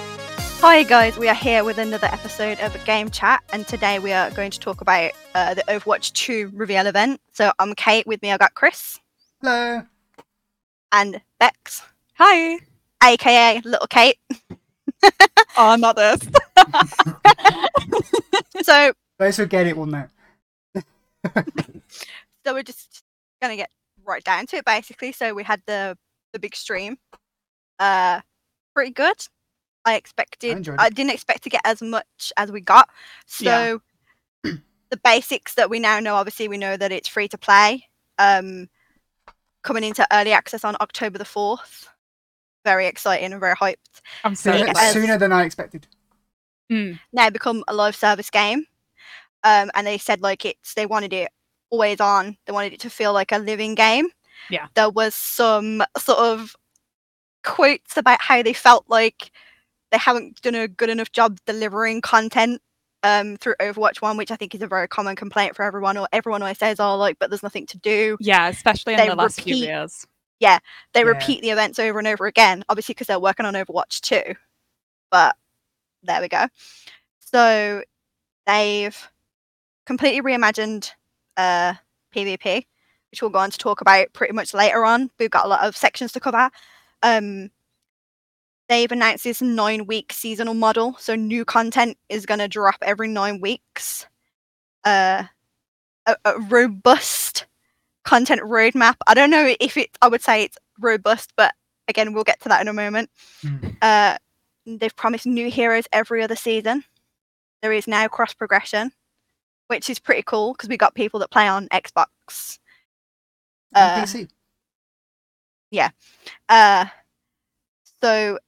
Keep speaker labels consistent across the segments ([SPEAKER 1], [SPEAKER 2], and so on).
[SPEAKER 1] Hi guys, we are here with another episode of Game Chat, and today we are going to talk about uh, the Overwatch 2 reveal event. So I'm Kate. With me, I got Chris
[SPEAKER 2] Hello.
[SPEAKER 1] and Bex,
[SPEAKER 3] Hi.
[SPEAKER 1] aka Little Kate.
[SPEAKER 3] Oh, I'm not this.
[SPEAKER 1] So,
[SPEAKER 2] Those who get it will know.
[SPEAKER 1] so we're just gonna get right down to it, basically. So we had the the big stream, uh, pretty good. I expected.
[SPEAKER 2] enjoyed
[SPEAKER 1] I,
[SPEAKER 2] it.
[SPEAKER 1] didn't expect to get as much as we got. So
[SPEAKER 3] Yeah.
[SPEAKER 1] the basics that we now know, obviously, we know that it's free to play. Um, coming into early access on October the fourth. Very exciting and very hyped.
[SPEAKER 3] I'm
[SPEAKER 2] So
[SPEAKER 3] so
[SPEAKER 1] Yeah,
[SPEAKER 2] that's
[SPEAKER 1] as-
[SPEAKER 3] excited.
[SPEAKER 2] sooner than I expected.
[SPEAKER 3] Mm.
[SPEAKER 1] Now become a live service game. Um, and they said like it's they wanted it always on. They wanted it to feel like a living game.
[SPEAKER 3] Yeah.
[SPEAKER 1] There was some sort of quotes about how they felt like they haven't done a good enough job delivering content um through Overwatch One, which I think is a very common complaint for everyone or everyone always says, Oh, like, but there's nothing to do.
[SPEAKER 3] Yeah, especially in
[SPEAKER 1] They
[SPEAKER 3] the last few
[SPEAKER 1] repeat-
[SPEAKER 3] years.
[SPEAKER 1] They
[SPEAKER 2] Yeah.
[SPEAKER 1] repeat the events over and over again, obviously because they're working on Overwatch Two. But there we go. So they've completely reimagined uh, PvP, which we'll go on to talk about pretty much later on. We've got a lot of sections to cover. Um, they've announced this nine week seasonal model, so new content is going to drop every nine weeks. Uh, a, a robust content roadmap. I don't know if it, I would say it's robust, but again, we'll get to that in a moment.
[SPEAKER 2] Mm.
[SPEAKER 1] Uh, they've promised new heroes every other season. There is now cross progression, which is pretty cool because we got people that play on Xbox.
[SPEAKER 2] On
[SPEAKER 1] Uh,
[SPEAKER 2] PC.
[SPEAKER 1] uh, so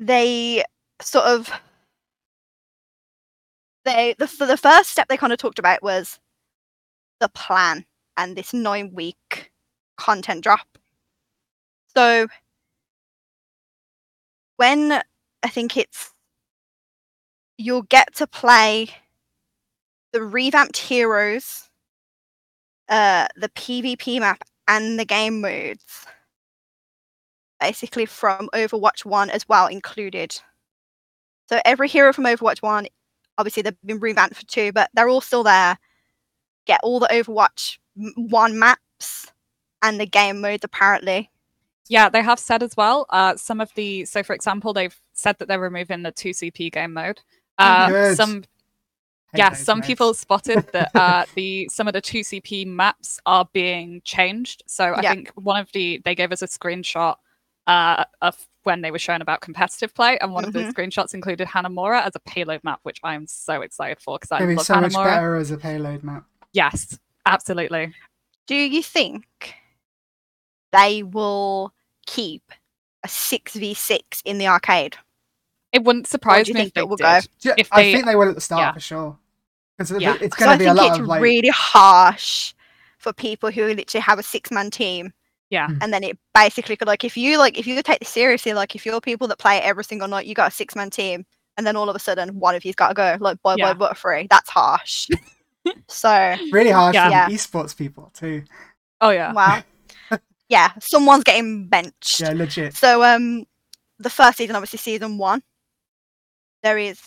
[SPEAKER 1] they sort of they the for the first step they kind of talked about was the plan and this nine week content drop. So when I think it's you'll get to play the revamped heroes, uh, the PvP map, and the game modes basically from Overwatch 1 as well included. So every hero from Overwatch 1, obviously they've been revamped for 2, but they're all still there. Get all the Overwatch m- 1 maps and the game modes apparently.
[SPEAKER 3] Yeah, they have said as well. Uh, some of the so, for example, they've said that they're removing the two CP game mode. Uh,
[SPEAKER 1] Oh,
[SPEAKER 2] Good.
[SPEAKER 3] some
[SPEAKER 2] Hate
[SPEAKER 3] yeah,
[SPEAKER 2] those
[SPEAKER 3] some
[SPEAKER 2] notes.
[SPEAKER 3] people spotted that uh, the some of the two CP maps are being changed. So I
[SPEAKER 1] Yeah.
[SPEAKER 3] think one of the they gave us a screenshot uh, of when they were shown about competitive play, and one
[SPEAKER 1] Mhm.
[SPEAKER 3] of the screenshots included Hanamura as a payload map, which I'm so excited for because I
[SPEAKER 2] It'd be
[SPEAKER 3] love
[SPEAKER 2] so much
[SPEAKER 3] Hanamura.
[SPEAKER 2] better as a payload map.
[SPEAKER 3] Yes, absolutely.
[SPEAKER 1] Do you think they will keep a 6v6 in the arcade?
[SPEAKER 3] It wouldn't surprise
[SPEAKER 1] you
[SPEAKER 3] me
[SPEAKER 1] think
[SPEAKER 3] if they
[SPEAKER 1] it will
[SPEAKER 3] did.
[SPEAKER 1] go?
[SPEAKER 2] Do you-
[SPEAKER 3] If
[SPEAKER 2] I
[SPEAKER 3] they-
[SPEAKER 2] think they will at the start
[SPEAKER 3] yeah.
[SPEAKER 2] for sure. Because
[SPEAKER 3] Yeah.
[SPEAKER 2] it's
[SPEAKER 1] So
[SPEAKER 2] going
[SPEAKER 1] I
[SPEAKER 2] to be a
[SPEAKER 1] think
[SPEAKER 2] lot
[SPEAKER 1] it's
[SPEAKER 2] of like.
[SPEAKER 1] really harsh for people who literally have a six man team.
[SPEAKER 3] Yeah.
[SPEAKER 2] Mm.
[SPEAKER 1] And then it basically could like if you like if you take this seriously, like if you're people that play it every single night, you got a six man team and then all of a sudden one of you's gotta go, like boy
[SPEAKER 3] Yeah.
[SPEAKER 1] boy but free. That's harsh. so
[SPEAKER 2] Really harsh
[SPEAKER 3] Yeah.
[SPEAKER 2] for
[SPEAKER 1] Yeah.
[SPEAKER 2] the esports people too.
[SPEAKER 3] Oh yeah.
[SPEAKER 1] wow. yeah, someone's getting benched.
[SPEAKER 2] Yeah, legit.
[SPEAKER 1] So um the first season, obviously season one, there is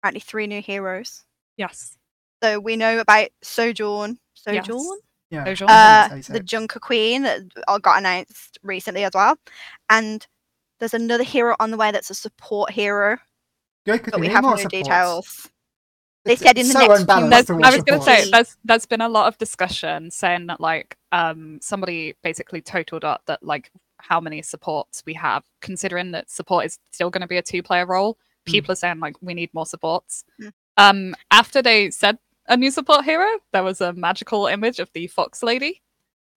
[SPEAKER 1] apparently three new heroes.
[SPEAKER 3] Yes.
[SPEAKER 1] So we know about Sojourn.
[SPEAKER 3] Yes.
[SPEAKER 1] Sojourn?
[SPEAKER 2] Yeah.
[SPEAKER 3] Sojourn.
[SPEAKER 2] I
[SPEAKER 1] uh,
[SPEAKER 2] think that's how you say
[SPEAKER 1] the
[SPEAKER 2] it.
[SPEAKER 1] Junker Queen that uh, got announced recently as well, and there's another hero on the way that's a support hero,
[SPEAKER 2] Good, could
[SPEAKER 1] but we
[SPEAKER 2] we hear
[SPEAKER 1] have no
[SPEAKER 2] more supports?
[SPEAKER 1] details. They
[SPEAKER 2] It's-
[SPEAKER 1] said in
[SPEAKER 2] it's
[SPEAKER 1] the
[SPEAKER 2] so
[SPEAKER 1] next few
[SPEAKER 2] unbalanced
[SPEAKER 1] months-
[SPEAKER 3] There's,
[SPEAKER 2] to
[SPEAKER 3] I
[SPEAKER 2] watch
[SPEAKER 3] was going
[SPEAKER 2] support.
[SPEAKER 3] to say
[SPEAKER 1] reports.
[SPEAKER 3] there's there's been a lot of discussion saying that like um somebody basically totaled up that like how many supports we have considering that support is still going to be a two player role. People are saying like we need more supports.
[SPEAKER 1] Mm.
[SPEAKER 3] Um after they said a new support hero, there was a magical image of the fox lady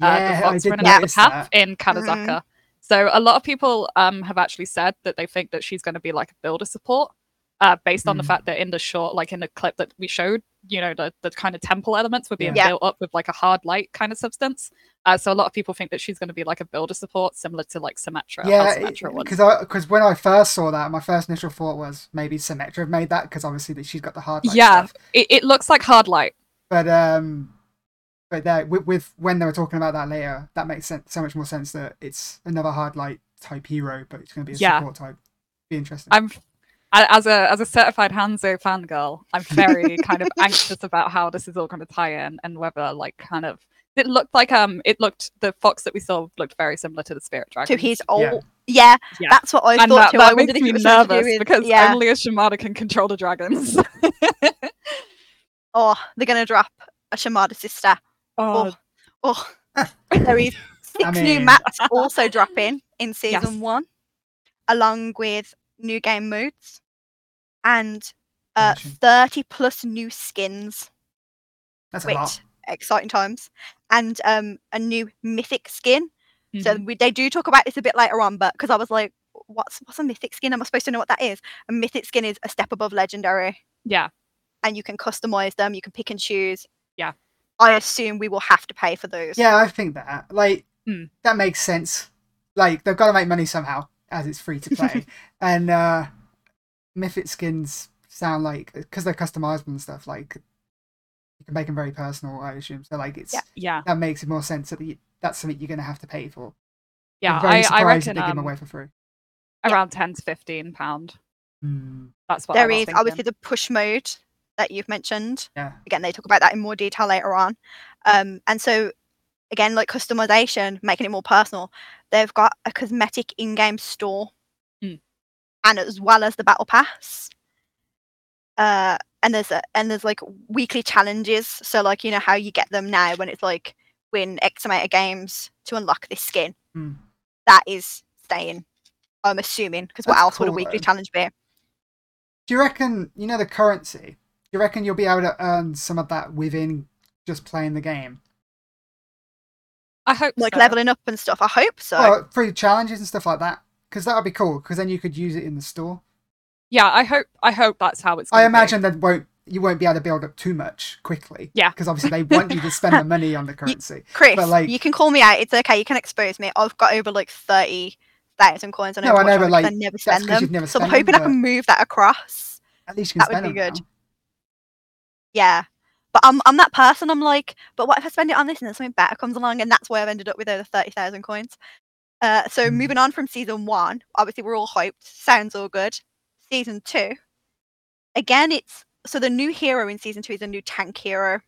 [SPEAKER 3] uh, the
[SPEAKER 2] Yeah, I
[SPEAKER 3] fox
[SPEAKER 2] did
[SPEAKER 3] running out of
[SPEAKER 2] notice
[SPEAKER 3] the path
[SPEAKER 2] that. Uh-huh.
[SPEAKER 3] in Kanazaka. So a lot of people um, have actually said that they think that she's going to be like a builder support, uh, based on the
[SPEAKER 2] Mm.
[SPEAKER 3] fact that in the short, like in the clip that we showed, you know, the, the kind of temple elements were being
[SPEAKER 1] Yeah. Yeah.
[SPEAKER 3] built up with like a hard light kind of substance. Uh, so a lot of people think that she's going to be like a builder support, similar to like Symmetra. how Symmetra was.
[SPEAKER 2] because because when I first saw that, my first initial thought was maybe Symmetra have made that because obviously that she's got the hard. Light
[SPEAKER 3] Yeah,
[SPEAKER 2] stuff.
[SPEAKER 3] It, it looks like hard light.
[SPEAKER 2] but um but that with, with when they were talking about that later that makes sense so much more sense that it's another hard light type hero but it's going to be a
[SPEAKER 3] Yeah.
[SPEAKER 2] support type be interesting
[SPEAKER 3] I'm a- as a as a certified Hanzo fangirl, I'm very kind of anxious about how this is all going to tie in and whether like kind of it looked like um it looked the fox that we saw looked very similar to the spirit dragon.
[SPEAKER 1] to his old. Yeah. Yeah,
[SPEAKER 3] Yeah.
[SPEAKER 1] that's what I
[SPEAKER 3] and
[SPEAKER 1] thought
[SPEAKER 3] that,
[SPEAKER 1] too. I
[SPEAKER 3] that
[SPEAKER 1] wondered
[SPEAKER 3] makes
[SPEAKER 1] if
[SPEAKER 3] me
[SPEAKER 1] it was something to do
[SPEAKER 3] nervous
[SPEAKER 1] with-
[SPEAKER 3] because
[SPEAKER 1] yeah.
[SPEAKER 3] only a Shimada can control the dragons.
[SPEAKER 1] oh, they're gonna drop a Shimada sister.
[SPEAKER 3] oh,
[SPEAKER 1] Oh, there is six
[SPEAKER 2] I
[SPEAKER 1] new
[SPEAKER 2] mean-
[SPEAKER 1] maps also dropping in season
[SPEAKER 3] Yes.
[SPEAKER 1] one, along with new game modes and uh,
[SPEAKER 2] Gotcha.
[SPEAKER 1] thirty plus new skins.
[SPEAKER 2] That's a
[SPEAKER 1] which
[SPEAKER 2] lot.
[SPEAKER 1] exciting times, and um, a new mythic skin. So
[SPEAKER 3] mhm.
[SPEAKER 2] Mm-hmm.
[SPEAKER 1] we, they do talk about this a bit later on, but because I was like, what's what's a mythic skin? Am I supposed to know what that is? A mythic skin is a step above legendary,
[SPEAKER 3] yeah,
[SPEAKER 1] and you can customize them. You can pick and choose.
[SPEAKER 3] Yeah.
[SPEAKER 1] I assume we will have to pay for those.
[SPEAKER 2] Yeah, I think that like
[SPEAKER 3] Mm.
[SPEAKER 2] that makes sense. Like they've got to make money somehow, as it's free to play, and uh, Mythic skins sound like because they're customizable and stuff. Like you can make them very personal, I assume. So like it's
[SPEAKER 1] Yeah.
[SPEAKER 3] yeah,
[SPEAKER 2] that makes it more sense that you, that's something you're going to have to pay for.
[SPEAKER 3] yeah.
[SPEAKER 2] I'm very
[SPEAKER 3] I, I
[SPEAKER 2] surprised
[SPEAKER 3] reckon
[SPEAKER 2] that they give them
[SPEAKER 3] um,
[SPEAKER 2] away for free.
[SPEAKER 1] Yeah.
[SPEAKER 3] around ten to fifteen pound.
[SPEAKER 2] Hmm,
[SPEAKER 3] That's what I
[SPEAKER 1] there
[SPEAKER 3] was
[SPEAKER 1] is
[SPEAKER 3] thinking.
[SPEAKER 1] obviously the push mode that you've mentioned.
[SPEAKER 2] yeah,
[SPEAKER 1] Again, they talk about that in more detail later on. Um, and so, again, like customization, making it more personal, they've got a cosmetic in-game store,
[SPEAKER 3] Mm.
[SPEAKER 1] and as well as the battle pass. Uh, and there's a, and there's like weekly challenges. So like you know how you get them now when it's like win X amount of games to unlock this skin.
[SPEAKER 2] Mm.
[SPEAKER 1] That is staying. I'm assuming because what
[SPEAKER 2] That's
[SPEAKER 1] else would a
[SPEAKER 2] cool,
[SPEAKER 1] weekly
[SPEAKER 2] though.
[SPEAKER 1] challenge be?
[SPEAKER 2] Do you reckon you know the currency? Do you reckon you'll be able to earn some of that within just playing the game?
[SPEAKER 3] I hope
[SPEAKER 1] Like
[SPEAKER 3] so.
[SPEAKER 1] leveling up and stuff. I hope so.
[SPEAKER 2] Well, free challenges and stuff like that, because that would be cool. Because then you could use it in the store.
[SPEAKER 3] Yeah, I hope I hope that's how it's.
[SPEAKER 2] I
[SPEAKER 3] gonna be.
[SPEAKER 2] imagine that won't you won't be able to build up too much quickly.
[SPEAKER 3] Yeah.
[SPEAKER 2] because obviously they want you to spend the money on the currency.
[SPEAKER 1] Chris,
[SPEAKER 2] But, like-
[SPEAKER 1] you can call me out. It's okay. You can expose me. I've got over like thirty thousand coins. And
[SPEAKER 2] No, I know, but,
[SPEAKER 1] I
[SPEAKER 2] like,
[SPEAKER 1] never
[SPEAKER 2] That's
[SPEAKER 1] spend
[SPEAKER 2] because
[SPEAKER 1] them.
[SPEAKER 2] you've never
[SPEAKER 1] So
[SPEAKER 2] spent.
[SPEAKER 1] I'm hoping
[SPEAKER 2] them,
[SPEAKER 1] I can move that across.
[SPEAKER 2] but At least you
[SPEAKER 1] that
[SPEAKER 2] can
[SPEAKER 1] would
[SPEAKER 2] spend
[SPEAKER 1] be
[SPEAKER 2] them
[SPEAKER 1] good.
[SPEAKER 2] now.
[SPEAKER 1] Yeah, but I'm I'm that person. I'm like, but what if I spend it on this and then something better comes along? And that's why I've ended up with over thirty thousand coins. Uh,
[SPEAKER 3] Mm.
[SPEAKER 1] so
[SPEAKER 2] Hmm.
[SPEAKER 1] moving on from season one, obviously we're all hyped. Sounds all good. Season two, again, it's so the new hero in season two is a new tank hero.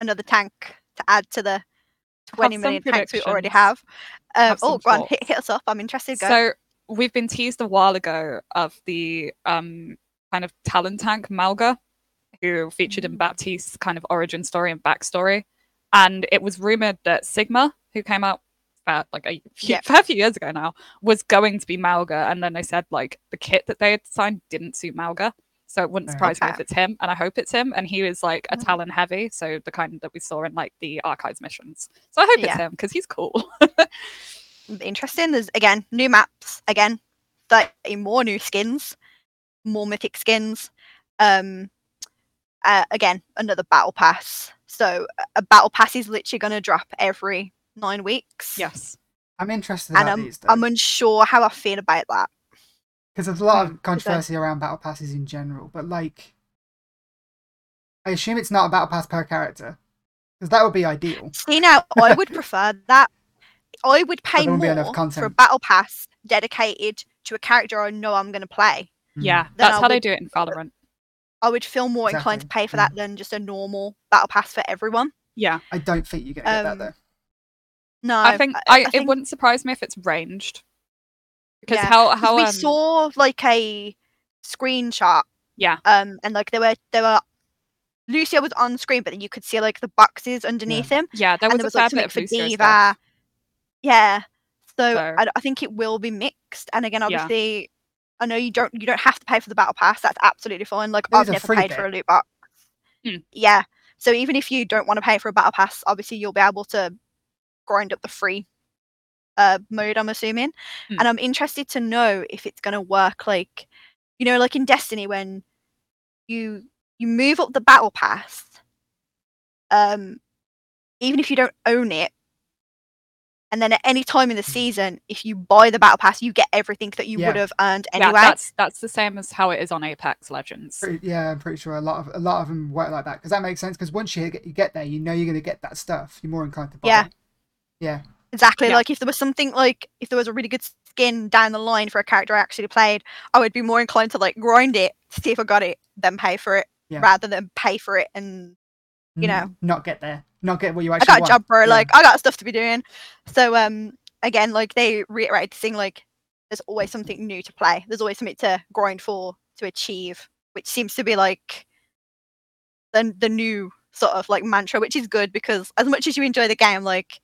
[SPEAKER 1] Another tank to add to the twenty
[SPEAKER 3] some
[SPEAKER 1] million tanks we already
[SPEAKER 3] predictions.
[SPEAKER 1] have. Um,
[SPEAKER 3] Have some
[SPEAKER 1] oh, go on, hit,
[SPEAKER 3] thoughts.
[SPEAKER 1] hit us up. I'm interested. Go.
[SPEAKER 3] So we've been teased a while ago of the um kind of talent tank Malga, who featured
[SPEAKER 1] Mm.
[SPEAKER 3] in Baptiste's kind of origin story and backstory, and it was rumored that Sigma, who came out about like a few,
[SPEAKER 1] Yeah.
[SPEAKER 3] fair few years ago now, was going to be Malga, and then they said like the kit that they had signed didn't suit Malga. So it wouldn't
[SPEAKER 2] Oh,
[SPEAKER 3] surprise me
[SPEAKER 1] okay.
[SPEAKER 3] if it's him, and I hope it's him. And he was like a
[SPEAKER 1] Mm.
[SPEAKER 3] Talon heavy, so the kind that we saw in like the archives missions. So I hope it's
[SPEAKER 1] Yeah.
[SPEAKER 3] him because he's cool.
[SPEAKER 1] interesting. There's again new maps, again, 30 more new skins, more mythic skins. Um, uh, again, another battle pass. So a- a battle pass is literally going to drop every nine weeks.
[SPEAKER 3] yes.
[SPEAKER 2] I'm interested
[SPEAKER 1] and
[SPEAKER 2] about
[SPEAKER 1] I'm
[SPEAKER 2] these
[SPEAKER 1] I'm unsure how I feel about that.
[SPEAKER 2] because there's a
[SPEAKER 1] Mm,
[SPEAKER 2] lot of controversy around battle passes in general. But like, I assume it's not a battle pass per character, because that would be ideal.
[SPEAKER 1] See now, I would prefer that. I would pay
[SPEAKER 2] there won't be enough
[SPEAKER 1] more for a
[SPEAKER 2] content.
[SPEAKER 1] battle pass dedicated to a character I know I'm going to play.
[SPEAKER 3] Yeah,
[SPEAKER 1] Then
[SPEAKER 3] that's
[SPEAKER 1] I
[SPEAKER 3] how they
[SPEAKER 1] would-
[SPEAKER 3] do it in Valorant.
[SPEAKER 1] I would feel more inclined to
[SPEAKER 2] Exactly, Mm.
[SPEAKER 1] pay for
[SPEAKER 2] yeah.
[SPEAKER 1] that than just a normal battle pass for everyone.
[SPEAKER 3] Yeah,
[SPEAKER 2] I don't think you're going to get
[SPEAKER 1] Um,
[SPEAKER 2] that
[SPEAKER 1] No, uh,
[SPEAKER 3] I think I, it
[SPEAKER 1] think-
[SPEAKER 3] wouldn't surprise me if it's ranged because
[SPEAKER 1] Yeah,
[SPEAKER 3] how
[SPEAKER 1] 'Cause
[SPEAKER 3] how
[SPEAKER 1] we
[SPEAKER 3] um,
[SPEAKER 1] saw like a screenshot.
[SPEAKER 3] Yeah.
[SPEAKER 1] Um, and like there were there were Lucio was on screen, but then you could see like the boxes underneath him,
[SPEAKER 3] yeah there was,
[SPEAKER 1] and there was
[SPEAKER 3] a fair
[SPEAKER 1] like something
[SPEAKER 3] bit
[SPEAKER 1] for
[SPEAKER 3] of Lucio
[SPEAKER 1] Diva.
[SPEAKER 3] stuff.
[SPEAKER 1] Yeah. So,
[SPEAKER 3] So-
[SPEAKER 1] I, I think it will be mixed, and again,
[SPEAKER 3] Yeah.
[SPEAKER 1] obviously, I know you don't you don't have to pay for the battle pass. That's absolutely fine. Like
[SPEAKER 2] There
[SPEAKER 1] I've
[SPEAKER 2] is a
[SPEAKER 1] never
[SPEAKER 2] free
[SPEAKER 1] paid for a loot box.
[SPEAKER 3] Hmm.
[SPEAKER 1] Yeah. So even if you don't want to pay for a battle pass, obviously you'll be able to grind up the free uh, mode. I'm assuming,
[SPEAKER 3] Hmm.
[SPEAKER 1] and I'm interested to know if it's going to work. Like, you know, like in Destiny when you you move up the battle pass, um, even if you don't own it. And then at any time in the season, if you buy the battle pass, you get everything that you
[SPEAKER 2] Mm. Yeah.
[SPEAKER 1] would have earned
[SPEAKER 3] Yeah,
[SPEAKER 1] anyway.
[SPEAKER 3] that's that's the same as how it is on Apex Legends.
[SPEAKER 2] Pretty- yeah, I'm pretty sure a lot of a lot of them work like that because that makes sense. Because once you get, you get there, you know you're going to get that stuff. You're more inclined to buy.
[SPEAKER 1] Yeah.
[SPEAKER 2] it. yeah.
[SPEAKER 1] Exactly.
[SPEAKER 3] Yeah.
[SPEAKER 1] Like if there was something like if there was a really good skin down the line for a character I actually played, I would be more inclined to like grind it to see if I got it, then pay for it,
[SPEAKER 2] Yeah.
[SPEAKER 1] rather than pay for it and you know.
[SPEAKER 2] Mm, not get there, not get what you
[SPEAKER 1] I
[SPEAKER 2] actually
[SPEAKER 1] got a
[SPEAKER 2] want.
[SPEAKER 1] job, bro.
[SPEAKER 2] Yeah.
[SPEAKER 1] Like I got stuff to be doing. So um, again, like they reiterated the thing like there's always something new to play. There's always something to grind for to achieve, which seems to be like the the new sort of like mantra, which is good because as much as you enjoy the game, like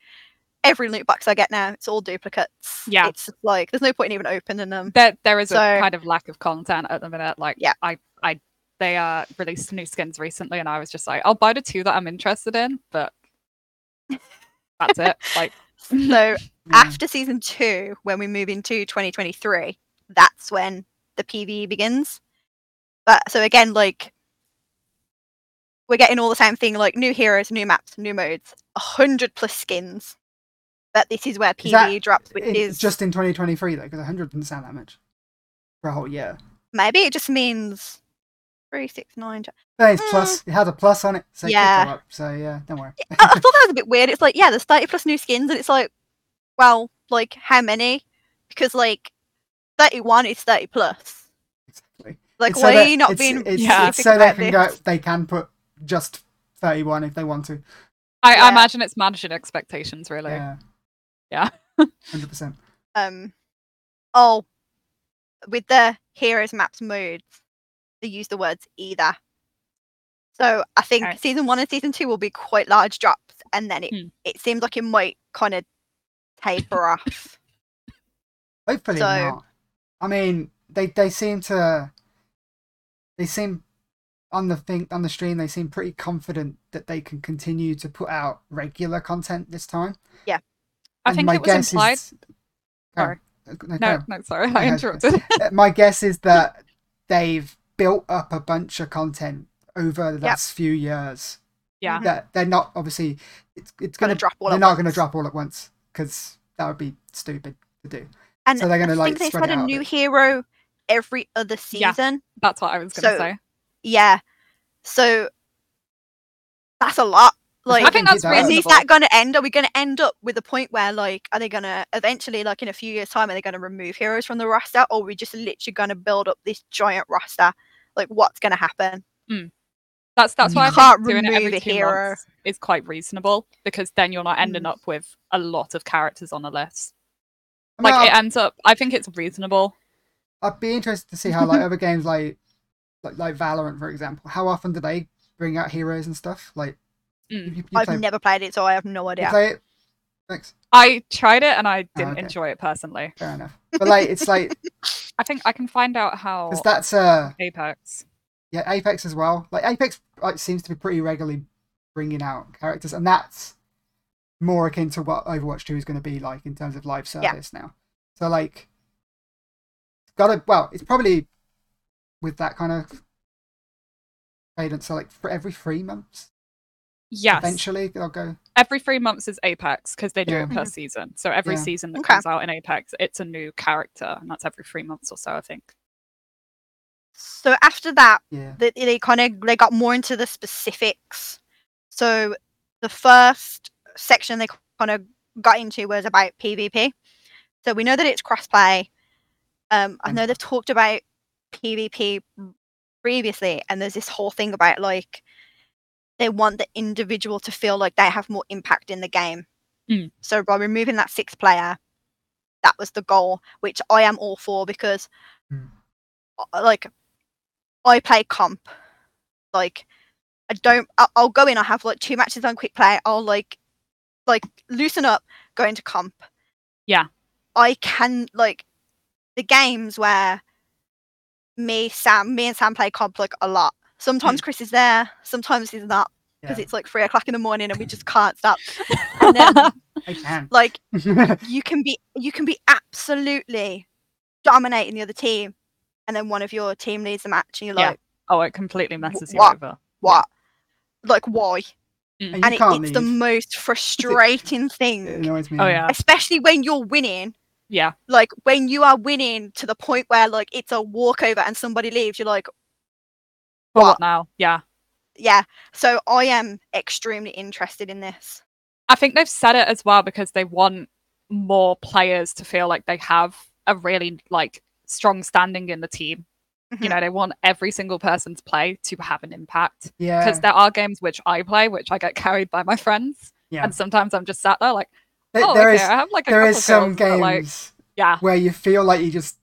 [SPEAKER 1] every loot box I get now, it's all duplicates.
[SPEAKER 3] Yeah.
[SPEAKER 1] it's like there's no point in even opening them.
[SPEAKER 3] There, there is
[SPEAKER 1] So-
[SPEAKER 3] a kind of lack of content at the minute. Like,
[SPEAKER 1] Yeah.
[SPEAKER 3] I, I, they uh, released new skins recently, and I was just like, I'll buy the two that I'm interested in, but that's it. Like,
[SPEAKER 1] So
[SPEAKER 2] Yeah.
[SPEAKER 1] after season two, when we move into 2023, that's when the PVE begins. But so again, like we're getting all the same thing, like new heroes, new maps, new modes, a hundred plus skins. But this is where
[SPEAKER 2] Is
[SPEAKER 1] PVE
[SPEAKER 2] that
[SPEAKER 1] drops, which
[SPEAKER 2] In-
[SPEAKER 1] is
[SPEAKER 2] just in 2023 though, because 100 doesn't sound that much for a whole year.
[SPEAKER 1] maybe it just means three, six, nine. tw-
[SPEAKER 2] But it's
[SPEAKER 1] Mm.
[SPEAKER 2] plus. It had a plus on it, so it could go
[SPEAKER 1] Yeah.
[SPEAKER 2] up, So yeah, don't worry.
[SPEAKER 1] I, I thought that was a bit weird. It's like yeah, there's 30 plus new skins, and it's like, well, like how many? Because like 31 is 30 plus.
[SPEAKER 2] Exactly.
[SPEAKER 1] Like
[SPEAKER 2] It's so
[SPEAKER 1] why
[SPEAKER 2] that-
[SPEAKER 1] are you not
[SPEAKER 2] it's-
[SPEAKER 1] being
[SPEAKER 2] it's-
[SPEAKER 3] Yeah.
[SPEAKER 2] it's
[SPEAKER 1] specific
[SPEAKER 2] so they
[SPEAKER 1] about
[SPEAKER 2] can
[SPEAKER 1] this?
[SPEAKER 2] go. They can put just 31 if they want to.
[SPEAKER 3] I,
[SPEAKER 1] Yeah.
[SPEAKER 3] I imagine it's managing expectations, really.
[SPEAKER 2] Yeah.
[SPEAKER 3] Yeah.
[SPEAKER 2] 100. percent
[SPEAKER 1] um oh with the heroes maps modes they use the words either so i think
[SPEAKER 3] Right.
[SPEAKER 1] season one and season two will be quite large drops and then it
[SPEAKER 3] Hmm.
[SPEAKER 1] it seems like it might kind of taper off
[SPEAKER 2] Hopefully
[SPEAKER 1] So-
[SPEAKER 2] not. I mean, they they seem to. They seem on the thing on the stream. They seem pretty confident that they can continue to put out regular content this time.
[SPEAKER 3] I
[SPEAKER 2] And
[SPEAKER 3] think
[SPEAKER 2] my
[SPEAKER 3] it was
[SPEAKER 2] guess
[SPEAKER 3] implied.
[SPEAKER 2] Is... Go on. No, go
[SPEAKER 3] No,
[SPEAKER 2] on.
[SPEAKER 3] no, sorry,
[SPEAKER 2] Okay,
[SPEAKER 3] I interrupted.
[SPEAKER 2] Uh, my guess is that they've built up a bunch of content over the
[SPEAKER 1] Yep.
[SPEAKER 2] last few years.
[SPEAKER 3] Yeah.
[SPEAKER 2] That they're not obviously. It's it's
[SPEAKER 1] going
[SPEAKER 2] gonna.
[SPEAKER 1] to drop all
[SPEAKER 2] they're
[SPEAKER 1] at
[SPEAKER 2] not gonna
[SPEAKER 1] once.
[SPEAKER 2] drop all at once because that would be stupid to do.
[SPEAKER 1] and
[SPEAKER 2] so they're gonna,
[SPEAKER 1] I
[SPEAKER 2] like,
[SPEAKER 1] think
[SPEAKER 2] spread
[SPEAKER 1] they've
[SPEAKER 2] it
[SPEAKER 1] had
[SPEAKER 2] out
[SPEAKER 1] a
[SPEAKER 2] a
[SPEAKER 1] new
[SPEAKER 2] bit.
[SPEAKER 1] hero every other
[SPEAKER 3] Yeah.
[SPEAKER 1] season
[SPEAKER 3] That's what I was going
[SPEAKER 1] So,
[SPEAKER 3] to say.
[SPEAKER 1] yeah so that's a lot like
[SPEAKER 3] I think
[SPEAKER 2] Keep
[SPEAKER 3] that's
[SPEAKER 2] that up.
[SPEAKER 1] And
[SPEAKER 3] reasonable.
[SPEAKER 1] is that going to end? Are we going to end up with a point where, like, are they going to eventually, like, in a few years' time, are they going to remove heroes from the roster, or are we just literally going to build up this giant roster? Like, what's going to happen?
[SPEAKER 3] That's that's
[SPEAKER 2] You
[SPEAKER 3] why I
[SPEAKER 1] can't
[SPEAKER 3] think doing it
[SPEAKER 1] remove a
[SPEAKER 3] every two
[SPEAKER 1] hero.
[SPEAKER 3] months is quite reasonable because then you're not ending
[SPEAKER 1] Mm.
[SPEAKER 3] up with a lot of characters on the list.
[SPEAKER 2] I mean,
[SPEAKER 3] Like it
[SPEAKER 2] I'd,
[SPEAKER 3] ends up. I think it's reasonable.
[SPEAKER 2] I'd be interested to see how like other games like, like like Valorant for example. How often do they bring out heroes and stuff? Like you,
[SPEAKER 3] Mm.
[SPEAKER 2] you
[SPEAKER 1] I've
[SPEAKER 2] play,
[SPEAKER 1] never played it, so I have no
[SPEAKER 2] you
[SPEAKER 1] idea.
[SPEAKER 2] play it. Thanks.
[SPEAKER 3] I tried it and
[SPEAKER 1] Oh,
[SPEAKER 3] I didn't
[SPEAKER 2] okay.
[SPEAKER 3] enjoy it personally.
[SPEAKER 2] Fair enough. But like it's like
[SPEAKER 3] I think I can find out how
[SPEAKER 2] because that's uh
[SPEAKER 3] Apex.
[SPEAKER 2] yeah apex as well like apex like, seems to be pretty regularly bringing out characters and that's more akin to what overwatch 2 is going to be like in terms of live
[SPEAKER 1] Yeah.
[SPEAKER 2] service now so like it's gotta well it's probably with that kind of cadence so like for every three months
[SPEAKER 3] Yes,
[SPEAKER 2] eventually they'll go
[SPEAKER 3] every three months is Apex because they do
[SPEAKER 2] Yeah.
[SPEAKER 3] it per season. So every
[SPEAKER 2] Yeah.
[SPEAKER 3] season that
[SPEAKER 1] Mm-hmm. Okay.
[SPEAKER 3] comes out in Apex, it's a new character, and that's every three months or so. I think.
[SPEAKER 1] So after that,
[SPEAKER 2] yeah
[SPEAKER 1] they, they kind of they got more into the specifics. So the first section they kind of got into was about PvP. So we know that it's crossplay. Um, I
[SPEAKER 2] And-
[SPEAKER 1] know they've talked about PvP previously, and there's this whole thing about like they want the individual to feel like they have more impact in the game.
[SPEAKER 3] Mm.
[SPEAKER 1] So by removing that sixth player, that was the goal, which I am all for because,
[SPEAKER 2] Mm.
[SPEAKER 1] uh, like, I play comp. Like, I don't. I'll, I'll go in. I'll have like two matches on quick play. I'll like, like loosen up, go into comp.
[SPEAKER 3] Yeah.
[SPEAKER 1] I can like the games where me, Sam, me and Sam play comp like a lot. Sometimes Chris is there. Sometimes he's not because
[SPEAKER 2] Yeah.
[SPEAKER 1] it's like three o'clock in the morning and we just can't stop. And then
[SPEAKER 2] they can
[SPEAKER 1] like
[SPEAKER 2] yeah
[SPEAKER 1] you can be you can be absolutely dominating the other team, and then one of your team leads the match, and you're
[SPEAKER 3] Yeah.
[SPEAKER 1] like,
[SPEAKER 3] Oh, it completely messes you
[SPEAKER 1] what?
[SPEAKER 3] over.
[SPEAKER 1] what? Like why?
[SPEAKER 2] and you
[SPEAKER 1] and it, it's
[SPEAKER 2] can't
[SPEAKER 1] the
[SPEAKER 2] leave.
[SPEAKER 1] most frustrating
[SPEAKER 2] it
[SPEAKER 1] thing,
[SPEAKER 2] annoys me
[SPEAKER 3] Oh yeah,
[SPEAKER 1] especially when you're winning.
[SPEAKER 3] yeah.
[SPEAKER 1] Like when you are winning to the point where like it's a walkover and somebody leaves, you're like,
[SPEAKER 3] For
[SPEAKER 1] What?
[SPEAKER 3] what, now? Yeah.
[SPEAKER 1] yeah. So I am extremely interested in this.
[SPEAKER 3] I think they've said it as well because they want more players to feel like they have a really like strong standing in the team. You
[SPEAKER 2] Mm-hmm.
[SPEAKER 1] Mhm.
[SPEAKER 3] know, they want every single person's play to have an impact.
[SPEAKER 2] Yeah,
[SPEAKER 3] Because there are games which I play, which I get carried by my friends.
[SPEAKER 2] yeah.
[SPEAKER 3] And sometimes I'm just sat there like,
[SPEAKER 2] Th-
[SPEAKER 3] oh,
[SPEAKER 2] there
[SPEAKER 3] okay,
[SPEAKER 2] is-
[SPEAKER 3] I have like a
[SPEAKER 2] there
[SPEAKER 3] couple
[SPEAKER 2] is some
[SPEAKER 3] girls that,
[SPEAKER 2] games
[SPEAKER 3] like, yeah,
[SPEAKER 2] where you feel like you just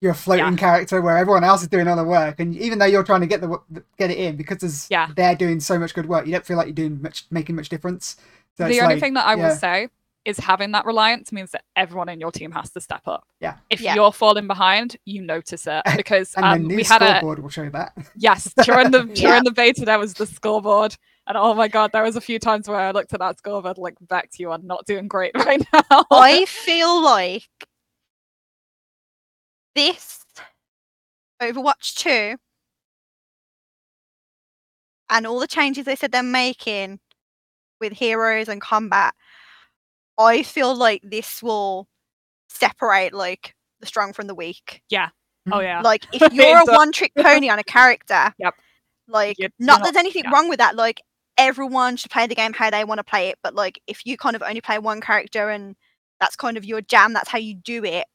[SPEAKER 2] you're a floating character where everyone else is doing all the work, and even though you're trying to get the wo- get it in because there's,
[SPEAKER 3] Yeah.
[SPEAKER 2] they're doing so much good work, you don't feel like you're doing much making much difference. So it's
[SPEAKER 3] the only
[SPEAKER 2] like,
[SPEAKER 3] thing that I
[SPEAKER 2] yeah.
[SPEAKER 3] will say is having that reliance means that everyone in your team has to step up.
[SPEAKER 2] Yeah.
[SPEAKER 3] If
[SPEAKER 1] Yeah.
[SPEAKER 3] you're falling behind, you notice it because
[SPEAKER 2] and
[SPEAKER 3] um,
[SPEAKER 2] the new
[SPEAKER 3] we had a
[SPEAKER 2] scoreboard will show that.
[SPEAKER 3] yes during the during
[SPEAKER 1] Yeah.
[SPEAKER 3] the beta there was the scoreboard and oh my god there was a few times where I looked at that scoreboard like Bex you are not doing great right now.
[SPEAKER 1] I feel like this Overwatch 2 and all the changes they said they're making with heroes and combat, I feel like this will separate like the strong from the weak.
[SPEAKER 3] oh yeah.
[SPEAKER 1] Like if you're
[SPEAKER 3] It
[SPEAKER 1] a
[SPEAKER 3] does.
[SPEAKER 1] one trick pony on a character,
[SPEAKER 3] Yep.
[SPEAKER 1] like
[SPEAKER 3] You're- you're
[SPEAKER 1] not
[SPEAKER 3] not-
[SPEAKER 1] there's anything
[SPEAKER 3] yeah.
[SPEAKER 1] wrong with that. Like everyone should play the game how they want to play it, but like if you kind of only play one character and that's kind of your jam, that's how you do it.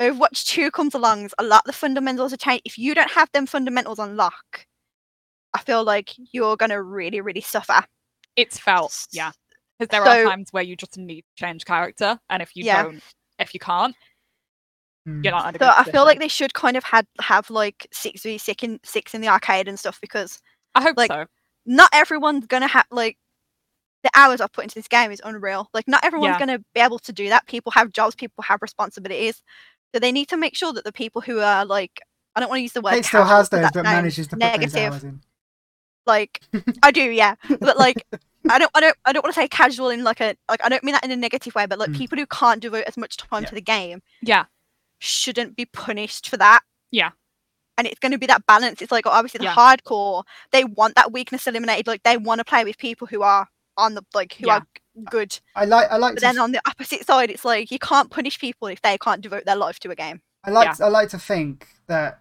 [SPEAKER 1] Overwatch 2 comes along, a lot of the fundamentals are changed. If you don't have them fundamentals on lock, I feel like you're gonna really, really suffer.
[SPEAKER 3] it's felt yeah because there are
[SPEAKER 1] So-
[SPEAKER 3] times where you just need to change character and if you
[SPEAKER 1] Yeah.
[SPEAKER 3] don't if you can't
[SPEAKER 2] Mm.
[SPEAKER 3] you're not under
[SPEAKER 1] So
[SPEAKER 3] good
[SPEAKER 1] I feel
[SPEAKER 3] position.
[SPEAKER 1] like they should kind of had have like six v six in six in the arcade and stuff because
[SPEAKER 3] I hope
[SPEAKER 1] like,
[SPEAKER 3] so
[SPEAKER 1] not everyone's gonna have like the hours I've put into this game is unreal. Like not everyone's
[SPEAKER 3] Yeah.
[SPEAKER 1] gonna be able to do that. People have jobs, people have responsibilities. So they need to make sure that the people who are like I don't want to use the word
[SPEAKER 2] Kate still
[SPEAKER 1] casual 'cause
[SPEAKER 2] has those,
[SPEAKER 1] that
[SPEAKER 2] but
[SPEAKER 1] sounds
[SPEAKER 2] manages to put those
[SPEAKER 1] negative.
[SPEAKER 2] hours in.
[SPEAKER 1] like I do, yeah. But like I don't I don't I don't want to say casual in like a like I don't mean that in a negative way, but like
[SPEAKER 2] Mm.
[SPEAKER 1] people who can't devote as much time
[SPEAKER 2] Yeah.
[SPEAKER 1] to the game
[SPEAKER 3] yeah
[SPEAKER 1] shouldn't be punished for that.
[SPEAKER 3] Yeah.
[SPEAKER 1] And it's going to be that balance. It's like obviously the
[SPEAKER 3] Yeah.
[SPEAKER 1] hardcore, they want that weakness eliminated. Like they want to play with people who are on the like who
[SPEAKER 3] Yeah.
[SPEAKER 1] are g- good.
[SPEAKER 2] I like I like
[SPEAKER 1] But
[SPEAKER 2] to
[SPEAKER 1] then on the opposite side, it's like you can't punish people if they can't devote their life to a game.
[SPEAKER 2] I like I like to think that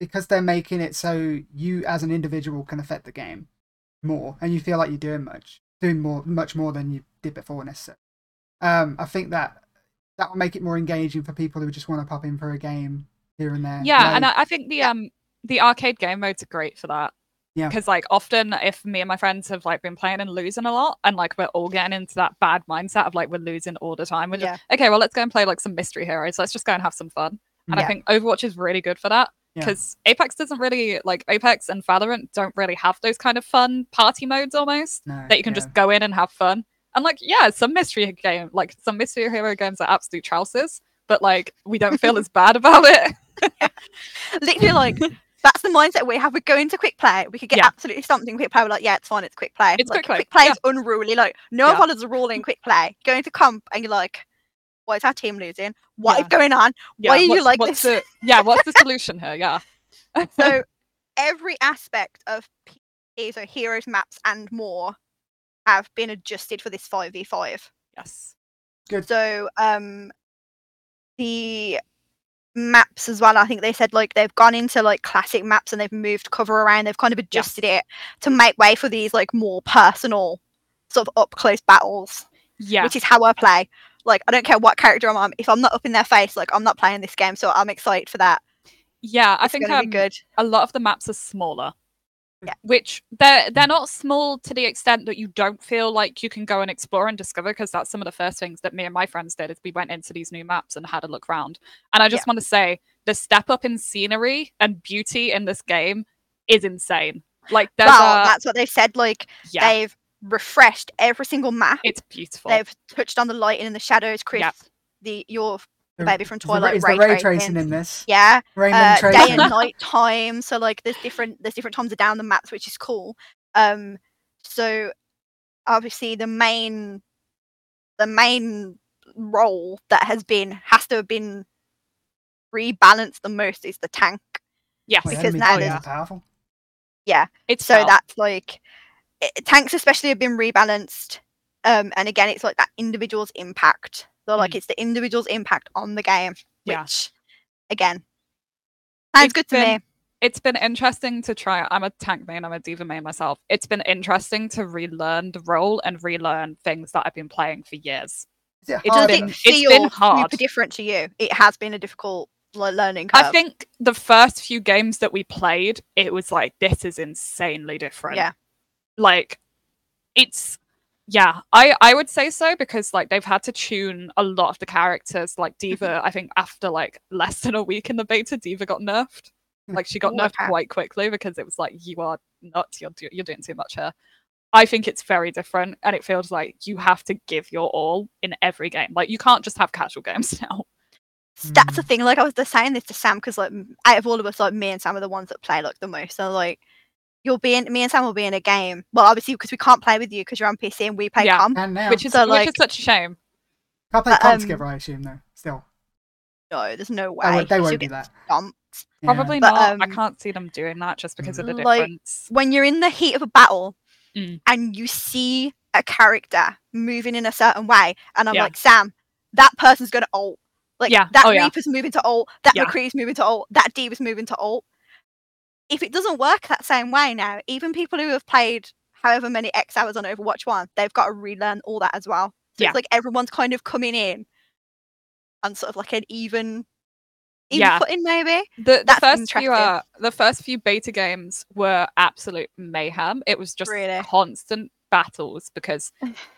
[SPEAKER 2] because they're making it so you as an individual can affect the game more, and you feel like you're doing much, doing more, much more than you did before necessarily. Um, I think that that will make it more engaging for people who just want to pop in for a game here and there.
[SPEAKER 3] yeah and
[SPEAKER 2] Like,
[SPEAKER 3] I, I think the um the arcade game modes are great for that
[SPEAKER 2] Yeah.
[SPEAKER 3] because like often if me and my friends have like been playing and losing a lot and like we're all getting into that bad mindset of like we're losing all the time we're just, okay well let's go and play like some mystery heroes let's just go and have some fun and
[SPEAKER 1] Yeah.
[SPEAKER 3] i think overwatch is really good for that
[SPEAKER 2] Yeah.
[SPEAKER 3] because apex doesn't really like apex and valorant don't really have those kind of fun party modes almost
[SPEAKER 2] no,
[SPEAKER 3] that you can
[SPEAKER 2] yeah.
[SPEAKER 3] just go in and have fun. And like, yeah, some mystery game, like some mystery hero games are absolute trousers, but like we don't feel as bad about it.
[SPEAKER 1] Literally, like that's the mindset we have. We go into quick play, we could get
[SPEAKER 3] Yeah.
[SPEAKER 1] absolutely something quick play. We're like, yeah, it's fine, it's quick play.
[SPEAKER 3] It's
[SPEAKER 1] like,
[SPEAKER 3] quick play,
[SPEAKER 1] is unruly. Like no
[SPEAKER 3] Yeah.
[SPEAKER 1] one follows the rule in quick play. Go into comp and you're like, why is our team losing? What is
[SPEAKER 3] Yeah.
[SPEAKER 1] going on? Why are you
[SPEAKER 3] what's-
[SPEAKER 1] like
[SPEAKER 3] what's
[SPEAKER 1] this?
[SPEAKER 3] The, yeah, what's the solution here? Yeah.
[SPEAKER 1] So every aspect of PvP, so heroes, maps, and more have been adjusted for this five v five.
[SPEAKER 3] yes.
[SPEAKER 1] So um the maps as well, I think they said like they've gone into like classic maps and they've moved cover around, they've kind of adjusted it to make way for these like more personal sort of up close battles.
[SPEAKER 3] Yeah.
[SPEAKER 1] Which is how I play. Like I don't care what character I'm on, if I'm not up in their face, like I'm not playing this game, so I'm excited for that.
[SPEAKER 3] yeah. I
[SPEAKER 1] It's
[SPEAKER 3] think
[SPEAKER 1] gonna
[SPEAKER 3] um,
[SPEAKER 1] be good.
[SPEAKER 3] a lot of the maps are smaller.
[SPEAKER 1] Yeah.
[SPEAKER 3] Which they're they're not small to the extent that you don't feel like you can go and explore and discover because that's some of the first things that me and my friends did is we went into these new maps and had a look round. And I just want to say the step up in scenery and beauty in this game is insane. Like there's
[SPEAKER 1] Well,
[SPEAKER 3] a-
[SPEAKER 1] that's what they've said. Like
[SPEAKER 3] yeah,
[SPEAKER 1] they've refreshed every single map.
[SPEAKER 3] it's beautiful.
[SPEAKER 1] They've touched on the lighting and the shadows, Chris.
[SPEAKER 3] Yeah.
[SPEAKER 1] The your
[SPEAKER 2] The-
[SPEAKER 1] baby from
[SPEAKER 2] is the
[SPEAKER 1] Twilight
[SPEAKER 2] ra- is the
[SPEAKER 1] ray
[SPEAKER 2] ray
[SPEAKER 1] tracing.
[SPEAKER 2] tracing in this.
[SPEAKER 1] yeah.
[SPEAKER 2] Raymond
[SPEAKER 1] uh, day
[SPEAKER 2] tracing.
[SPEAKER 1] and night time. So like there's different there's different times of down the maps, which is cool. Um, so obviously the main the main role that has been has to have been rebalanced the most is the tank.
[SPEAKER 3] yes,
[SPEAKER 2] Well,
[SPEAKER 1] because
[SPEAKER 2] enemy
[SPEAKER 1] now
[SPEAKER 2] players
[SPEAKER 1] there's-
[SPEAKER 2] are powerful.
[SPEAKER 3] it's
[SPEAKER 1] So
[SPEAKER 3] felt.
[SPEAKER 1] that's like i tanks especially have been rebalanced. Um, and again, it's like that individual's impact. So like it's the individual's impact on the game,
[SPEAKER 3] Mm-hmm. Yeah.
[SPEAKER 1] which again sounds
[SPEAKER 3] It's
[SPEAKER 1] good to
[SPEAKER 3] been-
[SPEAKER 1] me.
[SPEAKER 3] it's been interesting to try. I'm a tank main, I'm a diva main myself. It's been interesting to relearn the role and relearn things that I've been playing for years.
[SPEAKER 2] Is it
[SPEAKER 1] It
[SPEAKER 2] hard?
[SPEAKER 1] doesn't
[SPEAKER 2] though?
[SPEAKER 3] It's
[SPEAKER 1] feel
[SPEAKER 3] been hard.
[SPEAKER 1] super different to you. It has been a difficult le- learning curve.
[SPEAKER 3] I think the first few games that we played, it was like this is insanely different.
[SPEAKER 1] Yeah.
[SPEAKER 3] Like it's yeah, I I would say so because like they've had to tune a lot of the characters. Like
[SPEAKER 1] Mm-hmm.
[SPEAKER 3] Diva, I think after like less than a week in the beta, Diva got nerfed. Like she got
[SPEAKER 1] Oh,
[SPEAKER 3] nerfed
[SPEAKER 1] okay.
[SPEAKER 3] quite quickly because it was like you are nuts. You're do- you're doing too much here. I think it's very different, and it feels like you have to give your all in every game. Like you can't just have casual games now.
[SPEAKER 1] that's the
[SPEAKER 3] Mm.
[SPEAKER 1] thing. Like I was just saying this to Sam because like m- out of all of us, like me and Sam are the ones that play like the most. So like you'll be in me and Sam will be in a game. Well, obviously because we can't play with you because you're on PC and we play
[SPEAKER 3] Yeah.
[SPEAKER 1] com.
[SPEAKER 2] And now
[SPEAKER 3] Which is
[SPEAKER 1] So,
[SPEAKER 3] which
[SPEAKER 1] like-
[SPEAKER 3] is such a shame.
[SPEAKER 2] can't play
[SPEAKER 1] but,
[SPEAKER 2] comp
[SPEAKER 1] um,
[SPEAKER 2] together, I assume though. Still,
[SPEAKER 1] No, there's no way.
[SPEAKER 2] They won't- they
[SPEAKER 1] 'cause
[SPEAKER 2] won't
[SPEAKER 1] you'll
[SPEAKER 2] do
[SPEAKER 1] get
[SPEAKER 2] that.
[SPEAKER 1] stomped.
[SPEAKER 2] Yeah.
[SPEAKER 3] Probably
[SPEAKER 1] But,
[SPEAKER 3] not. I
[SPEAKER 1] um,
[SPEAKER 3] can't see them doing that just because of the
[SPEAKER 1] like-
[SPEAKER 3] difference.
[SPEAKER 1] When you're in the heat of a battle
[SPEAKER 3] Mm.
[SPEAKER 1] and you see a character moving in a certain way, and I'm
[SPEAKER 3] Yeah.
[SPEAKER 1] like Sam, that person's gonna ult. Like
[SPEAKER 3] Yeah.
[SPEAKER 1] that
[SPEAKER 3] Oh, yeah.
[SPEAKER 1] Reaper's moving to ult. That
[SPEAKER 3] Yeah.
[SPEAKER 1] McCree's moving to ult. That Diva's moving to ult. If it doesn't work that same way now, even people who have played however many X hours on Overwatch One, they've got to relearn all that as well. So
[SPEAKER 3] Yeah.
[SPEAKER 1] it's like everyone's kind of coming in and sort of like an even, even
[SPEAKER 3] Yeah.
[SPEAKER 1] footing maybe.
[SPEAKER 3] The, the
[SPEAKER 1] that's
[SPEAKER 3] first
[SPEAKER 1] interesting.
[SPEAKER 3] few uh, the first few beta games were absolute mayhem. It was just
[SPEAKER 1] Really?
[SPEAKER 3] constant battles because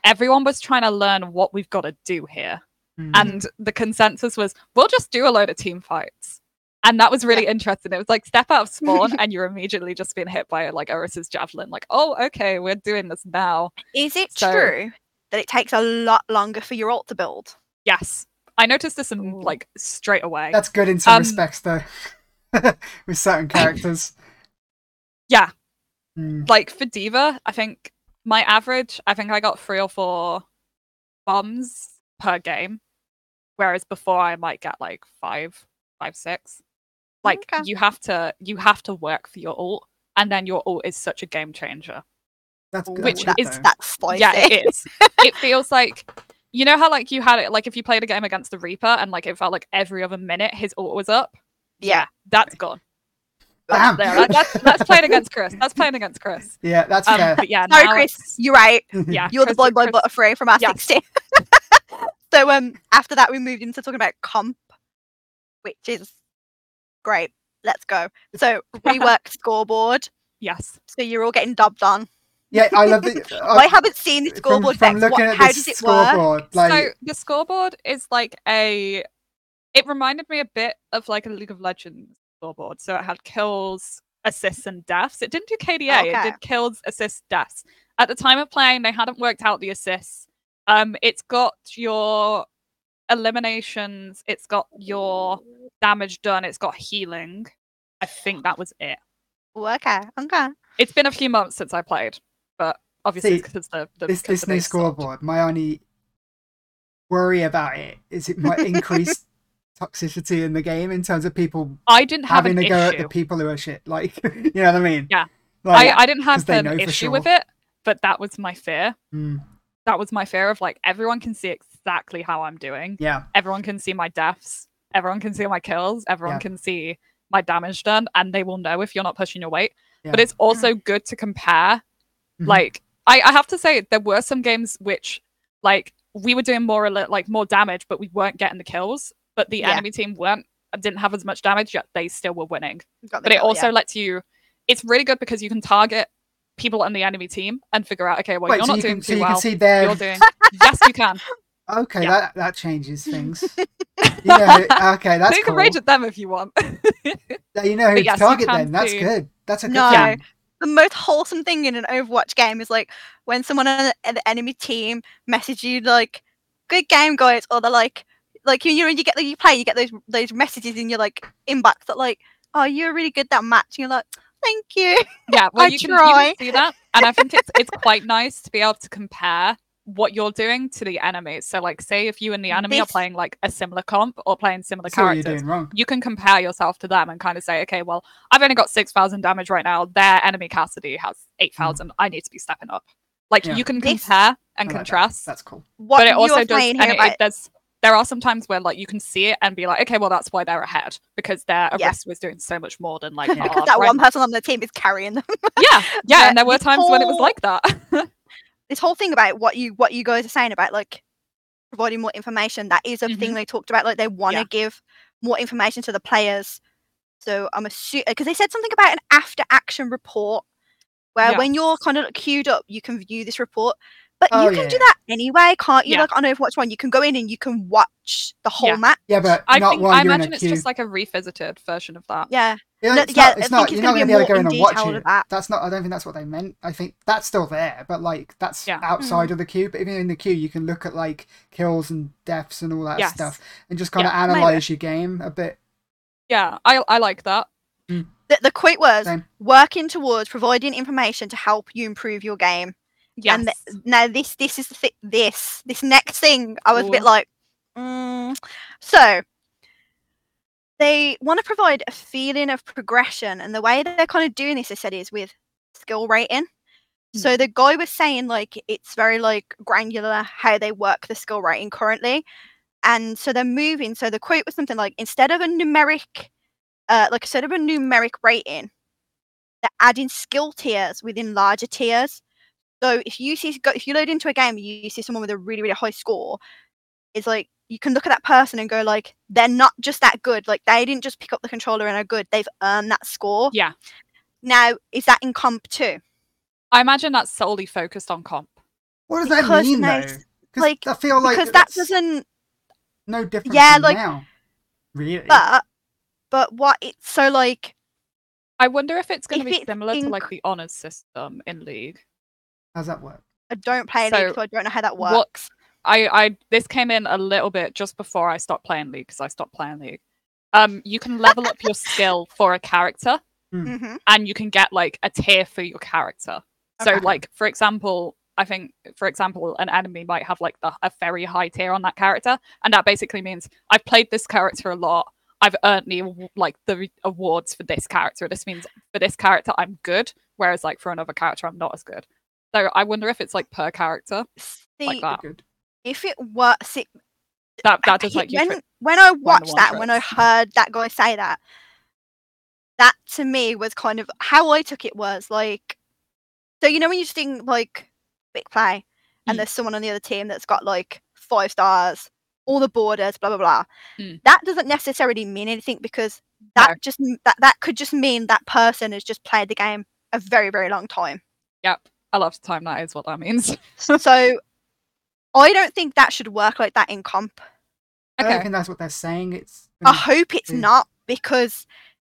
[SPEAKER 3] everyone was trying to learn what we've got to do here,
[SPEAKER 2] Mm.
[SPEAKER 3] and the consensus was we'll just do a load of team fights. And that was really interesting. It was like step out of spawn, and you're immediately just being hit by like Oris's javelin. Like, oh, okay, we're doing this now.
[SPEAKER 1] Is it
[SPEAKER 3] So-
[SPEAKER 1] true that it takes a lot longer for your ult to build?
[SPEAKER 3] Yes, I noticed this in,
[SPEAKER 1] Ooh.
[SPEAKER 3] like straight away.
[SPEAKER 2] that's good in some
[SPEAKER 3] um,
[SPEAKER 2] respects though, with certain characters.
[SPEAKER 3] Yeah.
[SPEAKER 2] Mm.
[SPEAKER 3] like for diva i think my average i think i got three or four bombs per game whereas before i might get like five five six like
[SPEAKER 1] Okay.
[SPEAKER 3] you have to you have to work for your ult and then your ult is such a game changer
[SPEAKER 2] That's good.
[SPEAKER 3] Which
[SPEAKER 1] Ooh, that's,
[SPEAKER 2] though.
[SPEAKER 1] that's spicy.
[SPEAKER 3] yeah it is it feels like you know how like you had it like if you played a game against the reaper and like it felt like every other minute his ult was up
[SPEAKER 1] Yeah.
[SPEAKER 3] that's gone
[SPEAKER 2] Damn.
[SPEAKER 3] there that, that's that's playing against chris that's playing against chris
[SPEAKER 2] yeah, that's
[SPEAKER 3] um,
[SPEAKER 2] fair.
[SPEAKER 3] but yeah
[SPEAKER 1] Sorry,
[SPEAKER 3] now
[SPEAKER 1] Chris,
[SPEAKER 3] it's-
[SPEAKER 1] You're right.
[SPEAKER 3] yeah
[SPEAKER 1] You're the
[SPEAKER 3] Chris-
[SPEAKER 1] boy boy
[SPEAKER 3] Chris-
[SPEAKER 1] butterfree from our
[SPEAKER 3] Yes.
[SPEAKER 1] 16. so um after that we moved into talking about comp, which is great. Let's go. So reworked scoreboard.
[SPEAKER 3] yes
[SPEAKER 1] So you're all getting dubbed on.
[SPEAKER 2] Yeah, I love the.
[SPEAKER 3] Oh,
[SPEAKER 2] uh,
[SPEAKER 1] I haven't seen the scoreboard
[SPEAKER 2] From, from
[SPEAKER 1] Bex.
[SPEAKER 2] looking
[SPEAKER 1] What,
[SPEAKER 2] at
[SPEAKER 1] how
[SPEAKER 2] this
[SPEAKER 1] does it work?
[SPEAKER 2] scoreboard, like
[SPEAKER 3] so the scoreboard is like a it reminded me a bit of like a league of legends scoreboard so it had kills assists and deaths it didn't do kda it
[SPEAKER 1] Okay.
[SPEAKER 3] did kills assists deaths at the time of playing they hadn't worked out the assists um it's got your eliminations it's got your damage done it's got healing i think that was it
[SPEAKER 1] Oh, okay. Okay.
[SPEAKER 3] it's been a few months since i played but obviously
[SPEAKER 2] See,
[SPEAKER 3] because the, the
[SPEAKER 2] this
[SPEAKER 3] 'cause
[SPEAKER 2] this
[SPEAKER 3] the
[SPEAKER 2] new
[SPEAKER 3] base sold.
[SPEAKER 2] scoreboard. My only worry about it is it might increase toxicity in the game in terms of people
[SPEAKER 3] i didn't have
[SPEAKER 2] having
[SPEAKER 3] an
[SPEAKER 2] to go
[SPEAKER 3] issue.
[SPEAKER 2] at the people who are shit. Like, you know what I mean?
[SPEAKER 3] Yeah.
[SPEAKER 2] Like,
[SPEAKER 3] I, I didn't have
[SPEAKER 2] 'cause they
[SPEAKER 3] an
[SPEAKER 2] know for
[SPEAKER 3] issue with
[SPEAKER 2] sure.
[SPEAKER 3] it, but that was my fear.
[SPEAKER 2] mm,
[SPEAKER 3] That was my fear of like everyone can see exactly how I'm doing.
[SPEAKER 2] yeah,
[SPEAKER 3] Everyone can see my deaths. Everyone can see my kills. Everyone
[SPEAKER 2] Yeah.
[SPEAKER 3] can see my damage done, and they will know if you're not pushing your weight. But
[SPEAKER 2] Yeah.
[SPEAKER 3] it's also good to compare.
[SPEAKER 2] Mhm.
[SPEAKER 3] Like I, I have to say, there were some games which like we were doing more alert, like more damage, but we weren't getting the kills. But the
[SPEAKER 1] Yeah.
[SPEAKER 3] enemy team weren't didn't have as much damage, yet they still were winning
[SPEAKER 1] Got the
[SPEAKER 3] but it
[SPEAKER 1] goal,
[SPEAKER 3] also
[SPEAKER 1] yeah.
[SPEAKER 3] lets you it's really good because you can target people on the enemy team and figure out okay well
[SPEAKER 2] Wait,
[SPEAKER 3] you're
[SPEAKER 2] so
[SPEAKER 3] not
[SPEAKER 2] you
[SPEAKER 3] doing
[SPEAKER 2] can, so
[SPEAKER 3] too
[SPEAKER 2] you
[SPEAKER 3] well
[SPEAKER 2] can see their
[SPEAKER 3] you're doing yes you can
[SPEAKER 2] Okay,
[SPEAKER 3] Yeah.
[SPEAKER 2] that that changes things. you know, okay,
[SPEAKER 3] so
[SPEAKER 2] that's
[SPEAKER 3] you
[SPEAKER 2] cool.
[SPEAKER 3] can rage at them if you want
[SPEAKER 2] That You know who
[SPEAKER 3] but
[SPEAKER 2] to
[SPEAKER 3] yes, you
[SPEAKER 2] target
[SPEAKER 3] can
[SPEAKER 2] then. That's
[SPEAKER 3] see-
[SPEAKER 2] good. That's a good
[SPEAKER 1] No.
[SPEAKER 2] thing.
[SPEAKER 1] the most wholesome thing in an Overwatch game is like when someone on the- the enemy team message you like "Good game, guys," or they're like, like you, you know, you get you play, you get those those messages in your like inbox that like, "Oh, you're really good that match," and you're like, "Thank you."
[SPEAKER 3] yeah well
[SPEAKER 1] I
[SPEAKER 3] you can,
[SPEAKER 1] try.
[SPEAKER 3] you can see that and i think it's it's quite nice to be able to compare what you're doing to the enemy so like say if you and the enemy are
[SPEAKER 1] This-
[SPEAKER 3] playing like a similar comp or playing similar
[SPEAKER 2] I see what you're
[SPEAKER 3] characters
[SPEAKER 2] doing wrong.
[SPEAKER 3] you can compare yourself to them and kind of say, okay, well, I've only got 6,000 damage right now. Their enemy Cassidy has 8,000. I need to be stepping up. Like,
[SPEAKER 2] Hmm. Yeah.
[SPEAKER 3] you can
[SPEAKER 1] This-
[SPEAKER 3] compare
[SPEAKER 2] I
[SPEAKER 3] and
[SPEAKER 2] like that.
[SPEAKER 3] contrast.
[SPEAKER 2] That's cool.
[SPEAKER 1] What
[SPEAKER 3] but it also
[SPEAKER 1] you're
[SPEAKER 3] does,
[SPEAKER 1] saying
[SPEAKER 3] and
[SPEAKER 1] here
[SPEAKER 3] it,
[SPEAKER 1] about
[SPEAKER 3] it does, there are some times where, like, you can see it and be like, okay, well, that's why they're ahead because their
[SPEAKER 1] Yeah.
[SPEAKER 3] arrest was doing so much more than, like,
[SPEAKER 2] Because
[SPEAKER 1] because
[SPEAKER 3] our
[SPEAKER 1] that one
[SPEAKER 3] rank.
[SPEAKER 1] person on the team is carrying them.
[SPEAKER 3] Yeah. Yeah.
[SPEAKER 1] that
[SPEAKER 3] and there were
[SPEAKER 1] this
[SPEAKER 3] times when it was
[SPEAKER 1] whole-
[SPEAKER 3] like that.
[SPEAKER 1] this whole thing about what you what you guys are saying about like providing more information. That is a
[SPEAKER 3] Mhm.
[SPEAKER 2] Mm-hmm.
[SPEAKER 1] thing they talked about. Like they want to
[SPEAKER 3] Yeah.
[SPEAKER 1] give more information to the players. So I'm assuming because they said something about an after action report where
[SPEAKER 3] Yeah.
[SPEAKER 1] when you're kind of queued up, you can view this report. But
[SPEAKER 2] Oh,
[SPEAKER 1] you can
[SPEAKER 2] yeah.
[SPEAKER 1] do that anyway, can't you?
[SPEAKER 3] Yeah.
[SPEAKER 1] Like on Overwatch One, you can go in and you can watch the whole
[SPEAKER 3] Yeah.
[SPEAKER 1] map.
[SPEAKER 2] Yeah, but
[SPEAKER 3] I
[SPEAKER 2] not
[SPEAKER 3] think
[SPEAKER 2] while
[SPEAKER 3] I
[SPEAKER 2] you're in
[SPEAKER 3] imagine
[SPEAKER 2] a
[SPEAKER 3] it's
[SPEAKER 2] queue.
[SPEAKER 3] just like a revisited version of that.
[SPEAKER 1] Yeah,
[SPEAKER 2] Yeah,
[SPEAKER 1] No,
[SPEAKER 2] it's
[SPEAKER 1] yeah,
[SPEAKER 2] not-
[SPEAKER 1] I
[SPEAKER 2] it's
[SPEAKER 1] think
[SPEAKER 2] not.
[SPEAKER 1] it's
[SPEAKER 2] You're
[SPEAKER 1] gonna
[SPEAKER 2] not
[SPEAKER 1] be
[SPEAKER 2] going to be
[SPEAKER 1] a
[SPEAKER 2] able to go
[SPEAKER 1] more
[SPEAKER 2] in and
[SPEAKER 1] in
[SPEAKER 2] watch
[SPEAKER 1] detail
[SPEAKER 2] it.
[SPEAKER 1] of that.
[SPEAKER 2] That's not. I don't think that's what they meant. I think that's still there, but like that's
[SPEAKER 3] Yeah.
[SPEAKER 1] Hmm.
[SPEAKER 2] outside of the queue. But even in the queue, you can look at like kills and deaths and all that
[SPEAKER 3] Yes.
[SPEAKER 2] stuff, and just kind of
[SPEAKER 1] Yeah, maybe.
[SPEAKER 2] analyze your game a bit.
[SPEAKER 3] Yeah, I I like that.
[SPEAKER 1] The, the quote was
[SPEAKER 2] Same.
[SPEAKER 1] working towards providing information to help you improve your game.
[SPEAKER 3] Yes.
[SPEAKER 1] And th- now this this is the thi- this this next thing. I was a bit
[SPEAKER 3] Ooh.
[SPEAKER 1] like, mm. so they want to provide a feeling of progression, and the way that they're kind of doing this, I said, is with skill rating. So
[SPEAKER 3] Hmm.
[SPEAKER 1] the guy was saying like it's very like granular how they work the skill rating currently, and so they're moving. So the quote was something like instead of a numeric, uh, like instead of a numeric rating, they're adding skill tiers within larger tiers. So if you see go- if you load into a game, you see someone with a really really high score, it's like you can look at that person and go like they're not just that good. Like they didn't just pick up the controller and are good. They've earned that score.
[SPEAKER 3] Yeah.
[SPEAKER 1] Now is that in comp too?
[SPEAKER 3] I imagine that's solely focused on comp.
[SPEAKER 2] What does that
[SPEAKER 1] Because
[SPEAKER 2] mean
[SPEAKER 1] now
[SPEAKER 2] though?
[SPEAKER 1] it's,
[SPEAKER 2] 'Cause
[SPEAKER 1] like-
[SPEAKER 2] I feel like
[SPEAKER 1] because that
[SPEAKER 2] that's
[SPEAKER 1] doesn't
[SPEAKER 2] no different.
[SPEAKER 1] yeah,
[SPEAKER 2] from
[SPEAKER 1] like-
[SPEAKER 2] now. really.
[SPEAKER 1] but but what it's so like
[SPEAKER 3] I wonder if it's going
[SPEAKER 1] If
[SPEAKER 3] to be
[SPEAKER 1] it's
[SPEAKER 3] similar to
[SPEAKER 1] in-
[SPEAKER 3] like the honors system in League.
[SPEAKER 2] How's that work?
[SPEAKER 1] i don't play
[SPEAKER 3] So,
[SPEAKER 1] League, so i don't know how that works
[SPEAKER 3] what- I I this came in a little bit just before I stopped playing League because I stopped playing League. Um, you can level up your skill for a character,
[SPEAKER 1] hmm
[SPEAKER 3] and you can get like a tier for your character. So,
[SPEAKER 1] Okay.
[SPEAKER 3] like for example, I think for example, an enemy might have like the, a very high tier on that character, and that basically means I've played this character a lot. I've earned the aw- like the re- awards for this character. This means for this character I'm good, whereas like for another character I'm not as good. So I wonder if it's like per character
[SPEAKER 1] see
[SPEAKER 3] like that.
[SPEAKER 2] Good.
[SPEAKER 1] if it works it
[SPEAKER 3] That that
[SPEAKER 1] I-
[SPEAKER 3] does like you.
[SPEAKER 1] when, when i watched
[SPEAKER 3] one
[SPEAKER 1] that when i
[SPEAKER 3] trips.
[SPEAKER 1] heard that guy say that that to me was kind of how i took it was like so you know when you just think like big play and
[SPEAKER 3] Mm.
[SPEAKER 1] there's someone on the other team that's got like five stars all the borders blah blah blah
[SPEAKER 3] Mm.
[SPEAKER 1] that doesn't necessarily mean anything because
[SPEAKER 3] No.
[SPEAKER 1] that just m- that, that could just mean that person has just played the game a very very long time
[SPEAKER 3] Yep. A lot of time that is what that means.
[SPEAKER 1] so i don't think that should work like that in comp
[SPEAKER 2] I don't
[SPEAKER 3] Okay.
[SPEAKER 2] think that's what they're saying. It's
[SPEAKER 1] i
[SPEAKER 3] Mm-hmm.
[SPEAKER 1] hope it's
[SPEAKER 2] Mm.
[SPEAKER 1] not because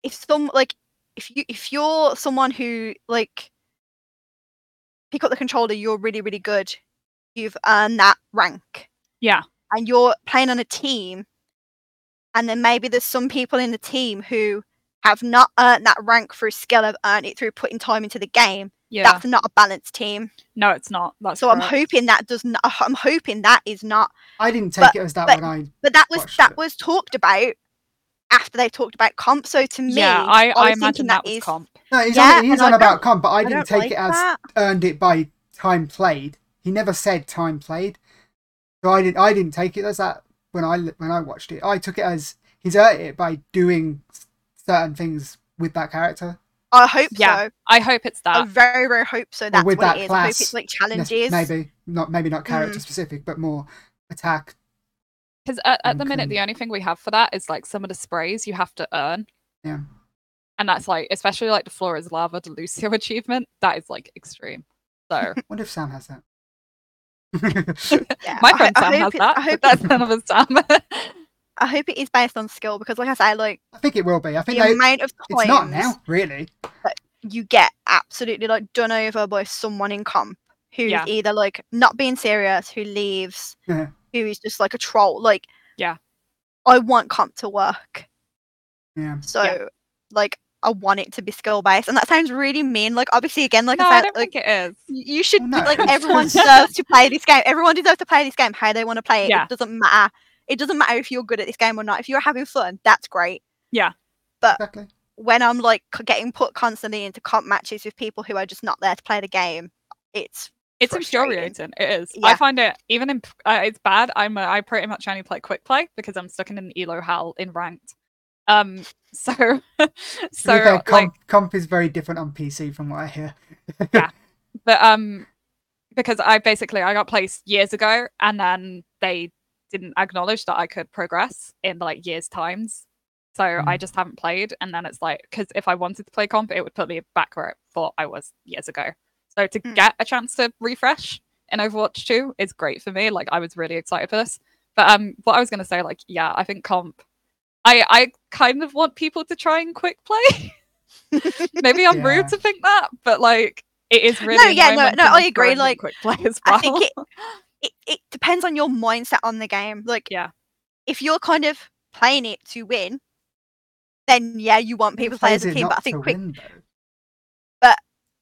[SPEAKER 1] if some like if you if you're someone who like pick up the controller you're really really good you've earned that rank
[SPEAKER 3] Yeah.
[SPEAKER 1] and you're playing on a team and then maybe there's some people in the team who have not earned that rank through skill have earned it through putting time into the game
[SPEAKER 3] Yeah.
[SPEAKER 1] that's not a balanced team
[SPEAKER 3] No, it's not. That's
[SPEAKER 1] so i'm
[SPEAKER 3] correct.
[SPEAKER 1] hoping that does not i'm hoping that is not
[SPEAKER 2] I didn't take it as that
[SPEAKER 1] but-
[SPEAKER 2] when I
[SPEAKER 1] but that was
[SPEAKER 2] Watched
[SPEAKER 1] that
[SPEAKER 2] it.
[SPEAKER 1] was talked about after they talked about comp so to me
[SPEAKER 3] yeah, I, I,
[SPEAKER 1] was thinking
[SPEAKER 3] imagine
[SPEAKER 1] that
[SPEAKER 3] that was
[SPEAKER 1] is-
[SPEAKER 3] comp.
[SPEAKER 2] No, he's
[SPEAKER 1] Yeah,
[SPEAKER 2] on, he's
[SPEAKER 1] and
[SPEAKER 2] on
[SPEAKER 1] I
[SPEAKER 2] about
[SPEAKER 1] don't-
[SPEAKER 2] comp, but I
[SPEAKER 1] I
[SPEAKER 2] didn't
[SPEAKER 1] don't
[SPEAKER 2] take
[SPEAKER 1] like
[SPEAKER 2] it as
[SPEAKER 1] that.
[SPEAKER 2] earned it by time played. He never said time played, so I didn't. I didn't take it as that when I when I watched it. I took it as he's earned it by doing s- certain things with that character.
[SPEAKER 1] I hope
[SPEAKER 3] Yeah,
[SPEAKER 1] so.
[SPEAKER 3] I hope it's
[SPEAKER 1] I
[SPEAKER 3] that.
[SPEAKER 1] very, very hope so. That's
[SPEAKER 2] with
[SPEAKER 1] what
[SPEAKER 2] that
[SPEAKER 1] it is. I hope
[SPEAKER 2] class,
[SPEAKER 1] it's like
[SPEAKER 2] Nes-
[SPEAKER 1] challenges.
[SPEAKER 2] Maybe not. Maybe
[SPEAKER 1] Hmm.
[SPEAKER 2] not character specific, but more attack.
[SPEAKER 3] Because at, at the minute,
[SPEAKER 2] Okay.
[SPEAKER 3] the only thing we have for that is like some of the sprays you have to earn.
[SPEAKER 2] Yeah.
[SPEAKER 3] And that's like, especially like the Flora is Lava Delucio achievement. That is like extreme. So
[SPEAKER 2] wonder if Sam has that.
[SPEAKER 1] Yeah, I
[SPEAKER 3] my
[SPEAKER 1] ho-
[SPEAKER 3] friend
[SPEAKER 1] I
[SPEAKER 3] Sam
[SPEAKER 1] hope
[SPEAKER 3] has
[SPEAKER 1] it-
[SPEAKER 3] that.
[SPEAKER 1] I hope,
[SPEAKER 3] but that's another Sam.
[SPEAKER 1] I hope it is based on skill because, like I say, like
[SPEAKER 2] I think it will be. I
[SPEAKER 1] the
[SPEAKER 2] think they,
[SPEAKER 1] amount of
[SPEAKER 2] it's not
[SPEAKER 1] times
[SPEAKER 2] now, really.
[SPEAKER 1] you get absolutely like done over by someone in comp who's
[SPEAKER 3] Yeah.
[SPEAKER 1] either like not being serious, who leaves,
[SPEAKER 2] Yeah.
[SPEAKER 1] who is just like a troll. Like,
[SPEAKER 3] Yeah.
[SPEAKER 1] I want comp to work.
[SPEAKER 2] Yeah.
[SPEAKER 1] So like I want it to be skill based. And that sounds really mean. Like obviously again, like
[SPEAKER 3] no,
[SPEAKER 1] I
[SPEAKER 3] I
[SPEAKER 1] said,
[SPEAKER 3] don't
[SPEAKER 1] like
[SPEAKER 3] think it is.
[SPEAKER 1] y- you should
[SPEAKER 2] Well,
[SPEAKER 1] be-
[SPEAKER 2] no,
[SPEAKER 1] like
[SPEAKER 2] it's-
[SPEAKER 1] everyone deserves to play this game. Everyone deserves to play this game how they want to play it.
[SPEAKER 3] Yeah.
[SPEAKER 1] It doesn't matter. It doesn't matter if you're good at this game or not. If you're having fun, that's great.
[SPEAKER 2] Exactly.
[SPEAKER 1] When I'm like c- getting put constantly into comp matches with people who are just not there to play the game, it's
[SPEAKER 3] It's
[SPEAKER 1] frustrating.
[SPEAKER 3] infuriating. It is.
[SPEAKER 1] Yeah.
[SPEAKER 3] I find it even in uh, it's bad. I'm uh, I pretty much only play quick play because I'm stuck in an elo hell in ranked. Um. So
[SPEAKER 2] To be fair,
[SPEAKER 3] so
[SPEAKER 2] comp,
[SPEAKER 3] like
[SPEAKER 2] comp is very different on PC from what I hear.
[SPEAKER 3] but um because I basically I got placed years ago and then they didn't acknowledge that I could progress in like years times. So I
[SPEAKER 2] Mm.
[SPEAKER 3] just haven't played. And then it's like, because if I wanted to play comp, it would put me back where I thought I was years ago. So to
[SPEAKER 1] Mm.
[SPEAKER 3] get a chance to refresh in Overwatch 2 is great for me. Like I was really excited for this. But um, what I was gonna say, like, yeah, I think comp. I I kind of want people to try and quick play. Maybe I'm
[SPEAKER 2] Yeah.
[SPEAKER 3] rude to think that, but like, it is really
[SPEAKER 1] yeah, no-
[SPEAKER 3] annoying
[SPEAKER 1] no,
[SPEAKER 3] to
[SPEAKER 1] I
[SPEAKER 3] miss
[SPEAKER 1] agree,
[SPEAKER 3] grinding
[SPEAKER 1] like,
[SPEAKER 3] quick play as well.
[SPEAKER 1] I think it, it it depends on your mindset on the game. Like
[SPEAKER 3] Yeah.
[SPEAKER 1] if you're kind of playing it to win, then yeah, you want people to play as
[SPEAKER 2] plays
[SPEAKER 1] a
[SPEAKER 2] it
[SPEAKER 1] team. But
[SPEAKER 2] not
[SPEAKER 1] I think
[SPEAKER 2] to
[SPEAKER 1] quick,
[SPEAKER 2] win, though.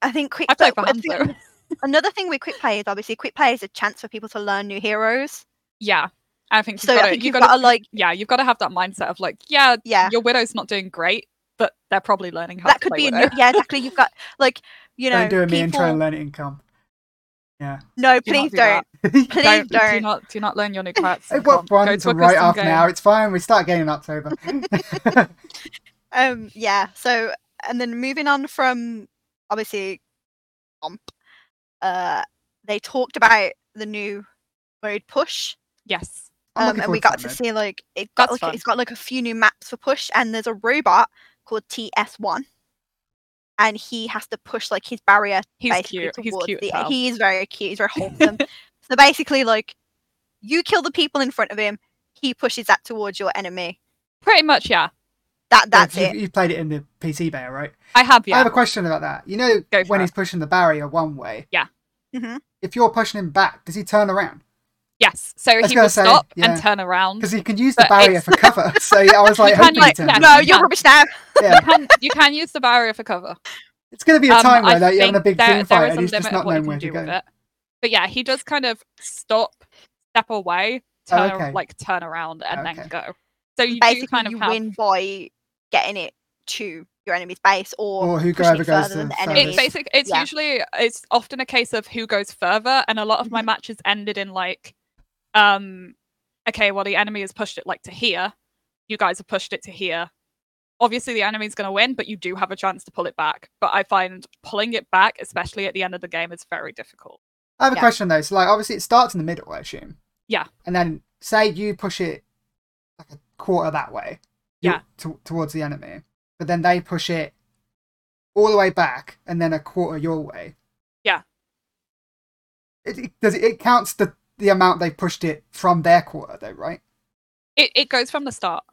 [SPEAKER 1] I think quick.
[SPEAKER 3] I play for
[SPEAKER 1] but- I think
[SPEAKER 3] Hanzo.
[SPEAKER 1] Another thing with quick play is obviously quick play is a chance for people to learn new heroes.
[SPEAKER 3] Yeah, I think you've
[SPEAKER 1] So
[SPEAKER 3] gotta,
[SPEAKER 1] I think
[SPEAKER 3] you've
[SPEAKER 1] you've got
[SPEAKER 3] gotta-
[SPEAKER 1] to like
[SPEAKER 3] yeah, you've got to have that mindset of like, yeah,
[SPEAKER 1] yeah,
[SPEAKER 3] your widow's not doing great, but they're probably learning how
[SPEAKER 1] that
[SPEAKER 3] to
[SPEAKER 1] could
[SPEAKER 3] play
[SPEAKER 1] be a
[SPEAKER 3] widow.
[SPEAKER 1] new, yeah exactly. You've got like you know
[SPEAKER 2] Don't do a me and
[SPEAKER 1] people.
[SPEAKER 2] try and learn it in comp. Yeah.
[SPEAKER 1] no,
[SPEAKER 3] Do not
[SPEAKER 1] please
[SPEAKER 3] do
[SPEAKER 1] don't.
[SPEAKER 3] that.
[SPEAKER 1] Please
[SPEAKER 3] don't,
[SPEAKER 1] don't.
[SPEAKER 3] do not do not learn your new characters.
[SPEAKER 2] It
[SPEAKER 3] in
[SPEAKER 2] worked
[SPEAKER 3] comp. Go
[SPEAKER 2] once
[SPEAKER 3] to a
[SPEAKER 2] and right
[SPEAKER 3] custom
[SPEAKER 2] off
[SPEAKER 3] game.
[SPEAKER 2] now. It's fine. We start getting that's over.
[SPEAKER 1] Um, yeah. So, and then moving on from obviously, Omp, uh, they talked about the new mode push,
[SPEAKER 3] Yes,
[SPEAKER 2] I'm
[SPEAKER 1] um,
[SPEAKER 2] looking
[SPEAKER 1] and we
[SPEAKER 2] forward
[SPEAKER 1] got
[SPEAKER 2] to that
[SPEAKER 1] to
[SPEAKER 2] mode.
[SPEAKER 1] see like it got
[SPEAKER 3] That's
[SPEAKER 1] like,
[SPEAKER 3] fun.
[SPEAKER 1] it's got like a few new maps for push, and there's a robot called TS1, and he has to push like his barrier
[SPEAKER 3] he's
[SPEAKER 1] basically
[SPEAKER 3] cute. He's
[SPEAKER 1] towards
[SPEAKER 3] cute.
[SPEAKER 1] the.
[SPEAKER 3] pal.
[SPEAKER 1] He is very cute. He's very wholesome. so basically, like you kill the people in front of him, he pushes that towards your enemy.
[SPEAKER 3] Pretty much, yeah.
[SPEAKER 1] That that's
[SPEAKER 2] you,
[SPEAKER 1] it.
[SPEAKER 2] You played it in the PC beta, right?
[SPEAKER 3] I have, yeah.
[SPEAKER 2] I have a question about that. You know,
[SPEAKER 3] Go for
[SPEAKER 2] when
[SPEAKER 3] it.
[SPEAKER 2] he's pushing the barrier one way,
[SPEAKER 1] hmm
[SPEAKER 3] Mm-hmm.
[SPEAKER 2] if you're pushing him back, does he turn around?
[SPEAKER 3] Mm. Yes, so
[SPEAKER 2] was
[SPEAKER 3] he
[SPEAKER 2] gonna
[SPEAKER 3] will
[SPEAKER 2] say,
[SPEAKER 3] stop
[SPEAKER 2] yeah.
[SPEAKER 3] and turn around.
[SPEAKER 2] Because he can use the
[SPEAKER 3] But
[SPEAKER 2] barrier
[SPEAKER 3] it's-
[SPEAKER 2] for cover. So yeah, I was like,
[SPEAKER 3] You can,
[SPEAKER 2] hoping he
[SPEAKER 3] like,
[SPEAKER 2] turns.
[SPEAKER 1] No,
[SPEAKER 3] Yeah.
[SPEAKER 1] you're rubbish now.
[SPEAKER 2] Yeah.
[SPEAKER 3] You can, you can use the barrier for cover.
[SPEAKER 2] It's going to be a
[SPEAKER 3] Um,
[SPEAKER 2] time
[SPEAKER 3] I
[SPEAKER 2] where like, you're having a
[SPEAKER 3] think
[SPEAKER 2] big
[SPEAKER 3] there-
[SPEAKER 2] team
[SPEAKER 3] there
[SPEAKER 2] fight
[SPEAKER 3] is
[SPEAKER 2] and
[SPEAKER 3] a
[SPEAKER 2] he's just
[SPEAKER 3] limit
[SPEAKER 2] not
[SPEAKER 3] of what
[SPEAKER 2] knowing
[SPEAKER 3] you can
[SPEAKER 2] where to
[SPEAKER 3] do with
[SPEAKER 2] go.
[SPEAKER 3] it. But yeah, he does kind of stop, step away,
[SPEAKER 2] Oh,
[SPEAKER 3] turn
[SPEAKER 2] okay. Oh,
[SPEAKER 3] like turn around, and then
[SPEAKER 2] Okay.
[SPEAKER 3] go. So you do
[SPEAKER 1] basically
[SPEAKER 3] kind of
[SPEAKER 1] you
[SPEAKER 3] have
[SPEAKER 1] win by getting it to your enemy's base or,
[SPEAKER 2] Or who
[SPEAKER 1] pushing
[SPEAKER 2] goes
[SPEAKER 1] it further
[SPEAKER 2] to
[SPEAKER 1] than the
[SPEAKER 2] furthest.
[SPEAKER 1] enemies.
[SPEAKER 3] it's basic it's
[SPEAKER 1] Yeah.
[SPEAKER 3] usually it's often a case of who goes further and a lot of my
[SPEAKER 2] Mm-hmm.
[SPEAKER 1] Mhm.
[SPEAKER 3] matches ended in like um okay well the enemy has pushed it like to here you guys have pushed it to here obviously the enemy's going to win but you do have a chance to pull it back but i find pulling it back especially at the end of the game is very difficult
[SPEAKER 2] I have a
[SPEAKER 1] Yeah.
[SPEAKER 2] question though. So like, obviously, it starts in the middle, I assume.
[SPEAKER 3] Yeah.
[SPEAKER 2] And then say you push it like a quarter that way. you-
[SPEAKER 3] Yeah.
[SPEAKER 2] To- towards the enemy, but then they push it all the way back, and then a quarter your way.
[SPEAKER 3] Yeah.
[SPEAKER 2] It, it does. It, it counts the the amount they pushed it from their quarter though, right?
[SPEAKER 3] it, it goes from the start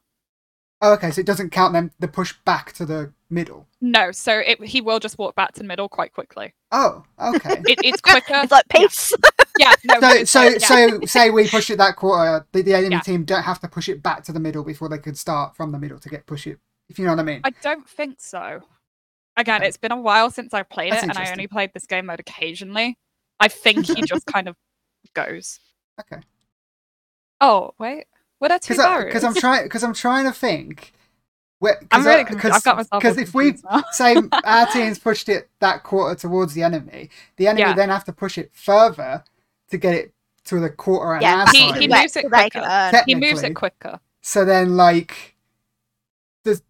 [SPEAKER 2] Oh, okay. So it doesn't count them the push back to the middle.
[SPEAKER 3] no so it, he will just walk back to the middle quite quickly
[SPEAKER 2] Oh, okay.
[SPEAKER 3] it, it's quicker
[SPEAKER 1] It's like peace.
[SPEAKER 3] yeah no
[SPEAKER 2] So, so,
[SPEAKER 3] yeah.
[SPEAKER 2] so, say we push it that quarter. The, the enemy
[SPEAKER 3] Yeah.
[SPEAKER 2] team don't have to push it back to the middle before they could start from the middle to get push it. If you know what I mean.
[SPEAKER 3] I don't think so. Again,
[SPEAKER 2] Okay.
[SPEAKER 3] it's been a while since I played
[SPEAKER 2] That's
[SPEAKER 3] it, and I only
[SPEAKER 2] interesting.
[SPEAKER 3] played this game mode occasionally. I think he just kind of goes.
[SPEAKER 2] Okay.
[SPEAKER 3] Oh wait, were there two barriers?
[SPEAKER 2] Because I'm trying. Because I'm trying to think. Where,
[SPEAKER 3] I'm really confused.
[SPEAKER 2] because
[SPEAKER 3] I've got myself all
[SPEAKER 2] if we
[SPEAKER 3] confused now.
[SPEAKER 2] say our teams pushed it that quarter towards the enemy, the enemy
[SPEAKER 3] Yeah.
[SPEAKER 2] then have to push it further to get it to the quarter and
[SPEAKER 1] Yeah,
[SPEAKER 2] our
[SPEAKER 1] back
[SPEAKER 3] He-
[SPEAKER 1] to
[SPEAKER 2] side.
[SPEAKER 3] he
[SPEAKER 1] where-
[SPEAKER 3] moves it
[SPEAKER 1] so they can
[SPEAKER 3] quicker.
[SPEAKER 1] earn.
[SPEAKER 2] Te-
[SPEAKER 3] he moves
[SPEAKER 2] technically.
[SPEAKER 3] it quicker.
[SPEAKER 2] So then, like, there's,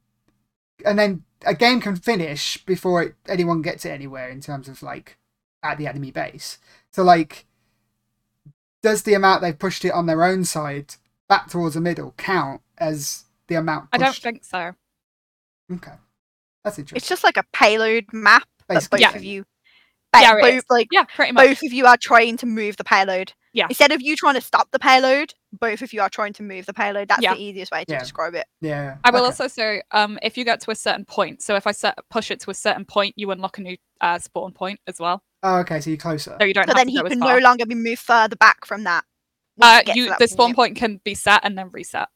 [SPEAKER 2] and then a game can finish before it, anyone gets it anywhere in terms of like at the enemy base. So like, does the amount they pushed it on their own side back towards the middle count as the amount?
[SPEAKER 3] I
[SPEAKER 2] Pushed?
[SPEAKER 3] don't think so.
[SPEAKER 2] Okay, that's interesting.
[SPEAKER 1] It's just like a payload map, but both
[SPEAKER 2] Basically.
[SPEAKER 1] of you, ba-
[SPEAKER 3] Yeah, it
[SPEAKER 1] both
[SPEAKER 3] is.
[SPEAKER 1] like
[SPEAKER 3] Yeah, pretty much.
[SPEAKER 1] both of you are trying to move the payload.
[SPEAKER 3] Yeah.
[SPEAKER 1] Instead of you trying to stop the payload, both of you are trying to move the payload. That's
[SPEAKER 3] Yeah.
[SPEAKER 1] the easiest way to
[SPEAKER 2] Yeah.
[SPEAKER 1] describe it.
[SPEAKER 2] Yeah.
[SPEAKER 3] I will
[SPEAKER 2] okay.
[SPEAKER 3] also say, um, if you get to a certain point, so if I set, push it to a certain point, you unlock a new uh, spawn point as well,
[SPEAKER 2] Oh, okay. So you're closer.
[SPEAKER 3] so you don't
[SPEAKER 1] So
[SPEAKER 3] have
[SPEAKER 1] then
[SPEAKER 3] to
[SPEAKER 1] he
[SPEAKER 3] go as
[SPEAKER 1] can
[SPEAKER 3] far.
[SPEAKER 1] no longer be moved further back from that. once
[SPEAKER 3] uh,
[SPEAKER 1] it gets to
[SPEAKER 3] you,
[SPEAKER 1] that
[SPEAKER 3] the
[SPEAKER 1] point.
[SPEAKER 3] spawn point can be set and then reset.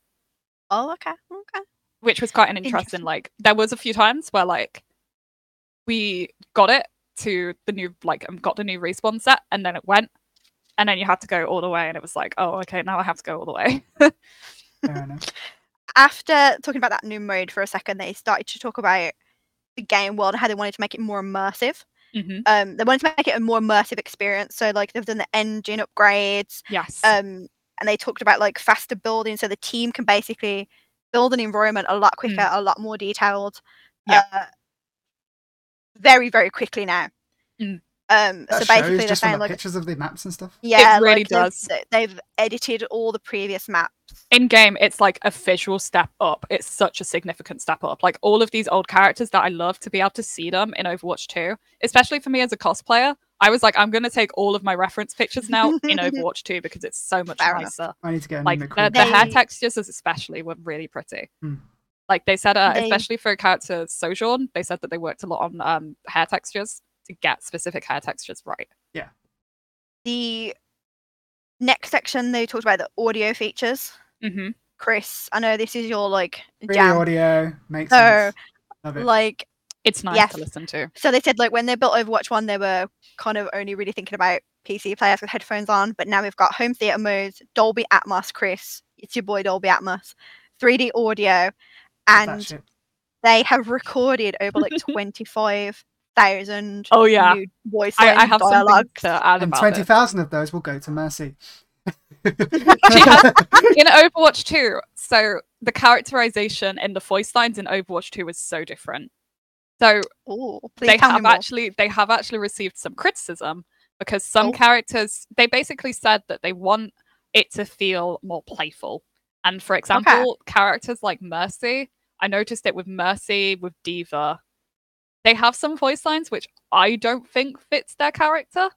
[SPEAKER 1] Oh, okay, okay.
[SPEAKER 3] which was quite an interesting,
[SPEAKER 1] Interesting.
[SPEAKER 3] like there was a few times where like we got it to the new like um, got the new respawn set and then it went and then you had to go all the way and it was like oh okay now i have to go all the way
[SPEAKER 2] Fair enough.
[SPEAKER 1] after talking about that new mode for a second, they started to talk about the game world and how they wanted to make it more immersive.
[SPEAKER 3] Mhm.
[SPEAKER 1] Um, they wanted to make it a more immersive experience. So like they've done the engine upgrades,
[SPEAKER 3] yes
[SPEAKER 1] um, and they talked about like faster building, so the team can basically build an environment a lot quicker, a lot more detailed.
[SPEAKER 3] Mm. Yeah.
[SPEAKER 1] uh, very very quickly now.
[SPEAKER 3] Mm.
[SPEAKER 1] Um,
[SPEAKER 2] That
[SPEAKER 1] so
[SPEAKER 2] shows
[SPEAKER 1] basically, they're
[SPEAKER 2] just from
[SPEAKER 1] saying
[SPEAKER 2] the
[SPEAKER 1] like,
[SPEAKER 2] pictures of the maps and stuff.
[SPEAKER 1] yeah,
[SPEAKER 3] really
[SPEAKER 1] like, they've-
[SPEAKER 3] does.
[SPEAKER 1] they- They've edited all the previous maps.
[SPEAKER 3] in game it's like a visual step up it's such a significant step up like all of these old characters that i love to be able to see them in overwatch 2 especially for me as a cosplayer i was like i'm going to take all of my reference pictures now in overwatch 2 because it's so much
[SPEAKER 1] Fair enough.
[SPEAKER 3] nicer
[SPEAKER 2] I need to get a
[SPEAKER 3] like
[SPEAKER 2] new
[SPEAKER 3] the, the
[SPEAKER 2] Macross.
[SPEAKER 3] hair
[SPEAKER 1] They-
[SPEAKER 3] textures is- especially were really pretty
[SPEAKER 2] Hmm.
[SPEAKER 3] like they said uh,
[SPEAKER 1] They-
[SPEAKER 3] especially for character sojourn they said that they worked a lot on um, hair textures to get specific hair textures right
[SPEAKER 1] The next section they talked about the audio features.
[SPEAKER 3] mm-hmm.
[SPEAKER 1] Chris, I know this is your like
[SPEAKER 2] Free
[SPEAKER 1] jam.
[SPEAKER 2] audio makes
[SPEAKER 1] So,
[SPEAKER 2] sense. Love it.
[SPEAKER 1] Like
[SPEAKER 3] it's nice
[SPEAKER 1] Yes.
[SPEAKER 3] to listen to
[SPEAKER 1] so they said like when they built Overwatch One, they were kind of only really thinking about PC players with headphones on, but now we've got home theater modes, Dolby Atmos, Chris. It's your boy Dolby Atmos, 3D audio,
[SPEAKER 2] Love that
[SPEAKER 1] and
[SPEAKER 2] shit.
[SPEAKER 1] they have recorded over like 25,000
[SPEAKER 3] oh yeah
[SPEAKER 1] new voice
[SPEAKER 3] I,
[SPEAKER 1] lines,
[SPEAKER 3] I have something
[SPEAKER 1] dialogues.
[SPEAKER 3] to add
[SPEAKER 2] and
[SPEAKER 3] about
[SPEAKER 2] twenty
[SPEAKER 3] this.
[SPEAKER 2] thousand of those will go to Mercy.
[SPEAKER 3] has- in Overwatch 2, so the characterization and the voice lines in Overwatch 2 was so different. So
[SPEAKER 1] Oh,
[SPEAKER 3] they
[SPEAKER 1] please tell me
[SPEAKER 3] have
[SPEAKER 1] more.
[SPEAKER 3] actually they have actually received some criticism because some
[SPEAKER 1] Oh.
[SPEAKER 3] characters they basically said that they want it to feel more playful. And for example, characters like Mercy, I noticed it with Mercy, with Diva. They have some voice lines which I don't think fits their character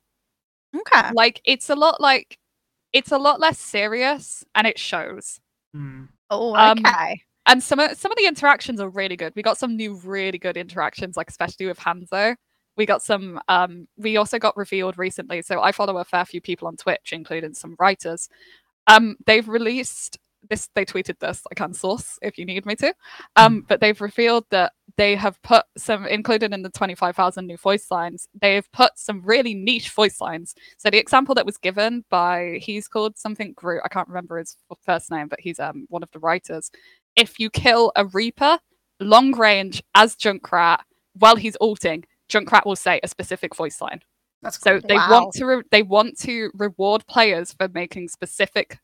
[SPEAKER 1] Okay.
[SPEAKER 3] like it's a lot like it's a lot less serious and it shows
[SPEAKER 2] Hmm.
[SPEAKER 1] Oh,
[SPEAKER 3] Um,
[SPEAKER 1] okay.
[SPEAKER 3] and some of some of the interactions are really good we got some new really good interactions like especially with hanzo we got some um we also got revealed recently so i follow a fair few people on twitch including some writers um they've released this they tweeted this i can source if you need me to um but they've revealed that they have put some included in the 25000 new voice lines they've put some really niche voice lines so the example that was given by he's called something groot i can't remember his f- first name but he's um one of the writers if you kill a reaper long range as junkrat while he's alting junkrat will say a specific voice line
[SPEAKER 2] That's
[SPEAKER 3] so
[SPEAKER 2] cool.
[SPEAKER 3] they
[SPEAKER 1] Wow.
[SPEAKER 3] want to re- they want to reward players for making specific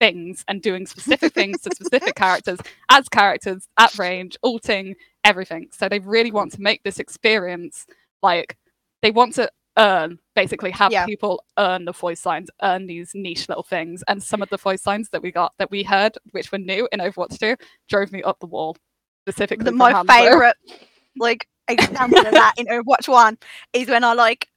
[SPEAKER 3] things and doing specific things to specific characters as characters at range, alting, everything. So they really want to make this experience like they want to earn basically have
[SPEAKER 1] Yeah.
[SPEAKER 3] people earn the voice lines, earn these niche little things. And some of the voice lines that we got that we heard, which were new in Overwatch 2, drove me up the wall. Specifically,
[SPEAKER 1] The,
[SPEAKER 3] from
[SPEAKER 1] my
[SPEAKER 3] Hanzo.
[SPEAKER 1] favorite like example of that in Overwatch One is when I like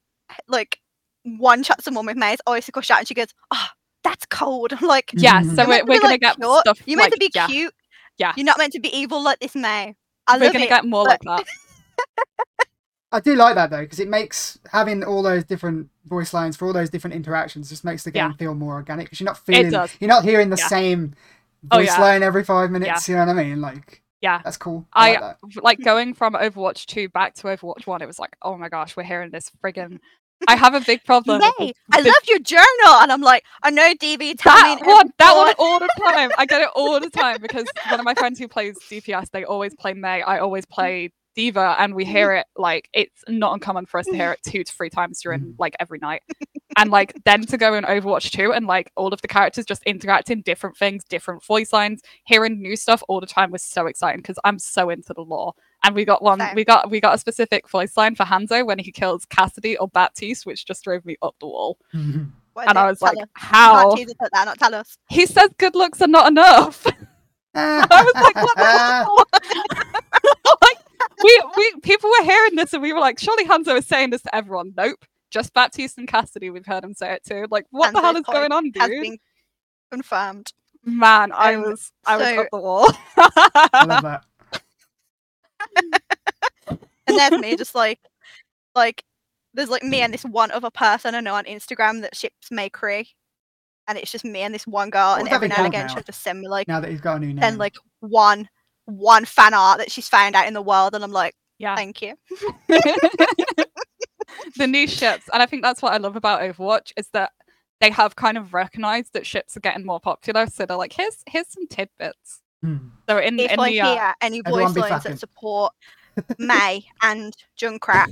[SPEAKER 1] like one shot someone with May's icicle shot, and she goes, "Oh, that's cold." I'm like,
[SPEAKER 3] Yeah,
[SPEAKER 2] Mhm.
[SPEAKER 3] so
[SPEAKER 1] "You're meant
[SPEAKER 3] we're,
[SPEAKER 1] to
[SPEAKER 3] we're
[SPEAKER 1] be,
[SPEAKER 3] gonna
[SPEAKER 1] like,
[SPEAKER 3] get
[SPEAKER 1] short.
[SPEAKER 3] stuff.
[SPEAKER 1] You're meant to
[SPEAKER 3] like-
[SPEAKER 1] be
[SPEAKER 3] yeah.
[SPEAKER 1] cute.
[SPEAKER 3] yeah.
[SPEAKER 1] You're not meant to be evil like this May." I
[SPEAKER 3] we're
[SPEAKER 1] love
[SPEAKER 3] gonna
[SPEAKER 1] it.
[SPEAKER 3] get more
[SPEAKER 1] but-
[SPEAKER 3] like that.
[SPEAKER 2] I do like that though because it makes having all those different voice lines for all those different interactions just makes the game
[SPEAKER 3] Yeah.
[SPEAKER 2] feel more organic because you're not feeling
[SPEAKER 3] does.
[SPEAKER 2] you're not hearing the
[SPEAKER 3] Yeah.
[SPEAKER 2] same
[SPEAKER 3] Oh,
[SPEAKER 2] voice
[SPEAKER 3] yeah.
[SPEAKER 2] line every five minutes. You know what I mean? Like
[SPEAKER 3] Yeah.
[SPEAKER 2] that's cool. I, like that.
[SPEAKER 3] v- like going from Overwatch 2 back to Overwatch 1, it was like, oh my gosh, we're hearing this friggin'. I have a big problem. with
[SPEAKER 1] May,
[SPEAKER 3] this-
[SPEAKER 1] I
[SPEAKER 3] with
[SPEAKER 1] love your journal, and I'm like, I know DB. Tell me
[SPEAKER 3] that
[SPEAKER 1] in
[SPEAKER 3] one, that
[SPEAKER 1] every-
[SPEAKER 3] one all the time. I get it all the time because one of my friends who plays DPS, they always play May. I always play Diva, and we hear it like it's not uncommon for us to hear it two to three times during
[SPEAKER 2] Mm.
[SPEAKER 3] like every night. And like then to go in Overwatch 2 and like all of the characters just interacting, different things, different voice lines, hearing new stuff all the time was so exciting because I'm so into the lore. And we got one,
[SPEAKER 1] Same.
[SPEAKER 3] we got we got a specific voice line for Hanzo when he kills Cassidy or Baptiste, which just drove me up the wall.
[SPEAKER 2] Mhm.
[SPEAKER 1] What is
[SPEAKER 3] And I
[SPEAKER 1] it?
[SPEAKER 3] was
[SPEAKER 1] Tell
[SPEAKER 3] like,
[SPEAKER 1] us. You
[SPEAKER 3] how?
[SPEAKER 1] Can't tease us at that, not tell us.
[SPEAKER 3] he says good looks are not enough. I was like, what like, we, we people were hearing this and we were like, surely Hanzo is saying this to everyone. Nope. Just Baptiste and Cassidy, we've heard him say it too. Like, what the
[SPEAKER 1] Hanzo's
[SPEAKER 3] hell is
[SPEAKER 1] point
[SPEAKER 3] going on,
[SPEAKER 1] Has
[SPEAKER 3] dude?
[SPEAKER 1] been confirmed.
[SPEAKER 3] Man, I
[SPEAKER 1] Um,
[SPEAKER 3] was I was
[SPEAKER 1] so-
[SPEAKER 3] up the wall.
[SPEAKER 2] I love that.
[SPEAKER 1] and there's me just like like there's like me and this one other person I know on Instagram that ships May Cree. And it's just me and this one girl, and
[SPEAKER 2] Would that
[SPEAKER 1] every now
[SPEAKER 2] be
[SPEAKER 1] and
[SPEAKER 2] called
[SPEAKER 1] again
[SPEAKER 2] now?
[SPEAKER 1] she'll just send me like
[SPEAKER 2] Now that he's got a new name,
[SPEAKER 1] send like one one fan art that she's found out in the world, and I'm like,
[SPEAKER 3] yeah.
[SPEAKER 1] thank you.
[SPEAKER 3] the new ships. And I think that's what I love about Overwatch is that they have kind of recognized that ships are getting more popular. So they're like, here's here's some tidbits.
[SPEAKER 2] Hmm.
[SPEAKER 3] So in,
[SPEAKER 1] If
[SPEAKER 3] in
[SPEAKER 1] I
[SPEAKER 3] the uh,
[SPEAKER 1] hear any
[SPEAKER 2] everyone
[SPEAKER 1] voice
[SPEAKER 2] be
[SPEAKER 1] lines
[SPEAKER 2] fucking.
[SPEAKER 1] that support May and Junkrat,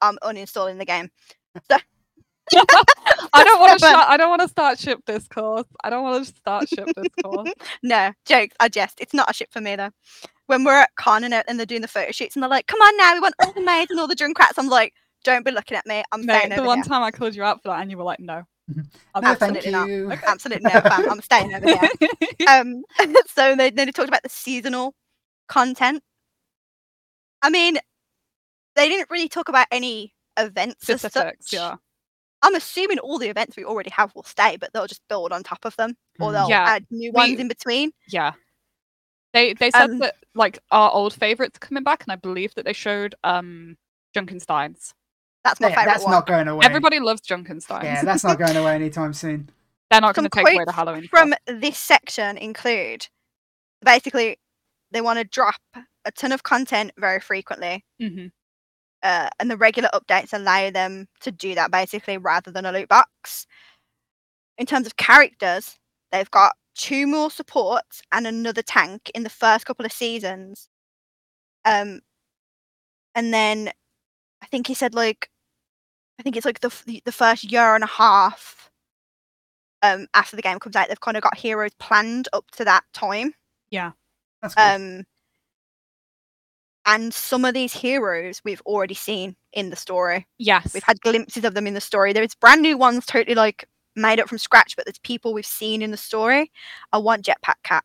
[SPEAKER 1] I'm uninstalling the game.
[SPEAKER 3] I don't want to
[SPEAKER 1] Seven.
[SPEAKER 3] start. I don't want to start ship this course. I don't want to start ship this course.
[SPEAKER 1] No, jokes. I jest. It's not a ship for me though. uh, When we're at con and, they're- and they're doing the photo shoots and they're like, "Come on now, we want all the maids and all the drunk rats." I'm like, Don't be looking at me. I'm
[SPEAKER 3] No,
[SPEAKER 1] staying
[SPEAKER 3] the
[SPEAKER 1] over
[SPEAKER 3] one
[SPEAKER 1] here.
[SPEAKER 3] time I called you out for that, and you were like, "No, I'll
[SPEAKER 2] No,
[SPEAKER 3] go
[SPEAKER 2] thank
[SPEAKER 1] Absolutely not.
[SPEAKER 2] you.
[SPEAKER 1] Absolutely no, fam. I'm staying over here. Um, so they then they talked about the seasonal content. I mean, they didn't really talk about any events as
[SPEAKER 3] specifics."
[SPEAKER 1] such.
[SPEAKER 3] Yeah,
[SPEAKER 1] I'm assuming all the events we already have will stay, but they'll just build on top of them, or
[SPEAKER 2] Mm.
[SPEAKER 1] they'll
[SPEAKER 3] Yeah,
[SPEAKER 1] add new ones
[SPEAKER 3] we-
[SPEAKER 1] in between.
[SPEAKER 3] yeah. They they said
[SPEAKER 1] Um,
[SPEAKER 3] that like our old favorites are coming back, and I believe that they showed um Junkensteins.
[SPEAKER 1] That's my
[SPEAKER 2] Yeah,
[SPEAKER 1] favorite
[SPEAKER 2] that's
[SPEAKER 1] one.
[SPEAKER 2] not going away.
[SPEAKER 3] Everybody loves Junkensteins.
[SPEAKER 2] yeah, that's not going away anytime soon.
[SPEAKER 3] They're not
[SPEAKER 1] Some
[SPEAKER 3] going to take away the
[SPEAKER 1] quotes
[SPEAKER 3] Halloween
[SPEAKER 1] From this section, include basically they want to drop a ton of content very frequently,
[SPEAKER 3] hmm
[SPEAKER 1] uh, and the regular updates allow them to do that basically rather than a loot box. In terms of characters, they've got two more supports and another tank in the first couple of seasons. Um, and then I think he said like, I think it's like the f- the, the first year and a half. Um, after the game comes out, they've kind of got heroes planned up to that time.
[SPEAKER 2] That's good.
[SPEAKER 1] Um, and some of these heroes we've already seen in the story.
[SPEAKER 3] Yes,
[SPEAKER 1] We've had glimpses of them in the story. There's brand new ones, totally like made up from scratch, but there's people we've seen in the story. I want Jetpack Cat.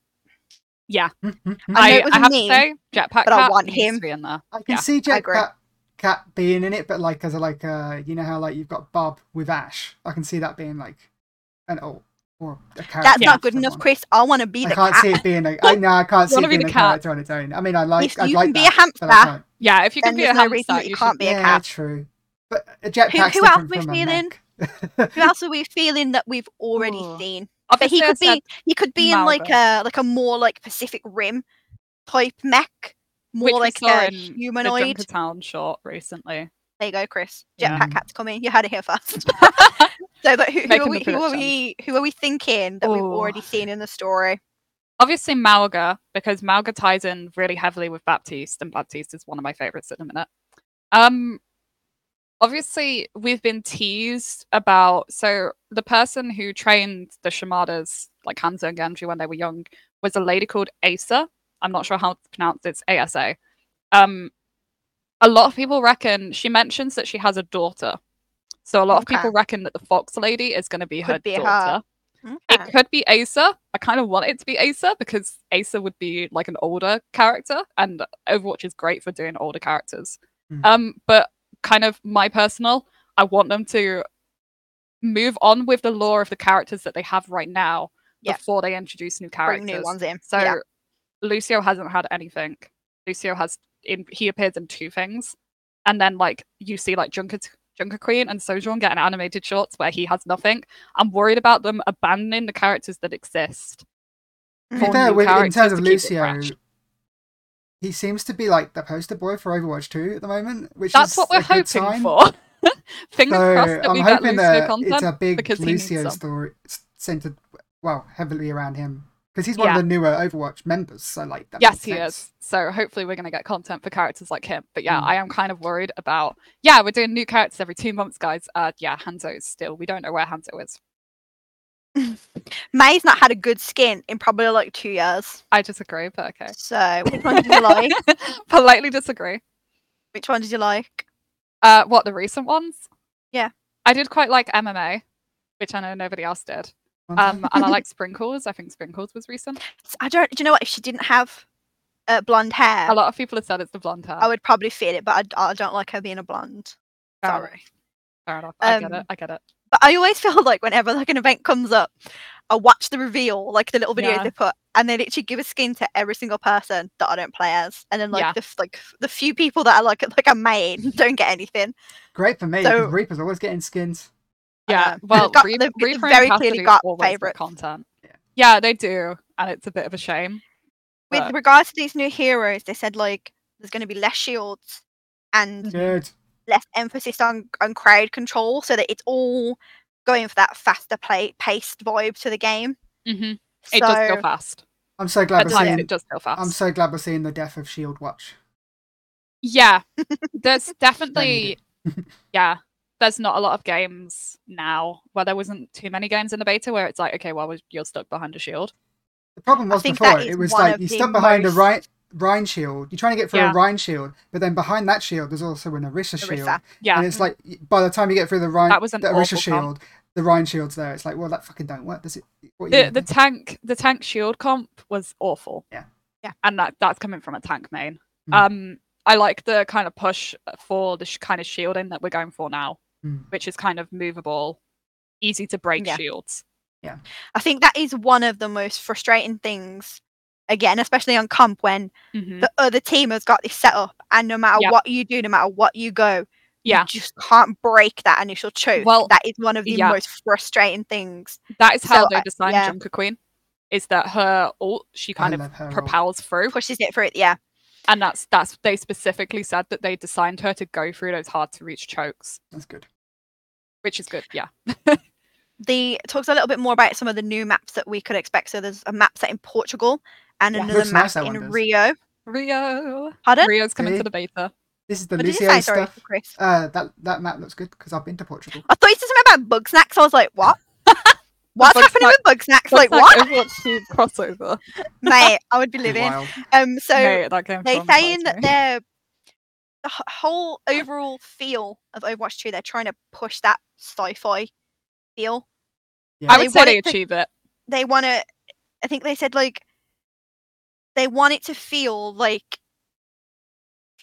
[SPEAKER 3] yeah.
[SPEAKER 2] Mm, mm, mm.
[SPEAKER 1] I know
[SPEAKER 3] I,
[SPEAKER 1] it was
[SPEAKER 3] I have
[SPEAKER 1] mean,
[SPEAKER 3] to say, Jetpack
[SPEAKER 1] but I
[SPEAKER 3] Cat
[SPEAKER 1] want
[SPEAKER 3] needs to
[SPEAKER 1] him.
[SPEAKER 3] be in there.
[SPEAKER 2] I can
[SPEAKER 3] yeah,
[SPEAKER 2] see Jack
[SPEAKER 1] agree.
[SPEAKER 2] Cat, Cat being in it, but like as a like uh you know how like you've got Bob with Ash. I can see that being like an alt or a character.
[SPEAKER 1] That's
[SPEAKER 2] for
[SPEAKER 1] not good enough,
[SPEAKER 2] someone.
[SPEAKER 1] Chris. I want to be
[SPEAKER 2] I
[SPEAKER 1] the
[SPEAKER 2] can't
[SPEAKER 1] cat.
[SPEAKER 2] see it being a I, no, I can't see
[SPEAKER 3] wanna
[SPEAKER 2] it
[SPEAKER 3] be
[SPEAKER 2] being
[SPEAKER 3] the
[SPEAKER 2] a
[SPEAKER 3] cat.
[SPEAKER 2] character on its own. I mean, I like
[SPEAKER 1] If
[SPEAKER 2] I'd
[SPEAKER 1] you
[SPEAKER 2] like
[SPEAKER 1] can be a
[SPEAKER 2] that, but I
[SPEAKER 1] hamster,
[SPEAKER 2] can't.
[SPEAKER 3] Yeah, if you
[SPEAKER 1] Then
[SPEAKER 3] can be a
[SPEAKER 1] there's no reason
[SPEAKER 3] hamster,
[SPEAKER 1] that you
[SPEAKER 3] you
[SPEAKER 1] can't
[SPEAKER 3] should.
[SPEAKER 1] be a
[SPEAKER 2] yeah,
[SPEAKER 1] cat.
[SPEAKER 2] true. But uh, a Jetpack's
[SPEAKER 1] Who- who else
[SPEAKER 2] different
[SPEAKER 1] we
[SPEAKER 2] from a
[SPEAKER 1] feeling?
[SPEAKER 2] mech.
[SPEAKER 1] Who else are we feeling that we've already
[SPEAKER 3] Ooh.
[SPEAKER 1] seen? But
[SPEAKER 3] Obviously,
[SPEAKER 1] he
[SPEAKER 3] I
[SPEAKER 1] could
[SPEAKER 3] said-
[SPEAKER 1] be he could be in like a like a more like Pacific Rim type mech, more
[SPEAKER 3] Which we
[SPEAKER 1] like
[SPEAKER 3] saw
[SPEAKER 1] a
[SPEAKER 3] in the
[SPEAKER 1] humanoid.
[SPEAKER 3] the Town short recently.
[SPEAKER 1] There you go, Chris.
[SPEAKER 3] Yeah.
[SPEAKER 1] Jetpack Cat's coming. You had it here first. so, but who, who are
[SPEAKER 3] Making the
[SPEAKER 1] we? Who are
[SPEAKER 3] prediction.
[SPEAKER 1] we? Who are we thinking that we've
[SPEAKER 3] Ooh.
[SPEAKER 1] already seen in the story?
[SPEAKER 3] Obviously, Malga, because Malga ties in really heavily with Baptiste, and Baptiste is one of my favorites at the minute. Um, obviously, we've been teased about. So, the person who trained the Shimadas, like Hanzo and Genji when they were young, was a lady called Asa. I'm not sure how to pronounce it. It's ASA. Um, a lot of people reckon she mentions that she has a daughter. So, a lot
[SPEAKER 1] Okay.
[SPEAKER 3] of people reckon that the Fox Lady is going to be her
[SPEAKER 1] Could be her.
[SPEAKER 3] daughter. It could be Asa. I kind of want it to be Asa because Asa would be like an older character, and Overwatch is great for doing older characters.
[SPEAKER 1] Hmm.
[SPEAKER 2] Mm.
[SPEAKER 3] Um, but kind of my personal, I want them to move on with the lore of the characters that they have right now
[SPEAKER 1] Yeah.
[SPEAKER 3] before they introduce new characters.
[SPEAKER 1] Bring new ones in.
[SPEAKER 3] So
[SPEAKER 1] yeah.
[SPEAKER 3] Lucio hasn't had anything. Lucio has in he appears in two things, and then like you see like Junker Junker Queen and Sojourn getting animated shorts where he has nothing. I'm worried about them abandoning the characters that exist.
[SPEAKER 1] To be
[SPEAKER 2] To be
[SPEAKER 3] for
[SPEAKER 2] fair,
[SPEAKER 3] new
[SPEAKER 2] with, in
[SPEAKER 3] characters
[SPEAKER 2] terms of
[SPEAKER 3] to keep it
[SPEAKER 2] Lucio,
[SPEAKER 3] fresh.
[SPEAKER 2] he seems to be like the poster boy for Overwatch 2 at the moment, which
[SPEAKER 3] that's
[SPEAKER 2] is
[SPEAKER 3] what
[SPEAKER 2] a
[SPEAKER 3] we're
[SPEAKER 2] good
[SPEAKER 3] hoping
[SPEAKER 2] sign.
[SPEAKER 3] for. Fingers
[SPEAKER 2] so
[SPEAKER 3] crossed that
[SPEAKER 2] I'm
[SPEAKER 3] we get
[SPEAKER 2] hoping
[SPEAKER 3] Lucio
[SPEAKER 2] that it's
[SPEAKER 3] content.
[SPEAKER 2] a big
[SPEAKER 3] because he needs
[SPEAKER 2] Lucio
[SPEAKER 3] some.
[SPEAKER 2] story s- centered, well, heavily around him because he's one
[SPEAKER 3] Yeah.
[SPEAKER 2] of the newer Overwatch members. So like that.
[SPEAKER 3] Yes,
[SPEAKER 2] makes
[SPEAKER 3] he
[SPEAKER 2] sense.
[SPEAKER 3] is. So hopefully we're going to get content for characters like him. But yeah,
[SPEAKER 2] Mm.
[SPEAKER 3] I am kind of worried about. Yeah, we're doing new characters every two months, guys. Uh, yeah, Hanzo is still. We don't know where Hanzo is.
[SPEAKER 1] May's not had a good skin in probably like two years.
[SPEAKER 3] I disagree, but okay.
[SPEAKER 1] So, which one did you like?
[SPEAKER 3] Politely disagree.
[SPEAKER 1] Which one did you like?
[SPEAKER 3] Uh, what the recent ones?
[SPEAKER 1] Yeah.
[SPEAKER 3] I did quite like MMA, which I know nobody else did.
[SPEAKER 2] One
[SPEAKER 3] Um,
[SPEAKER 2] second.
[SPEAKER 3] and I like Sprinkles. I think Sprinkles was recent.
[SPEAKER 1] S- I don't. Do you know what? If she didn't have uh, blonde hair,
[SPEAKER 3] A lot of people have said it's the blonde hair.
[SPEAKER 1] I would probably feel it. But I, I don't like her being a blonde.
[SPEAKER 3] Fair enough,
[SPEAKER 1] Sorry.
[SPEAKER 3] Fair enough. I get
[SPEAKER 1] Um,
[SPEAKER 3] it. I get it.
[SPEAKER 1] But I always feel like whenever like an event comes up, I watch the reveal, like the little videos
[SPEAKER 3] Yeah.
[SPEAKER 1] they put, and they literally give a skin to every single person that I don't play as, and then like
[SPEAKER 3] Yeah.
[SPEAKER 1] the f- like f- the few people that I like like I made don't get anything.
[SPEAKER 2] Great for me.
[SPEAKER 1] so-
[SPEAKER 2] 'cause Reaper's always getting skins.
[SPEAKER 3] Yeah.
[SPEAKER 1] know.
[SPEAKER 3] Well,
[SPEAKER 1] They've um, got-
[SPEAKER 3] Re-
[SPEAKER 1] they've- they've
[SPEAKER 3] Reaper
[SPEAKER 1] very
[SPEAKER 3] and
[SPEAKER 1] clearly
[SPEAKER 3] Cassidy
[SPEAKER 1] got
[SPEAKER 3] always make
[SPEAKER 1] favourites.
[SPEAKER 3] content.
[SPEAKER 2] Yeah.
[SPEAKER 3] Yeah, they do, and it's a bit of a shame.
[SPEAKER 1] With
[SPEAKER 3] But-
[SPEAKER 1] regards to these new heroes, they said like there's going to be less shields
[SPEAKER 3] Mm.
[SPEAKER 1] and
[SPEAKER 2] Good.
[SPEAKER 1] less emphasis on on crowd control, so that it's all going for that faster play paced vibe to the game.
[SPEAKER 3] Mm-hmm.
[SPEAKER 1] So
[SPEAKER 3] It does feel fast.
[SPEAKER 2] I'm so glad
[SPEAKER 3] At
[SPEAKER 2] we're
[SPEAKER 3] times,
[SPEAKER 2] seeing.
[SPEAKER 3] it does feel fast.
[SPEAKER 2] I'm so glad we're seeing the death of Shield E Watch.
[SPEAKER 3] Yeah, there's
[SPEAKER 2] need
[SPEAKER 3] definitely yeah, there's not a lot of games now where there wasn't too many games in the beta where it's like okay, well we're- you're stuck behind a shield.
[SPEAKER 2] The problem
[SPEAKER 1] I
[SPEAKER 2] was
[SPEAKER 1] think
[SPEAKER 2] before
[SPEAKER 1] that is
[SPEAKER 2] it was
[SPEAKER 1] one
[SPEAKER 2] like
[SPEAKER 1] of
[SPEAKER 2] you
[SPEAKER 1] the
[SPEAKER 2] stuck behind a
[SPEAKER 1] most-
[SPEAKER 2] right Rhine shield. E You're trying to get through
[SPEAKER 3] Yeah.
[SPEAKER 2] a Rhine shield, E but then behind that shield, E there's also an Orisa
[SPEAKER 1] Orisa.
[SPEAKER 2] shield.
[SPEAKER 3] Yeah.
[SPEAKER 2] E And it's like y- by the time you get through the Rhine,
[SPEAKER 3] That was an
[SPEAKER 2] the
[SPEAKER 3] awful
[SPEAKER 2] Orisa shield,
[SPEAKER 3] comp.
[SPEAKER 2] E the Rhine shield's there. It's like, well, that fucking don't work, does it? What are you
[SPEAKER 3] the, the
[SPEAKER 2] gonna do?
[SPEAKER 3] tank the tank shield comp was awful
[SPEAKER 2] Yeah.
[SPEAKER 1] Yeah.
[SPEAKER 3] and that that's coming from a tank main
[SPEAKER 2] Mm.
[SPEAKER 3] um i like the kind of push for the sh- kind of shielding that we're going for now
[SPEAKER 2] Mm.
[SPEAKER 3] which is kind of movable easy to break
[SPEAKER 1] Yeah.
[SPEAKER 3] shields
[SPEAKER 1] I think that is one of the most frustrating things. Again, especially on comp when
[SPEAKER 2] Mm-hmm.
[SPEAKER 3] Mhm.
[SPEAKER 1] the other team has got this set up, and no matter
[SPEAKER 3] Yeah.
[SPEAKER 1] what you do, no matter what you go,
[SPEAKER 3] yeah
[SPEAKER 1] you just can't break that initial choke.
[SPEAKER 3] Well,
[SPEAKER 1] that is one of the
[SPEAKER 3] yeah.
[SPEAKER 1] most frustrating things.
[SPEAKER 3] that is how
[SPEAKER 1] so,
[SPEAKER 3] they
[SPEAKER 1] uh,
[SPEAKER 3] designed
[SPEAKER 1] yeah.
[SPEAKER 3] junker queen is that her ult she kind
[SPEAKER 2] I
[SPEAKER 3] of
[SPEAKER 2] love her role.
[SPEAKER 3] propels through
[SPEAKER 1] Pushes it through it, yeah.
[SPEAKER 3] and that's that's they specifically said that they designed her to go through those hard to reach chokes
[SPEAKER 2] That's good.
[SPEAKER 3] which is good yeah
[SPEAKER 1] The talks a little bit more about some of the new maps that we could expect. So there's a map set in Portugal and
[SPEAKER 3] Yeah.
[SPEAKER 1] another
[SPEAKER 2] Looks
[SPEAKER 1] map
[SPEAKER 2] nice, that one
[SPEAKER 1] in
[SPEAKER 2] does.
[SPEAKER 1] Rio.
[SPEAKER 3] rio
[SPEAKER 1] Pardon?
[SPEAKER 3] rio's coming
[SPEAKER 2] See?
[SPEAKER 3] to the beta
[SPEAKER 2] This is the
[SPEAKER 1] What did you
[SPEAKER 2] Lucio
[SPEAKER 1] say? Sorry,
[SPEAKER 2] stuff.
[SPEAKER 1] Chris.
[SPEAKER 2] Uh, that that map looks good because I've been to Portugal.
[SPEAKER 1] I thought you said something about bug snacks. I was like, what? What's
[SPEAKER 3] Bug
[SPEAKER 1] happening
[SPEAKER 3] snack-
[SPEAKER 1] with bug snacks? like
[SPEAKER 3] Looks
[SPEAKER 1] what,
[SPEAKER 3] Overwatch 2 crossover.
[SPEAKER 1] mate? I would be
[SPEAKER 2] Be
[SPEAKER 1] living.
[SPEAKER 2] wild.
[SPEAKER 1] Um, so
[SPEAKER 3] Mate, that game
[SPEAKER 1] they're
[SPEAKER 3] traumatized
[SPEAKER 1] saying that
[SPEAKER 3] me.
[SPEAKER 1] they're the wh- whole overall feel of Overwatch 2, they're trying to push that sci-fi feel.
[SPEAKER 2] Yeah.
[SPEAKER 3] I
[SPEAKER 1] they
[SPEAKER 3] would say they
[SPEAKER 1] wanted to-
[SPEAKER 3] achieve it.
[SPEAKER 1] They want to I think they said like they want it to feel like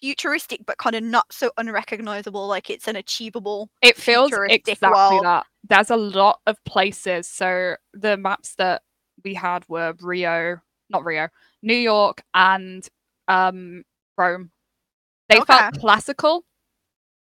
[SPEAKER 1] futuristic but kind of not so unrecognizable like it's an achievable
[SPEAKER 3] It feels
[SPEAKER 1] futuristic
[SPEAKER 3] exactly
[SPEAKER 1] world.
[SPEAKER 3] that. There's a lot of places. So the maps that we had were Rio, not Rio, New York, and um, Rome. They felt
[SPEAKER 1] Okay.
[SPEAKER 3] classical,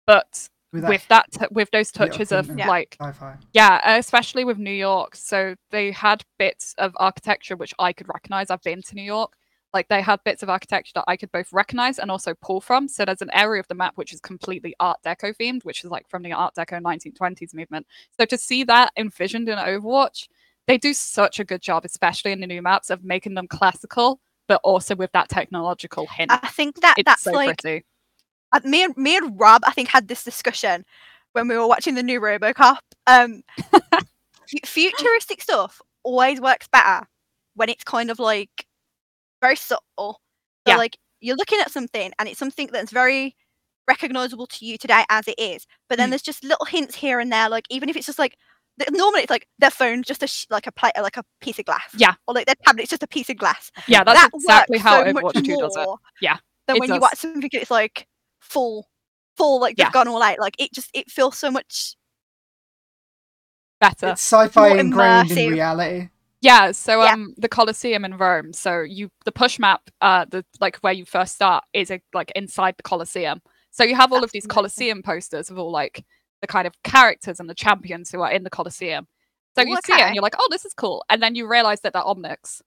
[SPEAKER 3] but
[SPEAKER 2] With that
[SPEAKER 3] with that, t- with those
[SPEAKER 2] little
[SPEAKER 3] touches
[SPEAKER 2] thing
[SPEAKER 3] of
[SPEAKER 2] and-
[SPEAKER 1] Yeah.
[SPEAKER 3] like
[SPEAKER 2] sci-fi.
[SPEAKER 3] Yeah, uh, especially with New York. So they had bits of architecture which I could recognize. I've been to New York. Like they had bits of architecture that I could both recognize and also pull from. So there's an area of the map which is completely Art Deco themed, which is like from the Art Deco 1920s movement. So to see that envisioned in Overwatch, they do such a good job, especially in the new maps, of making them classical, but also with that technological hint.
[SPEAKER 1] I think that
[SPEAKER 3] it's
[SPEAKER 1] Uh, that's
[SPEAKER 3] so
[SPEAKER 1] like
[SPEAKER 3] pretty.
[SPEAKER 1] I- me and me and Rob, I think, had this discussion when we were watching the new RoboCop. Um, fu- futuristic stuff always works better when it's kind of like very subtle. So
[SPEAKER 3] Yeah.
[SPEAKER 1] like you're looking at something and it's something that's very recognizable to you today as it is, but then
[SPEAKER 3] Mm.
[SPEAKER 1] there's just little hints here and there. Like even if it's just like th- normally it's like their phone's just a sh- like a plate, like a piece of glass.
[SPEAKER 3] Yeah.
[SPEAKER 1] Or like their tablet's just a piece of glass
[SPEAKER 3] Yeah, that's
[SPEAKER 1] that
[SPEAKER 3] exactly
[SPEAKER 1] works
[SPEAKER 3] how
[SPEAKER 1] so much
[SPEAKER 3] Overwatch 2 does it.
[SPEAKER 1] more
[SPEAKER 3] Yeah,
[SPEAKER 1] Than
[SPEAKER 3] it
[SPEAKER 1] when
[SPEAKER 3] does.
[SPEAKER 1] you watch something it's like full, full, like they've
[SPEAKER 3] Yeah.
[SPEAKER 1] gone all out. Like it just it feels so much
[SPEAKER 3] Better.
[SPEAKER 2] It's sci-fi
[SPEAKER 1] more
[SPEAKER 2] ingrained in
[SPEAKER 1] immersive.
[SPEAKER 2] reality.
[SPEAKER 3] Yeah, so
[SPEAKER 1] Yeah.
[SPEAKER 3] um the Colosseum in Rome. So you the push map, uh the like where you first start is a, like inside the Colosseum. So you have all of these
[SPEAKER 1] Absolutely.
[SPEAKER 3] Colosseum posters of all like the kind of characters and the champions who are in the Colosseum. So
[SPEAKER 1] Ooh,
[SPEAKER 3] you see it
[SPEAKER 1] okay.
[SPEAKER 3] and you're like, oh, this is cool. And then you realize that they're Omnics.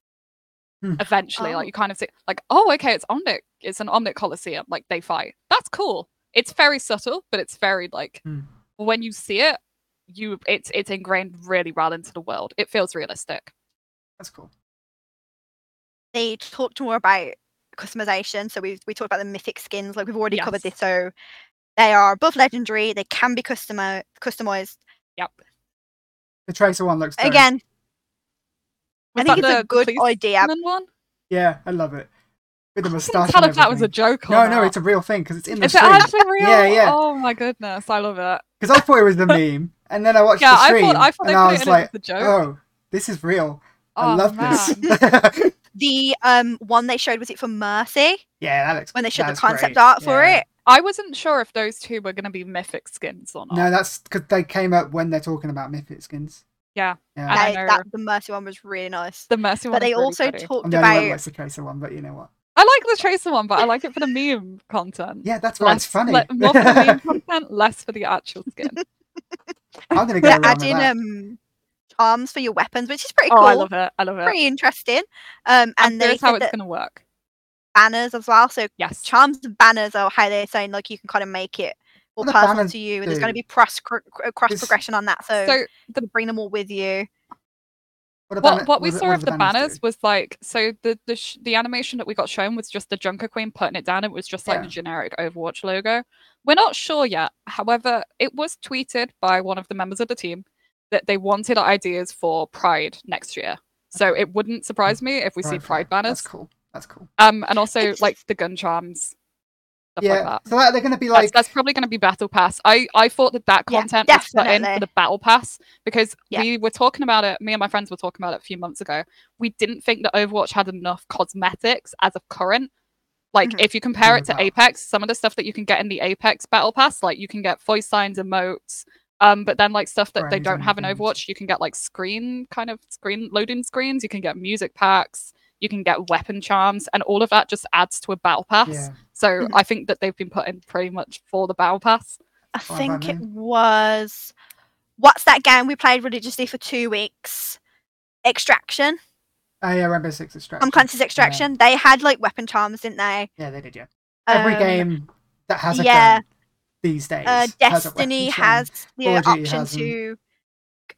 [SPEAKER 2] Hmm.
[SPEAKER 3] Eventually,
[SPEAKER 1] Oh.
[SPEAKER 3] like you kind of see like, oh, okay, it's Omnic. It's an Omnic Colosseum. Like they fight. That's cool. It's very subtle, but it's very like
[SPEAKER 2] Hmm.
[SPEAKER 3] when you see it, you it's it's ingrained really well into the world. It feels realistic.
[SPEAKER 2] That's cool.
[SPEAKER 1] they talked more about customization. So we we talked about the mythic skins. Like we've already covered
[SPEAKER 3] Yes.
[SPEAKER 1] this. So they are above legendary. They can be customer customized.
[SPEAKER 3] Yep.
[SPEAKER 2] The Tracer one looks dope.
[SPEAKER 1] Again, I
[SPEAKER 3] Was
[SPEAKER 1] think
[SPEAKER 3] that
[SPEAKER 1] it's
[SPEAKER 3] the-
[SPEAKER 1] a
[SPEAKER 3] the
[SPEAKER 1] good
[SPEAKER 3] policeman
[SPEAKER 1] idea.
[SPEAKER 3] One?
[SPEAKER 2] Yeah, I love it. With the
[SPEAKER 3] I couldn't
[SPEAKER 2] moustache.
[SPEAKER 3] tell
[SPEAKER 2] and
[SPEAKER 3] if that was a
[SPEAKER 2] everything.
[SPEAKER 3] joke.
[SPEAKER 2] No,
[SPEAKER 3] or
[SPEAKER 2] no,
[SPEAKER 3] not.
[SPEAKER 2] it's a real thing because it's in the
[SPEAKER 3] Is it actually real?
[SPEAKER 2] Yeah, yeah.
[SPEAKER 3] Oh my goodness, I love it.
[SPEAKER 2] Because I thought it was the meme, and then I watched
[SPEAKER 3] Yeah,
[SPEAKER 2] the
[SPEAKER 3] I
[SPEAKER 2] stream,
[SPEAKER 3] thought I thought they
[SPEAKER 2] and I
[SPEAKER 3] put it
[SPEAKER 2] was
[SPEAKER 3] in
[SPEAKER 2] like,
[SPEAKER 3] as a joke.
[SPEAKER 2] "Oh, this is real. I
[SPEAKER 3] Oh,
[SPEAKER 2] love
[SPEAKER 3] man.
[SPEAKER 2] this."
[SPEAKER 1] The um one they showed was it for Mercy
[SPEAKER 2] yeah, that looks.
[SPEAKER 1] when they showed the
[SPEAKER 2] that's
[SPEAKER 1] concept
[SPEAKER 2] great.
[SPEAKER 1] art for
[SPEAKER 2] Yeah.
[SPEAKER 1] it.
[SPEAKER 3] I wasn't sure if those two were going to be mythic skins or not.
[SPEAKER 2] No, that's because they came up when they're talking about Mythic skins.
[SPEAKER 3] Yeah.
[SPEAKER 2] yeah.
[SPEAKER 3] I
[SPEAKER 1] They-
[SPEAKER 3] know.
[SPEAKER 1] that the Mercy one was really nice.
[SPEAKER 3] the Mercy one.
[SPEAKER 1] But they
[SPEAKER 3] is really
[SPEAKER 1] also
[SPEAKER 3] pretty.
[SPEAKER 1] talked
[SPEAKER 2] I'm the only one
[SPEAKER 1] about
[SPEAKER 2] that likes the Tracer one, but you know what?
[SPEAKER 3] I like the Tracer one, but I like it for the meme content.
[SPEAKER 2] Yeah, that's why it's
[SPEAKER 3] Less-
[SPEAKER 2] funny.
[SPEAKER 3] le- more for the meme content, less for the actual skin. Oh,
[SPEAKER 2] I'm gonna go
[SPEAKER 1] Yeah,
[SPEAKER 2] around
[SPEAKER 1] add
[SPEAKER 2] with
[SPEAKER 1] in
[SPEAKER 2] that.
[SPEAKER 1] um charms for your weapons, which is pretty
[SPEAKER 3] oh,
[SPEAKER 1] cool.
[SPEAKER 3] I love it. I love it.
[SPEAKER 1] Pretty interesting. Um
[SPEAKER 3] and
[SPEAKER 1] and they
[SPEAKER 3] there's how
[SPEAKER 1] said
[SPEAKER 3] it's
[SPEAKER 1] that
[SPEAKER 3] going to work.
[SPEAKER 1] banners as well. So
[SPEAKER 3] Yes.
[SPEAKER 1] charms and banners are how they're saying like you can kind of make it more
[SPEAKER 2] What do
[SPEAKER 1] personal
[SPEAKER 2] banners
[SPEAKER 1] to you and there's
[SPEAKER 2] do?
[SPEAKER 1] gonna be cross cr- cr- uh, cross
[SPEAKER 2] Is-
[SPEAKER 1] progression on that. So,
[SPEAKER 3] so
[SPEAKER 1] you can bring them all with you.
[SPEAKER 2] What,
[SPEAKER 3] what,
[SPEAKER 2] banner-
[SPEAKER 3] what we
[SPEAKER 2] do-
[SPEAKER 3] saw
[SPEAKER 2] do
[SPEAKER 3] of the banners
[SPEAKER 2] do?
[SPEAKER 3] was like so the the, sh- the animation that we got shown was just the Junker Queen putting it down. It was just like
[SPEAKER 2] Yeah.
[SPEAKER 3] the generic Overwatch logo. We're not sure yet. However, it was tweeted by one of the members of the team that they wanted ideas for Pride next year. So it wouldn't surprise me if we see
[SPEAKER 2] Pride flag.
[SPEAKER 3] Pride banners.
[SPEAKER 2] That's cool. That's cool.
[SPEAKER 3] Um, and also like the gun charms, stuff
[SPEAKER 2] yeah.
[SPEAKER 3] like that.
[SPEAKER 2] So that, they're going to be
[SPEAKER 3] That's,
[SPEAKER 2] like
[SPEAKER 3] that's probably going to be battle pass. I I thought that that
[SPEAKER 1] Yeah,
[SPEAKER 3] content was put in for
[SPEAKER 1] definitely.
[SPEAKER 3] the battle pass because
[SPEAKER 1] Yeah.
[SPEAKER 3] we were talking about it. Me and my friends were talking about it a few months ago. We didn't think that Overwatch had enough cosmetics as of current. Like
[SPEAKER 1] Mhm.
[SPEAKER 3] if you compare it to
[SPEAKER 2] Wow.
[SPEAKER 3] Apex, some of the stuff that you can get in the Apex battle pass, like you can get voice signs, emotes. Um, but then like stuff that they
[SPEAKER 2] Brands
[SPEAKER 3] don't
[SPEAKER 2] and
[SPEAKER 3] have in
[SPEAKER 2] things.
[SPEAKER 3] Overwatch, you can get like screen kind of screen loading screens. You can get music packs. You can get weapon charms, and all of that just adds to a battle pass.
[SPEAKER 2] yeah.
[SPEAKER 3] So
[SPEAKER 1] Mhm.
[SPEAKER 3] I think that they've been put in pretty much for the battle pass.
[SPEAKER 1] I
[SPEAKER 2] Fine by
[SPEAKER 1] think it
[SPEAKER 2] me.
[SPEAKER 1] was what's that game we played religiously for two weeks? Extraction,
[SPEAKER 2] Oh yeah, Rainbow Six Extraction.
[SPEAKER 1] Unconscious Extraction. They had like weapon charms, didn't they?
[SPEAKER 2] Yeah, they did. Yeah. Every
[SPEAKER 1] Um,
[SPEAKER 2] game that has a
[SPEAKER 1] yeah.
[SPEAKER 2] gun these days.
[SPEAKER 1] uh,
[SPEAKER 2] has a weapon
[SPEAKER 1] Destiny
[SPEAKER 2] charm.
[SPEAKER 1] has the
[SPEAKER 2] Call of Duty
[SPEAKER 1] option
[SPEAKER 2] has 'em.
[SPEAKER 1] to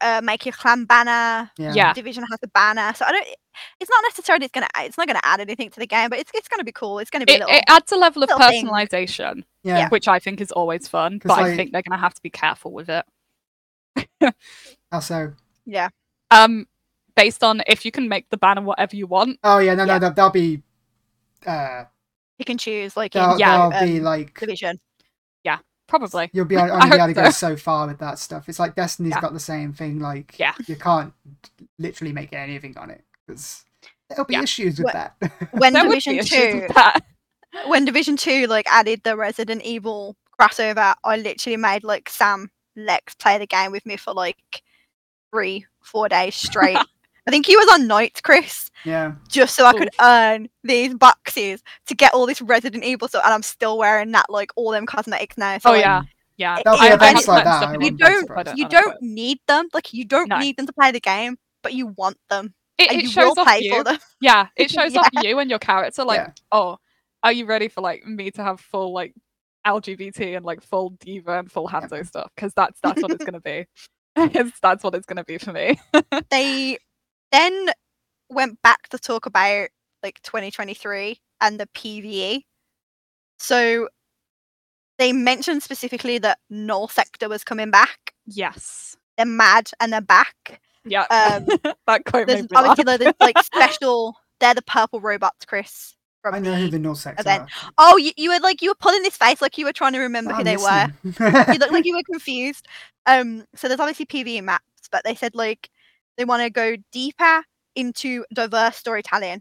[SPEAKER 1] uh, make your clan banner.
[SPEAKER 2] Yeah.
[SPEAKER 3] Yeah.
[SPEAKER 1] Division has a banner, so I don't. It's not necessarily it's gonna it's not gonna add anything to the game, but it's it's gonna be cool. It's gonna be a
[SPEAKER 3] It,
[SPEAKER 1] little.
[SPEAKER 3] it adds a level of
[SPEAKER 1] little thing.
[SPEAKER 3] personalization,
[SPEAKER 2] Yeah.
[SPEAKER 3] which I think is always fun,
[SPEAKER 2] 'Cause,
[SPEAKER 3] but I
[SPEAKER 2] like-
[SPEAKER 3] think they're going to have to be careful with it.
[SPEAKER 2] Also.
[SPEAKER 1] yeah,
[SPEAKER 3] Um, based on if you can make the banner whatever you want.
[SPEAKER 2] Oh yeah. No. No.
[SPEAKER 1] Yeah.
[SPEAKER 2] They'll, they'll be. Uh,
[SPEAKER 1] you can choose like in,
[SPEAKER 2] they'll,
[SPEAKER 3] yeah,
[SPEAKER 2] they'll be
[SPEAKER 1] um,
[SPEAKER 2] like
[SPEAKER 1] division.
[SPEAKER 3] Probably.
[SPEAKER 2] You'll be able- only be
[SPEAKER 3] hope
[SPEAKER 2] able to go so far with that stuff. It's like Destiny's
[SPEAKER 3] Yeah.
[SPEAKER 2] got the same thing. Like
[SPEAKER 3] Yeah.
[SPEAKER 2] you can't literally make anything on it because there'll be
[SPEAKER 3] Yeah.
[SPEAKER 2] issues with
[SPEAKER 1] What-
[SPEAKER 2] that.
[SPEAKER 1] When
[SPEAKER 3] There would be
[SPEAKER 1] Division
[SPEAKER 3] issues
[SPEAKER 1] Two,
[SPEAKER 3] with that.
[SPEAKER 1] when Division Two like added the Resident Evil crossover, I literally made like Sam Lex play the game with me for like three, four days straight. I think he was on nights, Chris,
[SPEAKER 2] yeah.
[SPEAKER 1] just so I could earn these boxes to get all this Resident Evil stuff, and I'm still wearing that like all them cosmetics now. So,
[SPEAKER 3] Oh,
[SPEAKER 1] like,
[SPEAKER 3] yeah. Yeah.
[SPEAKER 1] It-
[SPEAKER 2] There'll be
[SPEAKER 1] I- I
[SPEAKER 2] events
[SPEAKER 1] think
[SPEAKER 2] like
[SPEAKER 3] certain
[SPEAKER 2] that.
[SPEAKER 3] stuff
[SPEAKER 2] I
[SPEAKER 3] you
[SPEAKER 2] won't be
[SPEAKER 1] don't-
[SPEAKER 2] surprised.
[SPEAKER 1] you
[SPEAKER 3] I don't
[SPEAKER 1] don't need them. Like you don't
[SPEAKER 3] No.
[SPEAKER 1] need them to play the game, but you want them.
[SPEAKER 3] It,
[SPEAKER 1] and
[SPEAKER 3] it
[SPEAKER 1] you
[SPEAKER 3] shows
[SPEAKER 1] will
[SPEAKER 3] off
[SPEAKER 1] pay
[SPEAKER 3] you.
[SPEAKER 1] for them.
[SPEAKER 3] Yeah, it shows
[SPEAKER 1] Yeah.
[SPEAKER 3] off you and your character. Like,
[SPEAKER 2] Yeah.
[SPEAKER 3] oh, are you ready for like me to have full like LGBT and like full diva and full Hanzo stuff? Because that's that's what it's gonna be. It's- that's what it's gonna be for me.
[SPEAKER 1] They then went back to talk about like 2023 and the PVE. So they mentioned specifically that Null Sector was coming back.
[SPEAKER 3] Yes.
[SPEAKER 1] They're mad and they're back.
[SPEAKER 3] Yeah.
[SPEAKER 1] Um,
[SPEAKER 3] that quote
[SPEAKER 1] there's
[SPEAKER 3] made me laugh.
[SPEAKER 1] obviously like, there's, like special. They're the purple robots, Chris. From
[SPEAKER 2] I know who
[SPEAKER 1] the-
[SPEAKER 2] the North Sector
[SPEAKER 1] event.
[SPEAKER 2] are. Oh,
[SPEAKER 1] Oh, you, you were like you were pulling this face like you were trying to remember
[SPEAKER 3] Oh,
[SPEAKER 1] who
[SPEAKER 2] I'm
[SPEAKER 1] they were.
[SPEAKER 2] listening.
[SPEAKER 1] you look like you were confused. Um, so there's obviously PVE maps, but they said like they want to go deeper into diverse storytelling,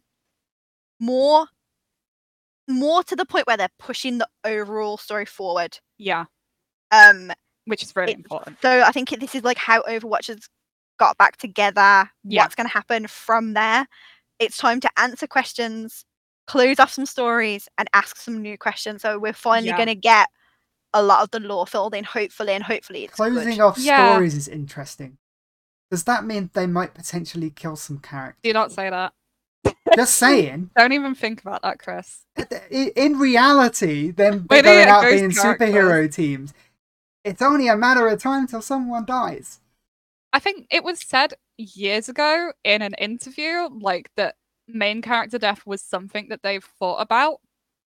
[SPEAKER 1] more, more to the point where they're pushing the overall story forward.
[SPEAKER 3] Yeah,
[SPEAKER 1] Um,
[SPEAKER 3] which is really
[SPEAKER 1] It's-
[SPEAKER 3] important.
[SPEAKER 1] so I think this is like how Overwatch has got back together.
[SPEAKER 3] Yeah.
[SPEAKER 1] What's going to happen from there? It's time to answer questions, close off some stories, and ask some new questions. So we're finally
[SPEAKER 3] Yeah.
[SPEAKER 1] going to get a lot of the lore filled in, hopefully, and hopefully it's good.
[SPEAKER 2] Closing off
[SPEAKER 3] Yeah.
[SPEAKER 2] stories is interesting. Does that mean they might potentially kill some characters?
[SPEAKER 3] Do not say that.
[SPEAKER 2] Just saying.
[SPEAKER 3] Don't even think about that, Chris.
[SPEAKER 2] i- In reality, them
[SPEAKER 3] Maybe
[SPEAKER 2] going
[SPEAKER 3] it
[SPEAKER 2] out
[SPEAKER 3] goes
[SPEAKER 2] being
[SPEAKER 3] characters.
[SPEAKER 2] superhero teams, it's only a matter of time till someone dies.
[SPEAKER 3] I think it was said years ago in an interview, like that main character death was something that they've thought about.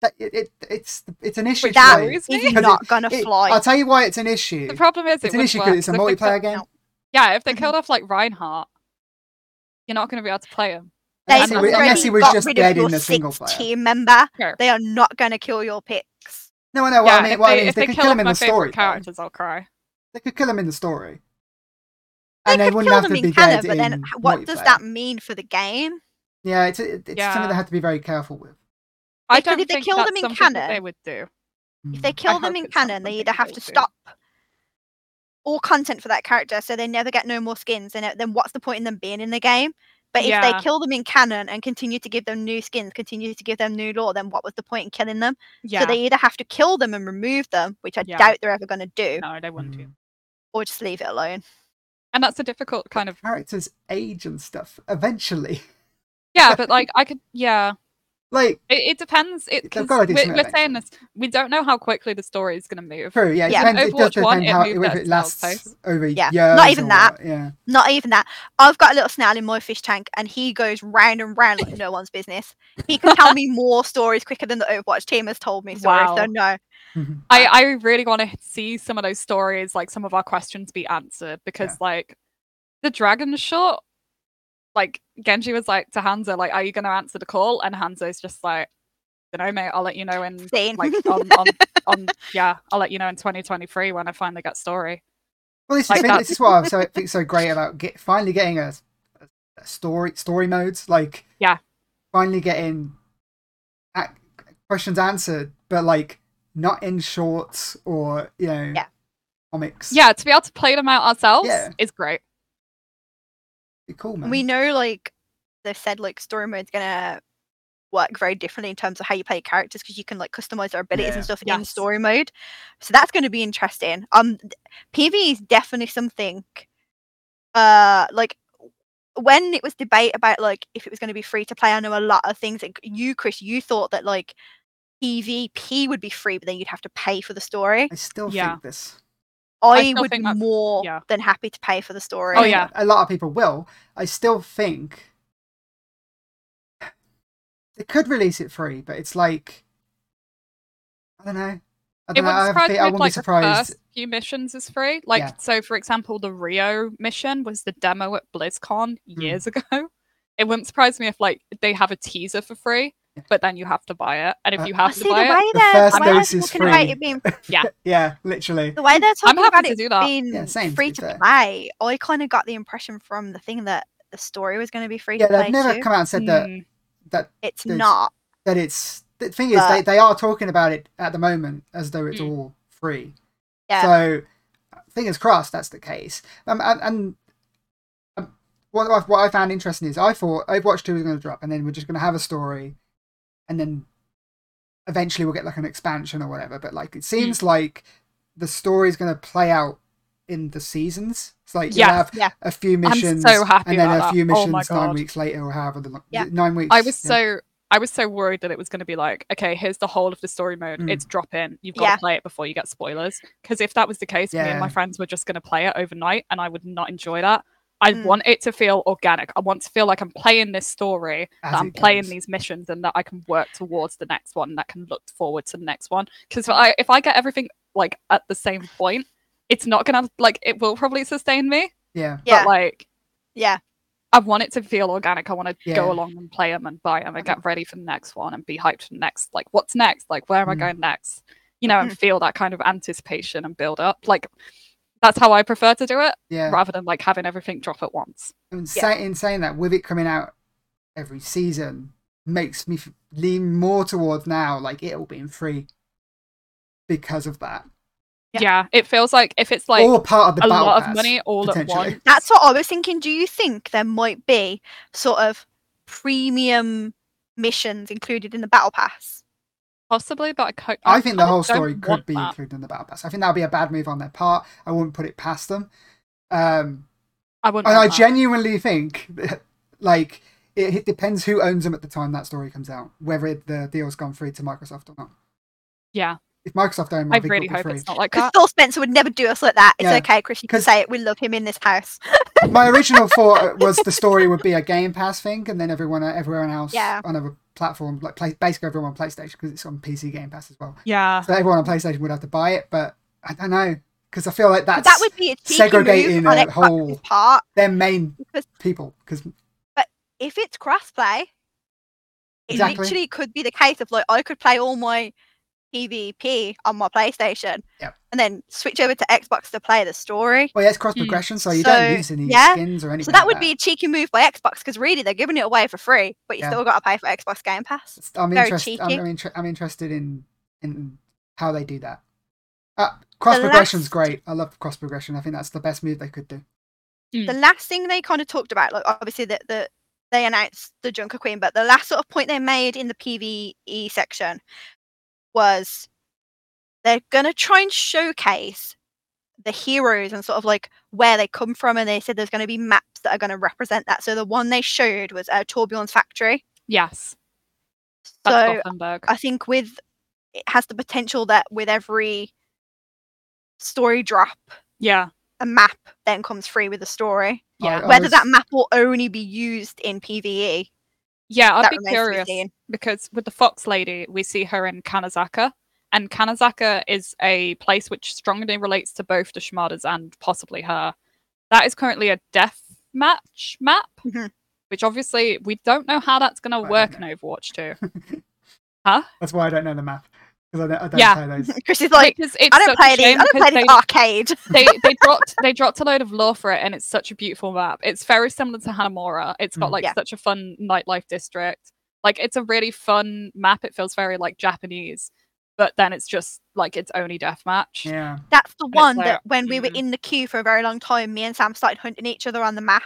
[SPEAKER 2] That it, it it's it's an issue.
[SPEAKER 3] Which
[SPEAKER 1] that
[SPEAKER 2] for me.
[SPEAKER 3] worries me.
[SPEAKER 1] is
[SPEAKER 2] Because
[SPEAKER 1] not gonna
[SPEAKER 2] It-
[SPEAKER 1] fly.
[SPEAKER 2] I'll tell you why it's an issue.
[SPEAKER 3] The problem is,
[SPEAKER 2] it's
[SPEAKER 3] it
[SPEAKER 2] an
[SPEAKER 3] would
[SPEAKER 2] issue
[SPEAKER 3] work,
[SPEAKER 2] because it's a
[SPEAKER 3] 'cause if they
[SPEAKER 2] multiplayer
[SPEAKER 3] kill-
[SPEAKER 2] game.
[SPEAKER 1] no.
[SPEAKER 3] Yeah, if they
[SPEAKER 1] Mhm.
[SPEAKER 3] killed off like Reinhardt, you're not going to be able to play him.
[SPEAKER 1] They've
[SPEAKER 2] Unless he, was-
[SPEAKER 1] already
[SPEAKER 2] unless he was
[SPEAKER 1] got
[SPEAKER 2] just
[SPEAKER 1] rid of
[SPEAKER 2] dead
[SPEAKER 1] your
[SPEAKER 2] in a single
[SPEAKER 1] sixth
[SPEAKER 2] player.
[SPEAKER 1] team member.
[SPEAKER 3] Sure.
[SPEAKER 1] They are not going to kill your picks.
[SPEAKER 2] No, I know what
[SPEAKER 3] yeah,
[SPEAKER 2] I mean.
[SPEAKER 3] if
[SPEAKER 2] What I
[SPEAKER 3] they,
[SPEAKER 2] mean is
[SPEAKER 3] if
[SPEAKER 2] they,
[SPEAKER 3] they
[SPEAKER 2] could
[SPEAKER 3] kill
[SPEAKER 2] kill
[SPEAKER 3] off
[SPEAKER 2] him in
[SPEAKER 3] my
[SPEAKER 2] the
[SPEAKER 3] favorite
[SPEAKER 2] story. though.
[SPEAKER 3] characters, I'll cry.
[SPEAKER 2] They could kill him in the story.
[SPEAKER 1] They
[SPEAKER 2] and they
[SPEAKER 1] could
[SPEAKER 2] wouldn't
[SPEAKER 1] kill
[SPEAKER 2] have
[SPEAKER 1] them
[SPEAKER 2] to be
[SPEAKER 1] in canon,
[SPEAKER 2] dead
[SPEAKER 1] but then
[SPEAKER 2] in
[SPEAKER 1] h- what does
[SPEAKER 2] multiplayer.
[SPEAKER 1] that mean for the game?
[SPEAKER 2] Yeah, it's it- it's
[SPEAKER 3] Yeah.
[SPEAKER 2] something they have to be very careful with.
[SPEAKER 3] I
[SPEAKER 1] Because
[SPEAKER 3] don't
[SPEAKER 1] if they
[SPEAKER 3] think
[SPEAKER 1] kill
[SPEAKER 3] that's
[SPEAKER 1] them in
[SPEAKER 3] something that they
[SPEAKER 1] canon-
[SPEAKER 3] would do.
[SPEAKER 1] If they
[SPEAKER 2] Mm.
[SPEAKER 1] kill them
[SPEAKER 3] hope
[SPEAKER 1] in
[SPEAKER 3] it's not
[SPEAKER 1] canon, they
[SPEAKER 3] something
[SPEAKER 1] either
[SPEAKER 3] that
[SPEAKER 1] have
[SPEAKER 3] they
[SPEAKER 1] to
[SPEAKER 3] do.
[SPEAKER 1] stop all content for that character, so they never get no more skins. And it- then what's the point in them being in the game? But if
[SPEAKER 3] Yeah.
[SPEAKER 1] they kill them in canon and continue to give them new skins, continue to give them new lore, then what was the point in killing them?
[SPEAKER 3] Yeah.
[SPEAKER 1] So they either have to kill them and remove them, which I
[SPEAKER 3] Yeah.
[SPEAKER 1] doubt they're ever going to do,
[SPEAKER 3] No, they wouldn't do.
[SPEAKER 2] Mm.
[SPEAKER 1] or just leave it alone.
[SPEAKER 3] And that's a difficult kind of.
[SPEAKER 2] characters age and stuff eventually.
[SPEAKER 3] Yeah, but like, I could. Yeah.
[SPEAKER 2] Like
[SPEAKER 3] It, it depends. It,
[SPEAKER 2] They've
[SPEAKER 3] 'cause
[SPEAKER 2] gotta do
[SPEAKER 3] we're,
[SPEAKER 2] something
[SPEAKER 3] we're
[SPEAKER 2] about
[SPEAKER 3] saying
[SPEAKER 2] that.
[SPEAKER 3] this. We don't know how quickly the story is going to move.
[SPEAKER 2] true, yeah, it,
[SPEAKER 1] Yeah.
[SPEAKER 2] depends, it does
[SPEAKER 3] Overwatch one,
[SPEAKER 2] depend
[SPEAKER 3] it
[SPEAKER 2] how
[SPEAKER 3] moved
[SPEAKER 2] if
[SPEAKER 3] at
[SPEAKER 2] it
[SPEAKER 3] a snail's
[SPEAKER 2] lasts
[SPEAKER 3] pace.
[SPEAKER 2] over
[SPEAKER 1] Yeah,
[SPEAKER 2] years.
[SPEAKER 1] not even
[SPEAKER 2] or
[SPEAKER 1] that.
[SPEAKER 2] what, Yeah,
[SPEAKER 1] Not even that. I've got a little snail in my fish tank, and he goes round and round like no one's business. He can tell me more stories quicker than the Overwatch team has told me stories.
[SPEAKER 3] Wow.
[SPEAKER 1] So no,
[SPEAKER 2] Mm-hmm.
[SPEAKER 3] I, I really want to see some of those stories, like some of our questions be answered because, like, the dragon shot like Genji was like to Hanzo, like, "Are you going to answer the call?" And Hanzo's just like, "You know, mate, I'll let you know in
[SPEAKER 1] Scene.
[SPEAKER 3] like on on, on yeah, I'll let you know in 2023 when I finally get story."
[SPEAKER 2] Well, this,
[SPEAKER 3] Like
[SPEAKER 2] is, the thing-
[SPEAKER 3] that-
[SPEAKER 2] this is what I so, I think so great about get, finally getting a, a story story modes like
[SPEAKER 3] Yeah.
[SPEAKER 2] finally getting a, questions answered, but like not in shorts or you know
[SPEAKER 1] Yeah.
[SPEAKER 2] comics.
[SPEAKER 3] Yeah, to be able to play them out ourselves
[SPEAKER 2] Yeah.
[SPEAKER 3] is great.
[SPEAKER 2] Be cool man.
[SPEAKER 1] And we know like they've said like story mode's gonna work very differently in terms of how you play characters because you can like customize their abilities
[SPEAKER 2] Yeah.
[SPEAKER 1] and stuff in
[SPEAKER 3] Yes.
[SPEAKER 1] story mode. So that's gonna be interesting. Um th- PvE is definitely something uh like when it was debate about like if it was going to be free to play, I know a lot of things. Like you, Chris, you thought that like PvP would be free, but then you'd have to pay for the story.
[SPEAKER 2] I still
[SPEAKER 3] Yeah.
[SPEAKER 2] think this.
[SPEAKER 1] I,
[SPEAKER 3] still
[SPEAKER 1] would be
[SPEAKER 3] think that's-
[SPEAKER 1] more
[SPEAKER 3] yeah.
[SPEAKER 1] than happy to pay for the story.
[SPEAKER 3] Oh, yeah.
[SPEAKER 2] a lot of people will. I still think they could release it free, but it's like I don't know. I
[SPEAKER 3] It
[SPEAKER 2] don't know.
[SPEAKER 3] would
[SPEAKER 2] I, have a
[SPEAKER 3] surprise me
[SPEAKER 2] fe- I
[SPEAKER 3] if
[SPEAKER 2] wouldn't be
[SPEAKER 3] like the
[SPEAKER 2] surprised.
[SPEAKER 3] first few missions is free. Like
[SPEAKER 2] Yeah.
[SPEAKER 3] so, for example, the Rio mission was the demo at BlizzCon
[SPEAKER 2] Hmm.
[SPEAKER 3] years ago. It wouldn't surprise me if like they have a teaser for free, but then you have to buy it. And if
[SPEAKER 2] Uh,
[SPEAKER 3] you
[SPEAKER 1] I
[SPEAKER 3] have
[SPEAKER 1] see
[SPEAKER 3] to
[SPEAKER 1] the
[SPEAKER 3] buy
[SPEAKER 1] way
[SPEAKER 3] it,
[SPEAKER 2] The
[SPEAKER 1] they're,
[SPEAKER 2] first
[SPEAKER 1] the way they're
[SPEAKER 2] dose is
[SPEAKER 1] talking about
[SPEAKER 2] free.
[SPEAKER 1] it being
[SPEAKER 2] Yeah, literally.
[SPEAKER 1] the way they're talking about
[SPEAKER 3] happy to
[SPEAKER 1] it
[SPEAKER 3] do that. Hmm.
[SPEAKER 1] being
[SPEAKER 2] Yeah, same, to
[SPEAKER 1] free
[SPEAKER 2] be
[SPEAKER 1] to
[SPEAKER 2] fair.
[SPEAKER 1] play, I kind of got the impression from the thing that the story was going to be free
[SPEAKER 2] Yeah,
[SPEAKER 1] to play
[SPEAKER 2] they've never
[SPEAKER 1] too.
[SPEAKER 2] come out and said that
[SPEAKER 3] hmm,
[SPEAKER 2] that
[SPEAKER 1] it's
[SPEAKER 2] there's-
[SPEAKER 1] not.
[SPEAKER 2] that it's the thing is they,
[SPEAKER 1] But- Hmm.
[SPEAKER 2] they are talking about it at the moment as though it's
[SPEAKER 3] Mm.
[SPEAKER 2] all free.
[SPEAKER 1] Yeah.
[SPEAKER 2] So fingers crossed that's the case. Um, and, and um, what I, what I found interesting is I thought Overwatch Two was going to drop, and then we're just going to have a story, and then eventually we'll get like an expansion or whatever. But like it seems
[SPEAKER 3] Hmm.
[SPEAKER 2] like the story is going to play out in the seasons. It's like
[SPEAKER 3] Yeah,
[SPEAKER 2] you'll have
[SPEAKER 1] yeah.
[SPEAKER 2] a few
[SPEAKER 3] so
[SPEAKER 2] missions,
[SPEAKER 3] happy
[SPEAKER 2] and then
[SPEAKER 3] about
[SPEAKER 2] a
[SPEAKER 3] that.
[SPEAKER 2] few
[SPEAKER 3] Oh
[SPEAKER 2] missions
[SPEAKER 3] my
[SPEAKER 2] nine
[SPEAKER 3] God.
[SPEAKER 2] weeks later, or however the lo-
[SPEAKER 1] Yeah.
[SPEAKER 2] nine weeks.
[SPEAKER 3] I was
[SPEAKER 2] yeah.
[SPEAKER 3] so I was so worried that it was going to be like, okay, here's the whole of the story mode.
[SPEAKER 2] Mm.
[SPEAKER 3] It's drop in. You've got
[SPEAKER 1] Yeah.
[SPEAKER 3] to play it before you get spoilers. Because if that was the case, me and my
[SPEAKER 2] Yeah.
[SPEAKER 3] friends were just going to play it overnight, and I would not enjoy that. I
[SPEAKER 2] Hmm.
[SPEAKER 1] Mm.
[SPEAKER 3] want it to feel organic. I want to feel like I'm playing this story,
[SPEAKER 2] As
[SPEAKER 3] that I'm
[SPEAKER 2] it
[SPEAKER 3] playing
[SPEAKER 2] goes.
[SPEAKER 3] these missions, and that I can work towards the next one, that can look forward to the next one. Because I, if I get everything like at the same point, it's not gonna like it will probably sustain me.
[SPEAKER 2] yeah.
[SPEAKER 1] Yeah,
[SPEAKER 3] But like
[SPEAKER 1] yeah.
[SPEAKER 3] I want it to feel organic. I want to
[SPEAKER 2] Yeah.
[SPEAKER 3] go along and play them and buy them and get ready for the next one and be hyped for the next. Like, what's next? Like, where am I
[SPEAKER 2] Mm.
[SPEAKER 3] going next? You know, and feel that kind of anticipation and build up. Like, that's how I prefer to do it
[SPEAKER 2] Yeah.
[SPEAKER 3] rather than like having everything drop at once.
[SPEAKER 2] And
[SPEAKER 1] Yeah.
[SPEAKER 2] say, in saying that, with it coming out every season, makes me f- lean more towards now, like it all being free because of that.
[SPEAKER 1] Yeah.
[SPEAKER 3] Yeah. it feels like if it's like
[SPEAKER 2] or part of the
[SPEAKER 3] a
[SPEAKER 2] battle
[SPEAKER 3] lot of
[SPEAKER 2] pass,
[SPEAKER 3] money all at
[SPEAKER 2] potentially.
[SPEAKER 3] once.
[SPEAKER 1] That's what I was thinking. Do you think there might be sort of premium missions included in the battle pass?
[SPEAKER 3] Possibly, but I, co-
[SPEAKER 2] I think the
[SPEAKER 3] kinda
[SPEAKER 2] whole
[SPEAKER 3] don't
[SPEAKER 2] story could
[SPEAKER 3] want
[SPEAKER 2] be
[SPEAKER 3] that.
[SPEAKER 2] included in the battle pass. I think that would be a bad move on their part. I wouldn't put it past them. Um,
[SPEAKER 3] I wouldn't.
[SPEAKER 2] and
[SPEAKER 3] want
[SPEAKER 2] I
[SPEAKER 3] that.
[SPEAKER 2] genuinely think, that, like, it, it depends who owns them at the time that story comes out, whether the deal's gone free to Microsoft or not.
[SPEAKER 3] yeah,
[SPEAKER 2] If Microsoft own,
[SPEAKER 3] I
[SPEAKER 2] them, think
[SPEAKER 3] really
[SPEAKER 2] it'll be
[SPEAKER 3] hope
[SPEAKER 2] free.
[SPEAKER 3] it's not like
[SPEAKER 1] Because
[SPEAKER 3] that.
[SPEAKER 1] Phil Spencer would never do us like that. It's
[SPEAKER 2] Yeah.
[SPEAKER 1] okay, Chris. You can
[SPEAKER 2] 'Cause-
[SPEAKER 1] say it. We love him in this house.
[SPEAKER 2] my original thought was the story would be a Game Pass thing, and then everyone, everyone else
[SPEAKER 1] Yeah.
[SPEAKER 2] on other platform, like play, basically everyone on PlayStation, because it's on PC Game Pass as well.
[SPEAKER 3] Yeah,
[SPEAKER 2] So everyone on PlayStation would have to buy it, but I don't know because I feel like that's
[SPEAKER 1] that would be a cheeky
[SPEAKER 2] segregating
[SPEAKER 1] move on
[SPEAKER 2] a
[SPEAKER 1] Xbox's
[SPEAKER 2] whole-
[SPEAKER 1] part.
[SPEAKER 2] their main
[SPEAKER 1] Because-
[SPEAKER 2] people. Because
[SPEAKER 1] if it's crossplay, it
[SPEAKER 2] Exactly.
[SPEAKER 1] literally could be the case of like I could play all my PvP on my PlayStation,
[SPEAKER 2] Yep.
[SPEAKER 1] and then switch over to Xbox to play the story.
[SPEAKER 2] well, yeah, it's cross
[SPEAKER 3] Hmm.
[SPEAKER 2] progression, so you
[SPEAKER 1] So,
[SPEAKER 2] don't lose any
[SPEAKER 1] yeah.
[SPEAKER 2] skins or anything.
[SPEAKER 1] So that
[SPEAKER 2] like
[SPEAKER 1] would be a cheeky move by Xbox because really they're giving it away for free, but you
[SPEAKER 2] Yeah.
[SPEAKER 1] still got to pay for Xbox Game Pass.
[SPEAKER 2] It's- I'm
[SPEAKER 1] very
[SPEAKER 2] interested. I'm,
[SPEAKER 1] cheeky.
[SPEAKER 2] I'm, inter- I'm interested in in how they do that. Uh, cross progression's
[SPEAKER 1] last-
[SPEAKER 2] great. I love cross progression. I think that's the best move they could do.
[SPEAKER 1] The last thing they kind of talked about, like obviously that the they announced the Junker Queen, but the last sort of point they made in the PVE section was they're gonna try and showcase the heroes and sort of like where they come from, and they said there's gonna be maps that are gonna represent that. So the one they showed was uh, Torbjorn's factory.
[SPEAKER 3] yes, that's
[SPEAKER 1] So
[SPEAKER 3] Gothenburg.
[SPEAKER 1] I think with it has the potential that with every story drop,
[SPEAKER 3] yeah,
[SPEAKER 1] a map then comes free with the story.
[SPEAKER 3] yeah,
[SPEAKER 2] I- I
[SPEAKER 1] Whether
[SPEAKER 2] was-
[SPEAKER 1] that map will only be used in PVE,
[SPEAKER 3] yeah. I'd
[SPEAKER 1] that
[SPEAKER 3] be
[SPEAKER 1] remains to
[SPEAKER 3] curious.
[SPEAKER 1] be seen.
[SPEAKER 3] because with the fox lady we see her in kanazaka and kanazaka is a place which strongly relates to both the shmadas and possibly her that is currently a death match map
[SPEAKER 1] Mhm.
[SPEAKER 3] which obviously we don't know how that's going to
[SPEAKER 2] don't
[SPEAKER 3] work in
[SPEAKER 2] know.
[SPEAKER 3] Overwatch 2.
[SPEAKER 2] That's why I don't know the map because I don't, I don't
[SPEAKER 3] Yeah.
[SPEAKER 2] play those.
[SPEAKER 1] Chris is like,
[SPEAKER 3] because it's
[SPEAKER 1] I don't
[SPEAKER 3] such a
[SPEAKER 1] play these.
[SPEAKER 3] shame
[SPEAKER 1] I don't play
[SPEAKER 3] because
[SPEAKER 1] these arcade.
[SPEAKER 3] they, they, they dropped they dropped a load of lore for it, and it's such a beautiful map. It's very similar to Hanamura. It's got
[SPEAKER 2] Mm.
[SPEAKER 3] like
[SPEAKER 1] Yeah.
[SPEAKER 3] such a fun nightlife district. Like it's a really fun map. It feels very like Japanese, but then it's just like its only deathmatch.
[SPEAKER 2] Yeah.
[SPEAKER 1] That's the
[SPEAKER 3] it's
[SPEAKER 1] one
[SPEAKER 3] like,
[SPEAKER 1] that when we were
[SPEAKER 3] mm.
[SPEAKER 1] in the queue for a very long time, me and Sam started hunting each other on the map.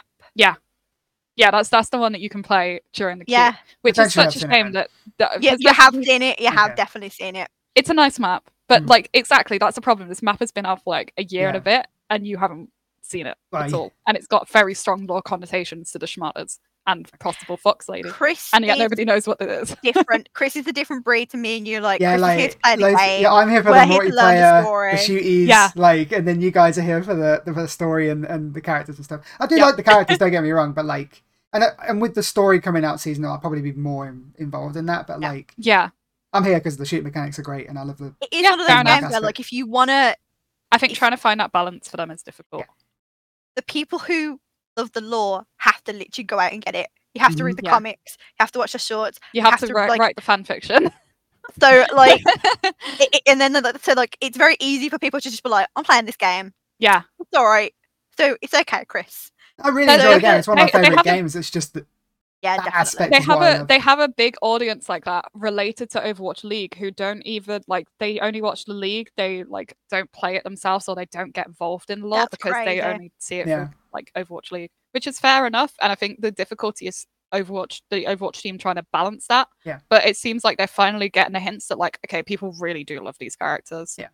[SPEAKER 3] Yeah, that's that's the one that you can play during the queue,
[SPEAKER 1] Yeah,
[SPEAKER 3] which
[SPEAKER 2] I've
[SPEAKER 3] is
[SPEAKER 2] actually not
[SPEAKER 3] such a
[SPEAKER 2] seen it
[SPEAKER 3] shame
[SPEAKER 2] then.
[SPEAKER 3] that, that
[SPEAKER 1] yeah,
[SPEAKER 3] 'cause
[SPEAKER 1] you
[SPEAKER 3] that-
[SPEAKER 1] have seen it. You have
[SPEAKER 2] Okay.
[SPEAKER 1] definitely seen it.
[SPEAKER 3] it's a nice map, but
[SPEAKER 2] Mm.
[SPEAKER 3] like exactly that's the problem. This map has been out for like a year and
[SPEAKER 2] Yeah.
[SPEAKER 3] a bit, and you haven't seen it
[SPEAKER 2] Like,
[SPEAKER 3] at all, and it's got very strong lore connotations to the Shmatas and possible Fox Lady,
[SPEAKER 1] Chris
[SPEAKER 3] and yet
[SPEAKER 1] is
[SPEAKER 3] nobody knows what it is.
[SPEAKER 1] different. Chris is a different breed to me and you. Like,
[SPEAKER 2] yeah,
[SPEAKER 1] Chris is here
[SPEAKER 2] like
[SPEAKER 1] to play the
[SPEAKER 2] loads-
[SPEAKER 1] game.
[SPEAKER 2] yeah, I'm here for the
[SPEAKER 1] We're here to learn the
[SPEAKER 2] multiplayer,
[SPEAKER 1] story.
[SPEAKER 2] the shooties,
[SPEAKER 3] Yeah.
[SPEAKER 2] like, and then you guys are here for the for the story and, and the characters and stuff. I do
[SPEAKER 3] Yeah.
[SPEAKER 2] like the characters, don't get me wrong, but like, and uh, and with the story coming out seasonal, I'll probably be more in, involved in that. But
[SPEAKER 1] Yeah.
[SPEAKER 2] like,
[SPEAKER 3] Yeah,
[SPEAKER 2] I'm here because the shoot mechanics are great, and I love the
[SPEAKER 1] It is
[SPEAKER 3] Yeah,
[SPEAKER 1] one of
[SPEAKER 3] fair
[SPEAKER 1] those
[SPEAKER 3] enough.
[SPEAKER 1] games where,
[SPEAKER 2] That's
[SPEAKER 1] like, if you want to,
[SPEAKER 3] I think
[SPEAKER 1] It's-
[SPEAKER 3] trying to find that balance for them is difficult.
[SPEAKER 1] the people who love the lore have to literally go out and get it. You have to
[SPEAKER 2] Mhm.
[SPEAKER 1] read the
[SPEAKER 3] Yeah.
[SPEAKER 1] comics. You have to watch the shorts.
[SPEAKER 3] You have, to, write,
[SPEAKER 1] like-
[SPEAKER 3] write the fan fiction.
[SPEAKER 1] So, like, it, it- and then the- so like it's very easy for people to just be like, I'm playing this game.
[SPEAKER 3] yeah,
[SPEAKER 1] It's all right. So it's okay, Chris.
[SPEAKER 2] I really
[SPEAKER 3] They-
[SPEAKER 2] enjoy the
[SPEAKER 3] they-
[SPEAKER 2] game. It's one of my
[SPEAKER 3] they- they
[SPEAKER 2] favorite
[SPEAKER 3] haven't-
[SPEAKER 2] games. It's just the,
[SPEAKER 1] Yeah,
[SPEAKER 2] that
[SPEAKER 1] definitely.
[SPEAKER 2] aspect.
[SPEAKER 3] they
[SPEAKER 2] is what I
[SPEAKER 3] have a
[SPEAKER 2] love.
[SPEAKER 3] they have a big audience like that related to Overwatch League who don't even like they only watch the league. They like don't play it themselves or they don't get involved in the lore
[SPEAKER 1] That's
[SPEAKER 3] because
[SPEAKER 1] crazy.
[SPEAKER 3] they only see it
[SPEAKER 2] Yeah.
[SPEAKER 3] from like Overwatch League, which is fair enough. And I think the difficulty is Overwatch the Overwatch team trying to balance that.
[SPEAKER 2] Yeah.
[SPEAKER 3] But it seems like they're finally getting the hints that like okay, people really do love these characters.
[SPEAKER 2] Yeah.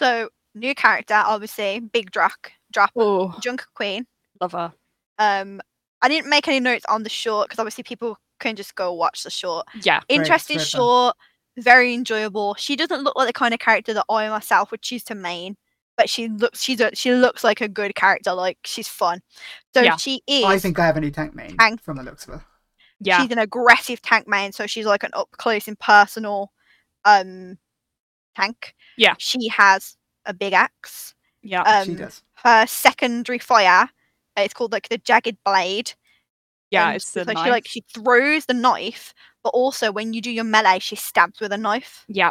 [SPEAKER 1] So new character, obviously, Big Drac, Drap,
[SPEAKER 3] Oh,
[SPEAKER 1] Junk Queen.
[SPEAKER 3] love her.
[SPEAKER 1] Um, I didn't make any notes on the short because obviously people can just go watch the short.
[SPEAKER 3] Yeah.
[SPEAKER 2] Great,
[SPEAKER 1] Interesting
[SPEAKER 2] super.
[SPEAKER 1] short, very enjoyable. She doesn't look like the kind of character that I myself would choose to main, but she looks she's a, she looks like a good character. Like she's fun. So
[SPEAKER 3] Yeah.
[SPEAKER 1] she is.
[SPEAKER 2] I think I have a new tank main
[SPEAKER 1] Tank.
[SPEAKER 2] from the looks of it.
[SPEAKER 3] Yeah.
[SPEAKER 1] she's an aggressive tank main, so she's like an up close and personal um tank.
[SPEAKER 3] Yeah.
[SPEAKER 1] She has a big axe.
[SPEAKER 3] Yeah.
[SPEAKER 2] she
[SPEAKER 1] Um,
[SPEAKER 2] does.
[SPEAKER 1] Her secondary fire, uh, it's called like the jagged blade.
[SPEAKER 3] yeah.
[SPEAKER 1] and
[SPEAKER 3] It's the
[SPEAKER 1] so
[SPEAKER 3] knife.
[SPEAKER 1] she like she throws the knife, but also when you do your melee, she stabs with a knife,
[SPEAKER 3] yeah.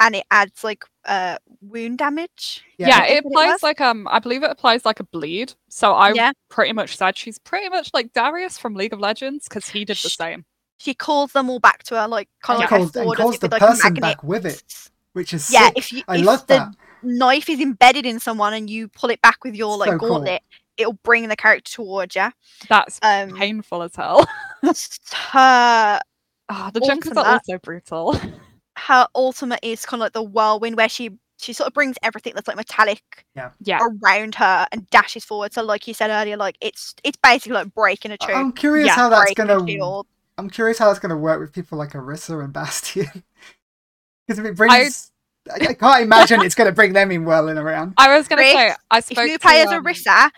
[SPEAKER 1] and it adds like uh wound damage.
[SPEAKER 3] yeah,
[SPEAKER 2] Yeah.
[SPEAKER 1] I
[SPEAKER 3] it
[SPEAKER 1] think it
[SPEAKER 3] applies
[SPEAKER 1] was.
[SPEAKER 3] like um i believe it applies like a bleed so i'm
[SPEAKER 1] Yeah.
[SPEAKER 3] pretty much sad she's pretty much like darius from league of legends because he did the
[SPEAKER 1] Sh-
[SPEAKER 3] same
[SPEAKER 1] She calls them all back to her, like kind
[SPEAKER 2] And
[SPEAKER 1] of like
[SPEAKER 2] calls,
[SPEAKER 1] a
[SPEAKER 2] and
[SPEAKER 1] sword, as
[SPEAKER 2] calls
[SPEAKER 1] if
[SPEAKER 2] the
[SPEAKER 1] with, like a
[SPEAKER 2] person
[SPEAKER 1] magnet.
[SPEAKER 2] back with it, which is
[SPEAKER 1] Yeah,
[SPEAKER 2] sick.
[SPEAKER 1] if you
[SPEAKER 2] I
[SPEAKER 1] if
[SPEAKER 2] love
[SPEAKER 1] the
[SPEAKER 2] that.
[SPEAKER 1] knife is embedded in someone and you pull it back with your like
[SPEAKER 2] So cool.
[SPEAKER 1] gauntlet, it'll bring the character towards you.
[SPEAKER 3] that's
[SPEAKER 1] Um,
[SPEAKER 3] painful as hell
[SPEAKER 1] her
[SPEAKER 3] Ah, the
[SPEAKER 1] Also
[SPEAKER 3] junkers are
[SPEAKER 1] oh, that-
[SPEAKER 3] also brutal
[SPEAKER 1] her ultimate is kind of like the whirlwind where she she sort of brings everything that's like metallic
[SPEAKER 3] yeah
[SPEAKER 1] around her and dashes forward. So like you said earlier, like it's it's basically like breaking a
[SPEAKER 2] I-
[SPEAKER 1] tree,
[SPEAKER 2] I'm curious
[SPEAKER 3] Yeah,
[SPEAKER 2] Oh, how that's
[SPEAKER 1] breaking
[SPEAKER 2] gonna.
[SPEAKER 1] a shield.
[SPEAKER 2] I'm curious how that's gonna work with people like Arissa and Bastion, because if it brings, I, I can't imagine it's gonna bring them in whirling around.
[SPEAKER 3] i was gonna say
[SPEAKER 1] Rick,
[SPEAKER 3] i
[SPEAKER 1] If
[SPEAKER 3] spoke
[SPEAKER 1] you play
[SPEAKER 3] to,
[SPEAKER 1] as
[SPEAKER 3] um,
[SPEAKER 1] Orisa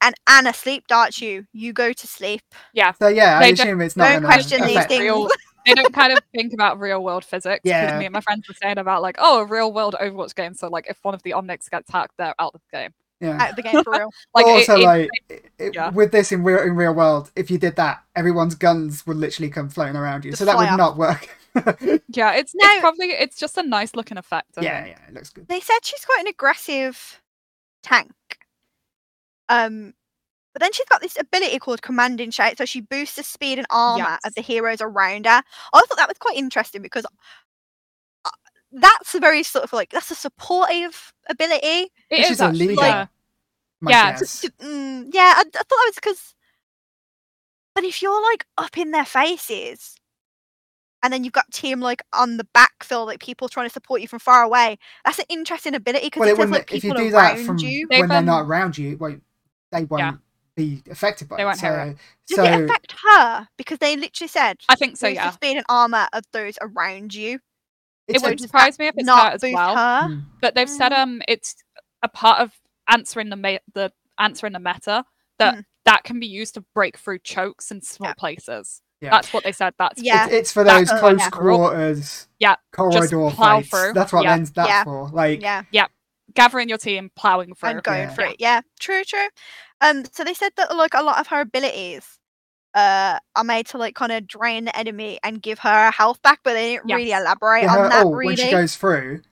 [SPEAKER 1] and Anna sleep darts you, you go to sleep.
[SPEAKER 2] So yeah, I
[SPEAKER 3] They don't-
[SPEAKER 2] assume it's not.
[SPEAKER 1] don't
[SPEAKER 2] gonna
[SPEAKER 1] question these
[SPEAKER 2] affect-
[SPEAKER 1] things.
[SPEAKER 3] real they don't kind of think about real world physics because
[SPEAKER 2] Yeah.
[SPEAKER 3] me and my friends were saying about like oh a real world overwatch game so like if one of the omnics gets hacked they're out of the game
[SPEAKER 2] Yeah.
[SPEAKER 1] Out of the game for real.
[SPEAKER 3] like it-
[SPEAKER 2] also,
[SPEAKER 3] it-
[SPEAKER 2] like it, it-
[SPEAKER 3] yeah.
[SPEAKER 2] with this in real in real world, if you did that, everyone's guns would literally come floating around you,
[SPEAKER 1] Just
[SPEAKER 2] so that
[SPEAKER 1] fly
[SPEAKER 2] would
[SPEAKER 1] up.
[SPEAKER 2] not work. yeah,
[SPEAKER 3] yeah it's,
[SPEAKER 1] No.
[SPEAKER 3] it's probably it's just a nice looking effect I think.
[SPEAKER 2] yeah, it looks good.
[SPEAKER 1] they said she's quite an aggressive tank. Um, but then she's got this ability called Commanding Shout, so she boosts the speed and armor of
[SPEAKER 3] Yes.
[SPEAKER 1] the heroes around her. I thought that was quite interesting because uh, that's a very sort of like that's a supportive ability.
[SPEAKER 3] It
[SPEAKER 2] She's
[SPEAKER 3] is
[SPEAKER 2] a
[SPEAKER 3] actually,
[SPEAKER 2] leader.
[SPEAKER 3] yeah.
[SPEAKER 2] My
[SPEAKER 3] Yeah,
[SPEAKER 2] guess.
[SPEAKER 1] To- mm, yeah, I, I thought that was because. But if you're like up in their faces, and then you've got team like on the backfill, like people trying to support you from far away, that's an interesting ability because
[SPEAKER 2] well, it
[SPEAKER 1] it says
[SPEAKER 2] wouldn't
[SPEAKER 1] like
[SPEAKER 2] if you
[SPEAKER 1] people
[SPEAKER 2] do that
[SPEAKER 1] around
[SPEAKER 2] from
[SPEAKER 1] you.
[SPEAKER 2] when
[SPEAKER 3] They've,
[SPEAKER 2] they're not
[SPEAKER 3] um,
[SPEAKER 2] around you. It won't they won't
[SPEAKER 3] Yeah.
[SPEAKER 2] be affected by
[SPEAKER 3] They
[SPEAKER 2] it.
[SPEAKER 3] won't
[SPEAKER 2] so,
[SPEAKER 3] hear it.
[SPEAKER 1] Does
[SPEAKER 2] so
[SPEAKER 1] it affect her? Because they literally said
[SPEAKER 3] i think so
[SPEAKER 1] "Boost the
[SPEAKER 3] yeah
[SPEAKER 1] speed and armor of those around you.
[SPEAKER 3] it
[SPEAKER 2] it's
[SPEAKER 1] would
[SPEAKER 2] a-
[SPEAKER 3] wouldn't
[SPEAKER 1] does that
[SPEAKER 3] surprise me if it's her
[SPEAKER 1] not
[SPEAKER 3] as
[SPEAKER 1] boost
[SPEAKER 3] well.
[SPEAKER 1] her.
[SPEAKER 2] Mm.
[SPEAKER 3] But they've said
[SPEAKER 1] Mm.
[SPEAKER 3] um it's a part of answering the ma- the answering the meta that
[SPEAKER 1] Mm.
[SPEAKER 3] that can be used to break through chokes in small
[SPEAKER 1] Yeah.
[SPEAKER 3] places.
[SPEAKER 2] Yeah.
[SPEAKER 3] That's what they said. That's
[SPEAKER 1] Yeah.
[SPEAKER 2] it's, it's for
[SPEAKER 3] Back
[SPEAKER 2] those
[SPEAKER 1] of the
[SPEAKER 2] close
[SPEAKER 1] net.
[SPEAKER 2] quarters.
[SPEAKER 3] Yeah, just
[SPEAKER 2] Corridor
[SPEAKER 3] plow
[SPEAKER 2] fights.
[SPEAKER 3] through.
[SPEAKER 2] That's what
[SPEAKER 3] Yeah.
[SPEAKER 2] then that's
[SPEAKER 1] Yeah.
[SPEAKER 2] for. Like
[SPEAKER 1] Yeah,
[SPEAKER 3] gathering your team, plowing through.
[SPEAKER 1] and going
[SPEAKER 2] Yeah.
[SPEAKER 1] for it. Yeah, true, true. Um, so they said that like a lot of her abilities uh are made to like kind of drain the enemy and give her her health back, but they didn't really
[SPEAKER 3] Yes.
[SPEAKER 1] elaborate
[SPEAKER 2] Yeah,
[SPEAKER 1] on
[SPEAKER 2] her
[SPEAKER 1] that.
[SPEAKER 2] ult,
[SPEAKER 1] really,
[SPEAKER 2] "Oh," when she goes through,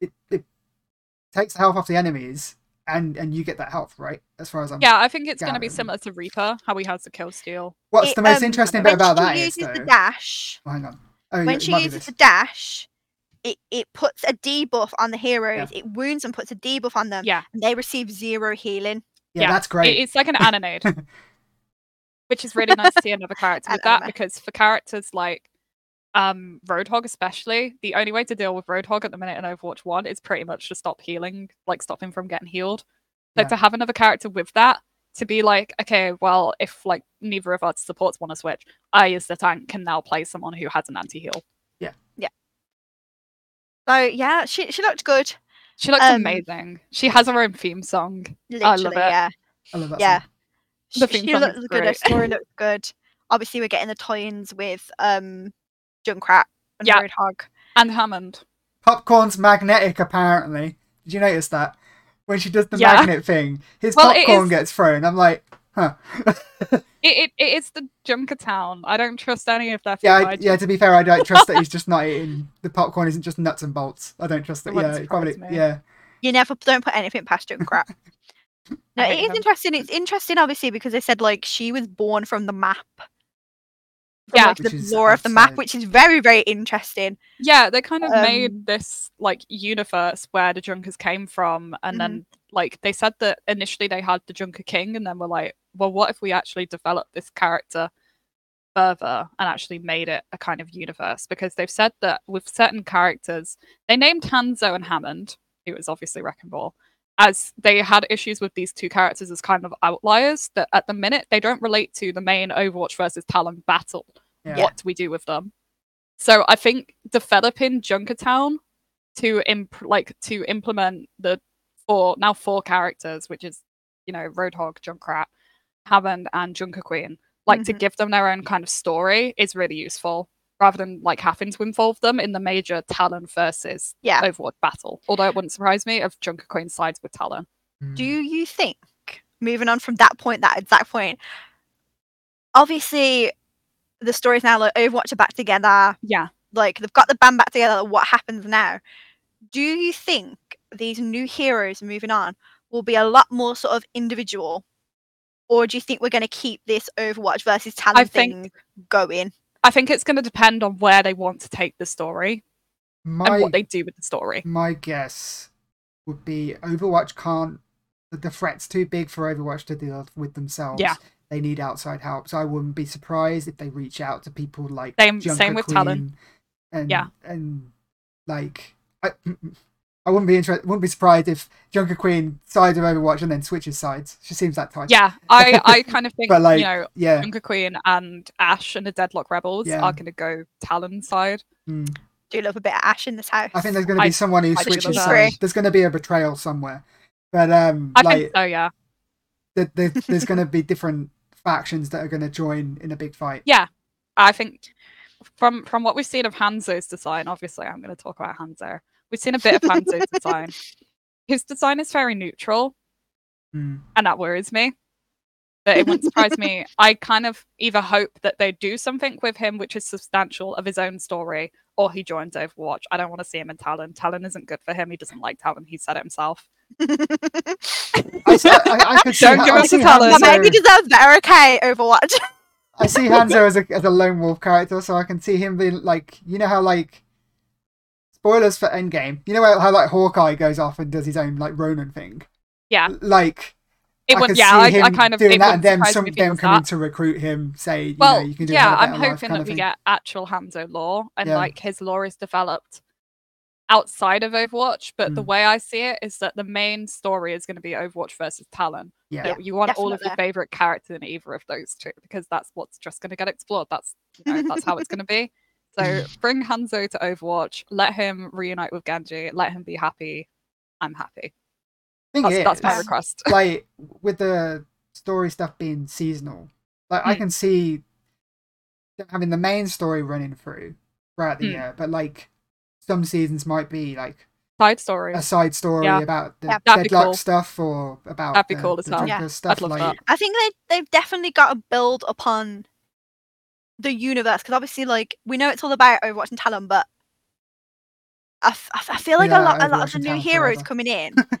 [SPEAKER 2] it, it takes the health off the enemies, and and you get that health, right? As far as I'm.
[SPEAKER 3] Yeah, I think it's going to be
[SPEAKER 2] Gathering.
[SPEAKER 3] similar to Reaper, how he has the kill steal.
[SPEAKER 2] What's
[SPEAKER 1] It,
[SPEAKER 2] the most
[SPEAKER 1] um,
[SPEAKER 2] interesting bit
[SPEAKER 1] when
[SPEAKER 2] about
[SPEAKER 1] she
[SPEAKER 2] that is
[SPEAKER 1] uses
[SPEAKER 2] though.
[SPEAKER 1] the dash,
[SPEAKER 2] oh, hang on. Oh, yeah,
[SPEAKER 1] when
[SPEAKER 2] it
[SPEAKER 1] she
[SPEAKER 2] might be
[SPEAKER 1] uses
[SPEAKER 2] this.
[SPEAKER 1] the dash, it it puts a debuff on the heroes. It wounds and puts a debuff on them.
[SPEAKER 3] Yeah.
[SPEAKER 1] and they receive zero healing.
[SPEAKER 2] yeah,
[SPEAKER 3] yeah,
[SPEAKER 2] that's great.
[SPEAKER 3] It- it's like an anonade, which is really nice to see another character with
[SPEAKER 1] An
[SPEAKER 3] that
[SPEAKER 1] anime.
[SPEAKER 3] because for characters like um Roadhog, especially, the only way to deal with Roadhog at the minute in Overwatch 1 is pretty much to stop healing, like stop him from getting healed. Like
[SPEAKER 2] Yeah.
[SPEAKER 3] to have another character with that to be like, okay, well, if like neither of our supports want to switch, I as the tank can now play someone who has an anti heal.
[SPEAKER 1] So yeah, she she looked good.
[SPEAKER 3] She looks
[SPEAKER 1] Um,
[SPEAKER 3] amazing. She has her own theme song.
[SPEAKER 1] Literally,
[SPEAKER 3] I love it.
[SPEAKER 1] yeah.
[SPEAKER 2] I love that.
[SPEAKER 1] yeah.
[SPEAKER 2] song.
[SPEAKER 1] She,
[SPEAKER 3] The theme
[SPEAKER 1] she
[SPEAKER 3] song
[SPEAKER 1] looked
[SPEAKER 3] is
[SPEAKER 1] good. Her
[SPEAKER 3] great.
[SPEAKER 1] story looked good. Obviously, we're getting the tie-ins with um Junkrat and
[SPEAKER 3] Yeah.
[SPEAKER 1] Roadhog.
[SPEAKER 3] And Hammond.
[SPEAKER 2] Popcorn's magnetic, apparently. Did you notice that? When she does the
[SPEAKER 3] Yeah.
[SPEAKER 2] magnet thing, his
[SPEAKER 3] Well, it
[SPEAKER 2] popcorn
[SPEAKER 3] is-
[SPEAKER 2] gets thrown. I'm like, huh.
[SPEAKER 3] It, it, it is the Junkertown. I don't trust any of their food.
[SPEAKER 2] Yeah,
[SPEAKER 3] I
[SPEAKER 2] I, yeah. To be fair, I don't trust that he's just not eating. The popcorn isn't just nuts and bolts. I don't trust that.
[SPEAKER 3] It wouldn't
[SPEAKER 2] Yeah, it
[SPEAKER 3] surprise
[SPEAKER 2] probably.
[SPEAKER 3] me.
[SPEAKER 2] Yeah,
[SPEAKER 1] You never don't put anything past Junkrat. no, it
[SPEAKER 3] I hate
[SPEAKER 1] is
[SPEAKER 3] him.
[SPEAKER 1] interesting. It's interesting, obviously, because they said like she was born from the map. From,
[SPEAKER 3] Yeah.
[SPEAKER 1] like,
[SPEAKER 2] Which
[SPEAKER 1] the
[SPEAKER 2] is
[SPEAKER 1] lore of the map,
[SPEAKER 2] outside.
[SPEAKER 1] which is very, very interesting.
[SPEAKER 3] Yeah, they kind of
[SPEAKER 1] Um,
[SPEAKER 3] made this like universe where the Junkers came from, and
[SPEAKER 1] Mhm.
[SPEAKER 3] then like they said that initially they had the Junker King, and then were like, well, what if we actually develop this character further and actually made it a kind of universe? Because they've said that with certain characters, they named Hanzo and Hammond, who was obviously Wrecking Ball, as they had issues with these two characters as kind of outliers that at the minute they don't relate to the main Overwatch versus Talon battle
[SPEAKER 2] yeah.
[SPEAKER 3] what do we do with them? So I think developing Junkertown to imp- like to implement the four now four characters, which is you know Roadhog, Junkrat, Hammond, and Junker Queen, like to
[SPEAKER 1] Mhm.
[SPEAKER 3] give them their own kind of story is really useful rather than like having to involve them in the major Talon versus
[SPEAKER 1] Yeah.
[SPEAKER 3] Overwatch battle. Although it wouldn't surprise me if Junker Queen sides with Talon.
[SPEAKER 2] Hmm.
[SPEAKER 1] Do you think, moving on from that point, that exact point, obviously the story's now like Overwatch are back together,
[SPEAKER 3] Yeah.
[SPEAKER 1] like they've got the band back together, what happens now? Do you think these new heroes moving on will be a lot more sort of individual? Or do you think we're going to keep this Overwatch versus Talon
[SPEAKER 3] think-
[SPEAKER 1] thing going?
[SPEAKER 3] I think it's going to depend on where they want to take the story
[SPEAKER 2] Mm. My
[SPEAKER 3] and what they do with the story.
[SPEAKER 2] my guess would be Overwatch can't. The, the threat's too big for Overwatch to deal with themselves.
[SPEAKER 3] Yeah.
[SPEAKER 2] They need outside help. So I wouldn't be surprised if they reach out to people like
[SPEAKER 3] Same-
[SPEAKER 2] Junker
[SPEAKER 3] same with
[SPEAKER 2] Queen
[SPEAKER 3] Talon.
[SPEAKER 2] And,
[SPEAKER 3] Yeah.
[SPEAKER 2] And like, I, I wouldn't be interested. Wouldn't be surprised if Junker Queen sides of Overwatch and then switches sides. She seems that type.
[SPEAKER 3] Yeah, I, I kind of think
[SPEAKER 2] But, like,
[SPEAKER 3] you know
[SPEAKER 2] Yeah.
[SPEAKER 3] Junker Queen and Ash and the Deadlock Rebels
[SPEAKER 2] Yeah.
[SPEAKER 3] are going to go Talon side.
[SPEAKER 2] Mm.
[SPEAKER 1] Do you love a bit of Ash in this house?
[SPEAKER 2] I think there's going to be
[SPEAKER 3] I-
[SPEAKER 2] someone who
[SPEAKER 3] I
[SPEAKER 1] think
[SPEAKER 2] switches
[SPEAKER 1] that's-
[SPEAKER 2] sides. There's going to be a betrayal somewhere. But um,
[SPEAKER 3] I
[SPEAKER 2] like
[SPEAKER 3] think so, yeah.
[SPEAKER 2] th- there, there's going to be different factions that are going to join in a big fight.
[SPEAKER 3] I think from from what we've seen of Hanzo's design, obviously I'm going to talk about Hanzo. We've seen a bit of Hanzo's design. His design is very neutral,
[SPEAKER 2] Mm.
[SPEAKER 3] and that worries me. But it wouldn't surprise me. I kind of either hope that they do something with him which is substantial of his own story, or he joins Overwatch. I don't want to see him in Talon. Talon isn't good for him. He doesn't like Talon. He said it himself.
[SPEAKER 2] I, see, I, I could see,
[SPEAKER 3] Don't give
[SPEAKER 2] I
[SPEAKER 3] us
[SPEAKER 2] see
[SPEAKER 3] a talent.
[SPEAKER 1] Well, maybe
[SPEAKER 2] Hanzo,
[SPEAKER 1] deserves better, okay, Overwatch.
[SPEAKER 2] I see Hanzo as a, as a lone wolf character, so I can see him being like, you know how like, spoilers for Endgame. You know how, how like Hawkeye goes off and does his own like Ronin thing.
[SPEAKER 3] Yeah.
[SPEAKER 2] Like
[SPEAKER 3] It
[SPEAKER 2] I
[SPEAKER 3] would,
[SPEAKER 2] could
[SPEAKER 3] yeah.
[SPEAKER 2] see
[SPEAKER 3] I,
[SPEAKER 2] him
[SPEAKER 3] I kind of
[SPEAKER 2] doing
[SPEAKER 3] it
[SPEAKER 2] that,
[SPEAKER 3] wouldn't
[SPEAKER 2] and them
[SPEAKER 3] surprise
[SPEAKER 2] some
[SPEAKER 3] me if he
[SPEAKER 2] them
[SPEAKER 3] was
[SPEAKER 2] coming
[SPEAKER 3] that.
[SPEAKER 2] to recruit him, say, you
[SPEAKER 3] Well,
[SPEAKER 2] know, you can do
[SPEAKER 3] yeah,
[SPEAKER 2] another
[SPEAKER 3] I'm
[SPEAKER 2] better life
[SPEAKER 3] hoping
[SPEAKER 2] kind
[SPEAKER 3] that
[SPEAKER 2] of
[SPEAKER 3] we
[SPEAKER 2] thing.
[SPEAKER 3] get actual Hanzo lore and
[SPEAKER 2] Yeah.
[SPEAKER 3] like his lore is developed outside of Overwatch. But the
[SPEAKER 2] Mm.
[SPEAKER 3] way I see it is that the main story is going to be Overwatch versus Talon.
[SPEAKER 2] Yeah.
[SPEAKER 3] That you want all of your
[SPEAKER 1] definitely.
[SPEAKER 3] favorite characters in either of those two because that's what's just going to get explored. That's you know, that's how it's going to be. So bring Hanzo to Overwatch. Let him reunite with Genji. Let him be happy. I'm happy.
[SPEAKER 2] Thing
[SPEAKER 3] That's, that's my
[SPEAKER 2] is,
[SPEAKER 3] request.
[SPEAKER 2] like with the story stuff being seasonal, like I
[SPEAKER 3] Mm.
[SPEAKER 2] can see them having the main story running through throughout the
[SPEAKER 3] Mm.
[SPEAKER 2] year, but like some seasons might be like
[SPEAKER 3] side story.
[SPEAKER 2] a side story
[SPEAKER 3] Yeah.
[SPEAKER 2] about the
[SPEAKER 1] Yeah.
[SPEAKER 3] That'd be
[SPEAKER 2] deadlock
[SPEAKER 3] cool.
[SPEAKER 2] stuff or about
[SPEAKER 3] That'd be
[SPEAKER 2] the,
[SPEAKER 3] cool as
[SPEAKER 2] the
[SPEAKER 3] well.
[SPEAKER 1] Yeah,
[SPEAKER 2] Drinker stuff.
[SPEAKER 3] I'd love
[SPEAKER 2] like,
[SPEAKER 3] that.
[SPEAKER 1] I think they they've definitely got to build upon the universe because obviously, like we know it's all about Overwatch and Talon, but I, f- I f- I feel like a
[SPEAKER 2] Yeah,
[SPEAKER 1] lot a lot of
[SPEAKER 2] Overwatch
[SPEAKER 1] the
[SPEAKER 2] and
[SPEAKER 1] new
[SPEAKER 2] Talon
[SPEAKER 1] heroes
[SPEAKER 2] forever.
[SPEAKER 1] coming in. I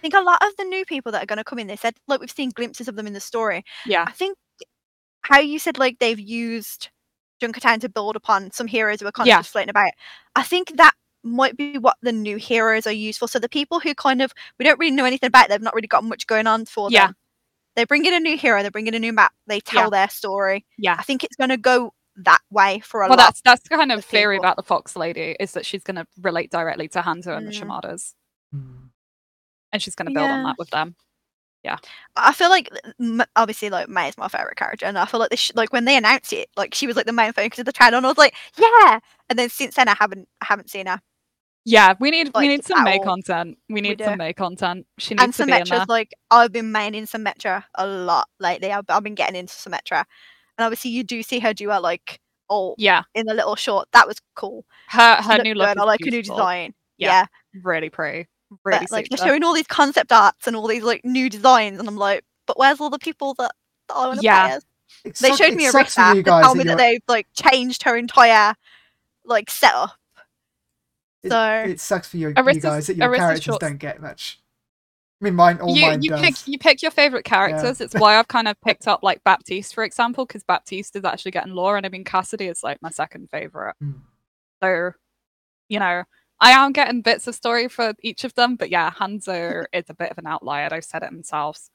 [SPEAKER 1] think a lot of the new people that are going to come in. They said, look, we've seen glimpses of them in the story.
[SPEAKER 3] Yeah.
[SPEAKER 1] I think how you said like they've used Junkertown to build upon some heroes who are kind
[SPEAKER 3] Yeah.
[SPEAKER 1] of just floating about. I think that might be what the new heroes are used for. So the people who kind of we don't really know anything about, they've not really got much going on for
[SPEAKER 3] Yeah.
[SPEAKER 1] them. They bring in a new hero, they bring in a new map, they tell
[SPEAKER 3] Yeah.
[SPEAKER 1] their story.
[SPEAKER 3] Yeah.
[SPEAKER 1] I think it's gonna go that way for a
[SPEAKER 3] Well,
[SPEAKER 1] lot.
[SPEAKER 3] that's that's kind of
[SPEAKER 1] of
[SPEAKER 3] theory
[SPEAKER 1] people.
[SPEAKER 3] about the Fox Lady is that she's going to relate directly to Hanzo and the
[SPEAKER 1] Mm.
[SPEAKER 3] Shimadas,
[SPEAKER 2] hmm.
[SPEAKER 3] and she's going to build on
[SPEAKER 1] Yeah.
[SPEAKER 3] that with them.
[SPEAKER 1] I feel like m- obviously like May is my favorite character, and I feel like this sh- like when they announced it, like she was like the main focus of the channel, and I was like, yeah. And then since then, I haven't I haven't seen her.
[SPEAKER 3] Yeah, we need we
[SPEAKER 1] Like,
[SPEAKER 3] need some
[SPEAKER 1] at
[SPEAKER 3] May
[SPEAKER 1] all.
[SPEAKER 3] content. We need
[SPEAKER 1] do.
[SPEAKER 3] some May content. She
[SPEAKER 1] and
[SPEAKER 3] needs to be in there.
[SPEAKER 1] Symmetra's like I've been maining Symmetra a lot lately. I've, I've been getting into Symmetra, and obviously you do see her do her like alt
[SPEAKER 3] Yeah,
[SPEAKER 1] in the little short. That was cool.
[SPEAKER 3] her
[SPEAKER 1] She
[SPEAKER 3] her
[SPEAKER 1] looked
[SPEAKER 3] new look
[SPEAKER 1] good.
[SPEAKER 3] is
[SPEAKER 1] I like her new
[SPEAKER 3] beautiful.
[SPEAKER 1] design.
[SPEAKER 3] Yeah,
[SPEAKER 1] Yeah,
[SPEAKER 3] Really pretty. Really
[SPEAKER 1] but, like they're
[SPEAKER 3] suits her.
[SPEAKER 1] showing all these concept arts and all these like new designs, and I'm like, but where's all the people that, that I want to
[SPEAKER 3] Yeah.
[SPEAKER 1] play as?
[SPEAKER 2] It
[SPEAKER 1] They
[SPEAKER 2] suck-
[SPEAKER 1] showed
[SPEAKER 2] it
[SPEAKER 1] me a
[SPEAKER 2] sucks
[SPEAKER 1] riff
[SPEAKER 2] for you
[SPEAKER 1] app. They
[SPEAKER 2] guys
[SPEAKER 1] told me
[SPEAKER 2] you're-
[SPEAKER 1] that they've like changed her entire like setup.
[SPEAKER 2] It-
[SPEAKER 1] So
[SPEAKER 2] it sucks for you, you
[SPEAKER 3] Arista's-
[SPEAKER 2] guys that your
[SPEAKER 3] Arista's
[SPEAKER 2] characters
[SPEAKER 3] shorts-
[SPEAKER 2] don't get much. I mean, mine, all
[SPEAKER 3] you
[SPEAKER 2] mine
[SPEAKER 3] you
[SPEAKER 2] does.
[SPEAKER 3] pick you pick your favorite characters. It's why I've kind of picked up like Baptiste for example, because Baptiste is actually getting lore, and I mean Cassidy is like my second favorite.
[SPEAKER 2] Mm.
[SPEAKER 3] So, you know, I am getting bits of story for each of them, but yeah, Hanzo is a bit of an outlier. They've said it themselves.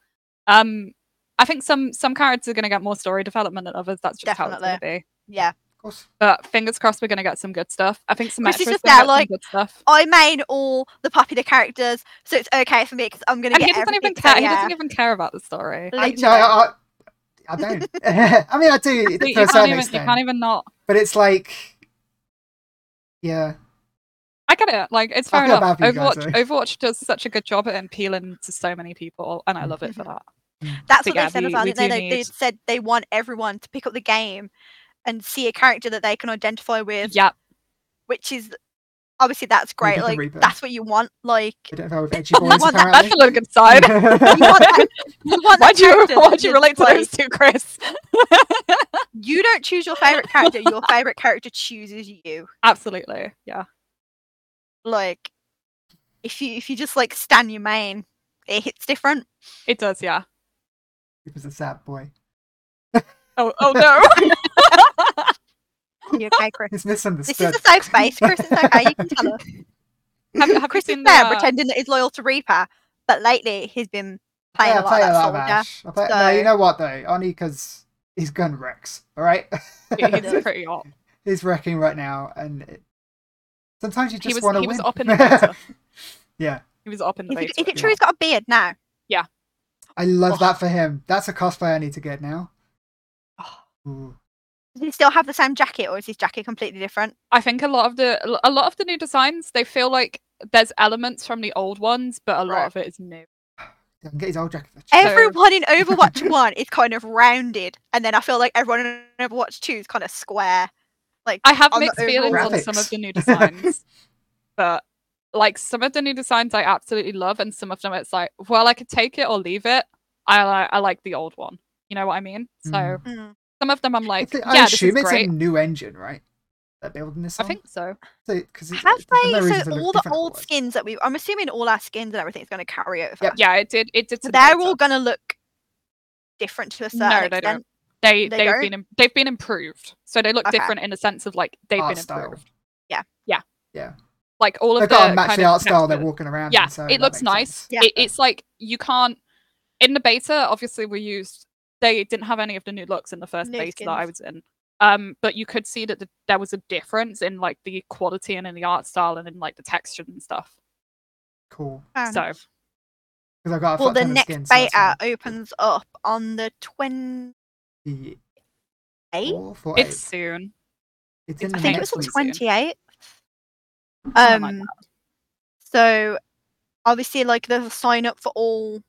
[SPEAKER 3] Um, I think some some characters are going to get more story development than others. That's just how it's
[SPEAKER 1] Definitely.
[SPEAKER 3] going to be.
[SPEAKER 1] yeah,
[SPEAKER 2] Of course.
[SPEAKER 3] But fingers crossed, we're going to get some good stuff. I think some
[SPEAKER 1] Chris is
[SPEAKER 3] extras
[SPEAKER 1] just
[SPEAKER 3] gonna
[SPEAKER 1] there,
[SPEAKER 3] get some
[SPEAKER 1] like,
[SPEAKER 3] good stuff.
[SPEAKER 1] I main all the popular characters, so it's okay for me because I'm gonna
[SPEAKER 3] And
[SPEAKER 1] get
[SPEAKER 3] he doesn't even
[SPEAKER 1] everything. So,
[SPEAKER 3] care. He
[SPEAKER 1] yeah.
[SPEAKER 3] doesn't even care about the story.
[SPEAKER 2] I, no,
[SPEAKER 1] Literally.
[SPEAKER 2] I, I don't. I mean, I do
[SPEAKER 3] You,
[SPEAKER 2] to
[SPEAKER 3] you
[SPEAKER 2] a
[SPEAKER 3] can't
[SPEAKER 2] certain
[SPEAKER 3] even. You
[SPEAKER 2] extent,
[SPEAKER 3] can't even not.
[SPEAKER 2] but it's like, yeah,
[SPEAKER 3] I get it. Like it's fair
[SPEAKER 2] feel bad
[SPEAKER 3] enough.
[SPEAKER 2] for you guys,
[SPEAKER 3] Overwatch,
[SPEAKER 2] though.
[SPEAKER 3] Overwatch does such a good job at appealing to so many people, and I love
[SPEAKER 1] Mm-hmm.
[SPEAKER 3] it for that.
[SPEAKER 1] That's
[SPEAKER 3] So,
[SPEAKER 1] what
[SPEAKER 3] yeah,
[SPEAKER 1] they said
[SPEAKER 3] we-
[SPEAKER 1] about
[SPEAKER 3] we
[SPEAKER 1] it. They,
[SPEAKER 3] do
[SPEAKER 1] they, they
[SPEAKER 3] need-
[SPEAKER 1] said they want everyone to pick up the game and see a character that they can identify with,
[SPEAKER 3] Yeah,
[SPEAKER 1] which is obviously that's great.
[SPEAKER 2] the
[SPEAKER 1] Like
[SPEAKER 2] Reaper.
[SPEAKER 1] that's what you want. Like
[SPEAKER 2] I don't know if edgy
[SPEAKER 1] You
[SPEAKER 2] boys
[SPEAKER 1] want that-
[SPEAKER 2] apparently.
[SPEAKER 3] that's a little good side.
[SPEAKER 1] you want that, you want
[SPEAKER 3] Why
[SPEAKER 1] that
[SPEAKER 3] do you
[SPEAKER 1] character
[SPEAKER 3] why
[SPEAKER 1] that
[SPEAKER 3] do you
[SPEAKER 1] you're
[SPEAKER 3] relate to
[SPEAKER 1] like-
[SPEAKER 3] those two, Chris?
[SPEAKER 1] You don't choose your favorite character. Your favorite character chooses you.
[SPEAKER 3] Absolutely. Yeah.
[SPEAKER 1] Like if you if you just like stan your main, it hits different.
[SPEAKER 3] It does, yeah.
[SPEAKER 2] It was a sad boy.
[SPEAKER 3] Oh oh no.
[SPEAKER 1] You okay, Chris?
[SPEAKER 2] It's
[SPEAKER 1] This
[SPEAKER 2] misunderstood.
[SPEAKER 1] is a safe space, Chris. It's okay. You can tell us.
[SPEAKER 3] have, have you
[SPEAKER 1] Chris
[SPEAKER 3] seen
[SPEAKER 1] is
[SPEAKER 3] the,
[SPEAKER 1] there
[SPEAKER 3] uh,
[SPEAKER 1] pretending that he's loyal to Reaper, but lately he's been playing
[SPEAKER 2] Yeah,
[SPEAKER 1] a lot of that soldier.
[SPEAKER 2] Ash. I play- No, you
[SPEAKER 1] so-
[SPEAKER 2] know what though? Onika's he's gun wrecks. All right,
[SPEAKER 3] yeah, he's pretty hot.
[SPEAKER 2] he's wrecking right now, and it... sometimes you
[SPEAKER 3] He
[SPEAKER 2] just
[SPEAKER 3] was
[SPEAKER 2] want to
[SPEAKER 3] he
[SPEAKER 2] win.
[SPEAKER 3] was up in the beta.
[SPEAKER 2] yeah,
[SPEAKER 3] He was up in the
[SPEAKER 1] Is it,
[SPEAKER 3] beta.
[SPEAKER 1] is it
[SPEAKER 2] you
[SPEAKER 1] true he's got a beard now?
[SPEAKER 2] I love
[SPEAKER 1] Oh.
[SPEAKER 2] that for him. That's a cosplay I need to get now.
[SPEAKER 3] Oh.
[SPEAKER 2] Ooh.
[SPEAKER 1] Does he still have the same jacket, or is his jacket completely different?
[SPEAKER 3] I think a lot of the a lot of the new designs, they feel like there's elements from the old ones, but a lot
[SPEAKER 1] Right.
[SPEAKER 3] of it is new.
[SPEAKER 2] I can get his old jacket. For cheap.
[SPEAKER 1] Everyone in Overwatch One is kind of rounded, and then I feel like everyone in Overwatch Two is kind of square.
[SPEAKER 3] I have
[SPEAKER 1] on the
[SPEAKER 3] mixed feelings
[SPEAKER 1] overall-
[SPEAKER 3] on some of
[SPEAKER 2] Graphics.
[SPEAKER 3] the new designs, but like some of the new designs I absolutely love, and some of them it's like, well, I could take it or leave it. I like I like the old one. You know what I mean? So
[SPEAKER 2] Mm.
[SPEAKER 3] some of them I'm like,
[SPEAKER 2] It's- I
[SPEAKER 3] yeah, this is
[SPEAKER 2] assume it's
[SPEAKER 3] great.
[SPEAKER 2] a new engine, right? They're building this.
[SPEAKER 3] I
[SPEAKER 2] on?
[SPEAKER 3] think so.
[SPEAKER 2] because
[SPEAKER 1] Have they? so all the old skins that we, I'm assuming all our skins and everything is going to carry over.
[SPEAKER 2] Yep.
[SPEAKER 3] Yeah, it did. It did.
[SPEAKER 1] So
[SPEAKER 3] To the
[SPEAKER 1] they're
[SPEAKER 3] beta.
[SPEAKER 1] all going to look different to a certain
[SPEAKER 3] No, they
[SPEAKER 1] extent.
[SPEAKER 3] don't.
[SPEAKER 1] they
[SPEAKER 3] They, they have
[SPEAKER 1] don't?
[SPEAKER 3] been im- they've been improved. So they look
[SPEAKER 1] Okay.
[SPEAKER 3] different in the sense of like they've
[SPEAKER 2] art
[SPEAKER 3] been
[SPEAKER 2] style.
[SPEAKER 3] improved.
[SPEAKER 1] Yeah.
[SPEAKER 3] Yeah.
[SPEAKER 2] Yeah.
[SPEAKER 3] Like all
[SPEAKER 2] They've
[SPEAKER 3] of
[SPEAKER 2] got
[SPEAKER 3] the
[SPEAKER 2] to match
[SPEAKER 3] kind
[SPEAKER 2] the
[SPEAKER 3] of
[SPEAKER 2] art style they're
[SPEAKER 3] textures.
[SPEAKER 2] walking around.
[SPEAKER 3] yeah
[SPEAKER 2] in, so
[SPEAKER 3] it
[SPEAKER 2] that
[SPEAKER 3] looks
[SPEAKER 2] makes
[SPEAKER 3] nice
[SPEAKER 2] sense.
[SPEAKER 1] Yeah.
[SPEAKER 3] it, it's like you can't in the beta obviously we used they didn't have any of the new looks in the first
[SPEAKER 1] New
[SPEAKER 3] beta that i
[SPEAKER 1] skins.
[SPEAKER 3] was in um but you could see that the, there was a difference in like the quality and in the art style and in like the texture and stuff
[SPEAKER 2] Cool.
[SPEAKER 1] Fair
[SPEAKER 3] so
[SPEAKER 1] enough.
[SPEAKER 2] Because I've got a
[SPEAKER 1] well,
[SPEAKER 2] fuck
[SPEAKER 1] the
[SPEAKER 2] ton of
[SPEAKER 1] next
[SPEAKER 2] skins, so that's
[SPEAKER 1] beta
[SPEAKER 2] fine.
[SPEAKER 1] opens up on the 28th.
[SPEAKER 2] The fourth or
[SPEAKER 3] it's
[SPEAKER 2] eighth?
[SPEAKER 3] soon
[SPEAKER 2] It's in
[SPEAKER 3] it's-
[SPEAKER 2] the
[SPEAKER 1] I think it was
[SPEAKER 2] next
[SPEAKER 1] the
[SPEAKER 3] week.
[SPEAKER 2] week.
[SPEAKER 1] 28th.
[SPEAKER 3] Something like
[SPEAKER 1] Um, so obviously, like there's a sign up for all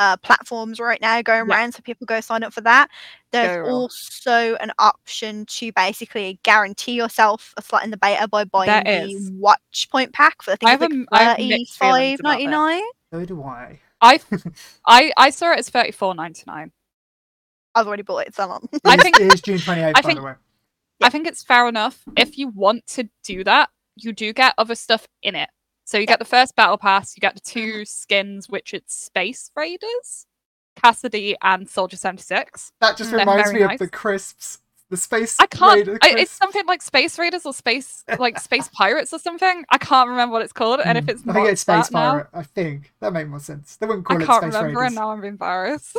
[SPEAKER 1] uh, platforms right now going
[SPEAKER 3] Yeah.
[SPEAKER 1] around, so people go sign up for that. There's
[SPEAKER 3] Go.
[SPEAKER 1] also an option to basically guarantee yourself a slot in the beta by buying
[SPEAKER 3] There is.
[SPEAKER 1] the watch point pack for I
[SPEAKER 3] I
[SPEAKER 1] think
[SPEAKER 3] have a m-
[SPEAKER 1] it's
[SPEAKER 3] I
[SPEAKER 1] like
[SPEAKER 3] have mixed feelings
[SPEAKER 1] thirty-five
[SPEAKER 3] about this.
[SPEAKER 1] ninety-nine.
[SPEAKER 2] So do I.
[SPEAKER 3] I I I saw it as thirty four ninety nine.
[SPEAKER 1] I've already bought it. It's on.
[SPEAKER 3] I
[SPEAKER 2] It is-
[SPEAKER 3] think-
[SPEAKER 2] it is June twenty eighth,
[SPEAKER 3] I
[SPEAKER 2] by
[SPEAKER 3] think-
[SPEAKER 2] the way.
[SPEAKER 3] I think it's fair enough. If you want to do that, you do get other stuff in it. So you get the first battle pass, you get the
[SPEAKER 1] Mm-hmm.
[SPEAKER 3] two skins, which it's Space Raiders, Cassidy, and Soldier seventy six.
[SPEAKER 2] That just
[SPEAKER 1] They're
[SPEAKER 2] reminds
[SPEAKER 3] very
[SPEAKER 2] me of
[SPEAKER 3] nice.
[SPEAKER 2] the crisps, the space.
[SPEAKER 3] I can't.
[SPEAKER 2] Raider
[SPEAKER 3] I, it's
[SPEAKER 2] crisps.
[SPEAKER 3] something like Space Raiders or Space like Space Pirates or something. I can't remember what it's called. And if
[SPEAKER 2] Mm.
[SPEAKER 3] it's
[SPEAKER 2] I
[SPEAKER 3] not
[SPEAKER 2] think it's space
[SPEAKER 3] that now-
[SPEAKER 2] pirate. I think that made more sense. They wouldn't
[SPEAKER 3] I
[SPEAKER 2] call it
[SPEAKER 3] can't
[SPEAKER 2] space
[SPEAKER 3] remember,
[SPEAKER 2] raiders.
[SPEAKER 3] and now I'm embarrassed.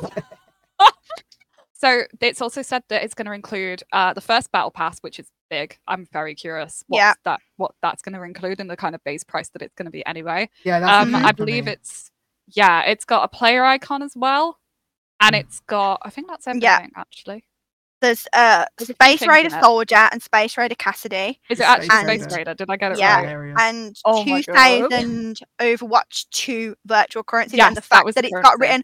[SPEAKER 3] so it's also said that it's going to include uh, the first battle pass, which is big. I'm very curious what
[SPEAKER 1] Yeah.
[SPEAKER 3] that what that's going to include and the kind of base price that it's going to be anyway.
[SPEAKER 2] Yeah, that's the
[SPEAKER 3] Um,
[SPEAKER 2] thing
[SPEAKER 3] I
[SPEAKER 2] for
[SPEAKER 3] believe
[SPEAKER 2] me.
[SPEAKER 3] it's yeah, it's got a player icon as well, and
[SPEAKER 2] Mm.
[SPEAKER 3] it's got I think that's everything
[SPEAKER 1] Yeah.
[SPEAKER 3] actually.
[SPEAKER 1] There's uh,
[SPEAKER 3] There's a few
[SPEAKER 1] Space
[SPEAKER 3] things
[SPEAKER 1] Raider
[SPEAKER 3] in it.
[SPEAKER 1] Soldier and Space Raider Cassidy,
[SPEAKER 3] Is
[SPEAKER 2] Space
[SPEAKER 3] it actually
[SPEAKER 1] Raider.
[SPEAKER 3] Space Raider? Did I get it
[SPEAKER 1] Yeah.
[SPEAKER 3] right?
[SPEAKER 2] Area.
[SPEAKER 1] and
[SPEAKER 3] Oh my God.
[SPEAKER 1] 2000 Overwatch 2 virtual currencies,
[SPEAKER 3] Yes,
[SPEAKER 1] and the
[SPEAKER 3] that
[SPEAKER 1] fact
[SPEAKER 3] was
[SPEAKER 1] that,
[SPEAKER 3] the
[SPEAKER 1] it's got written
[SPEAKER 3] currency.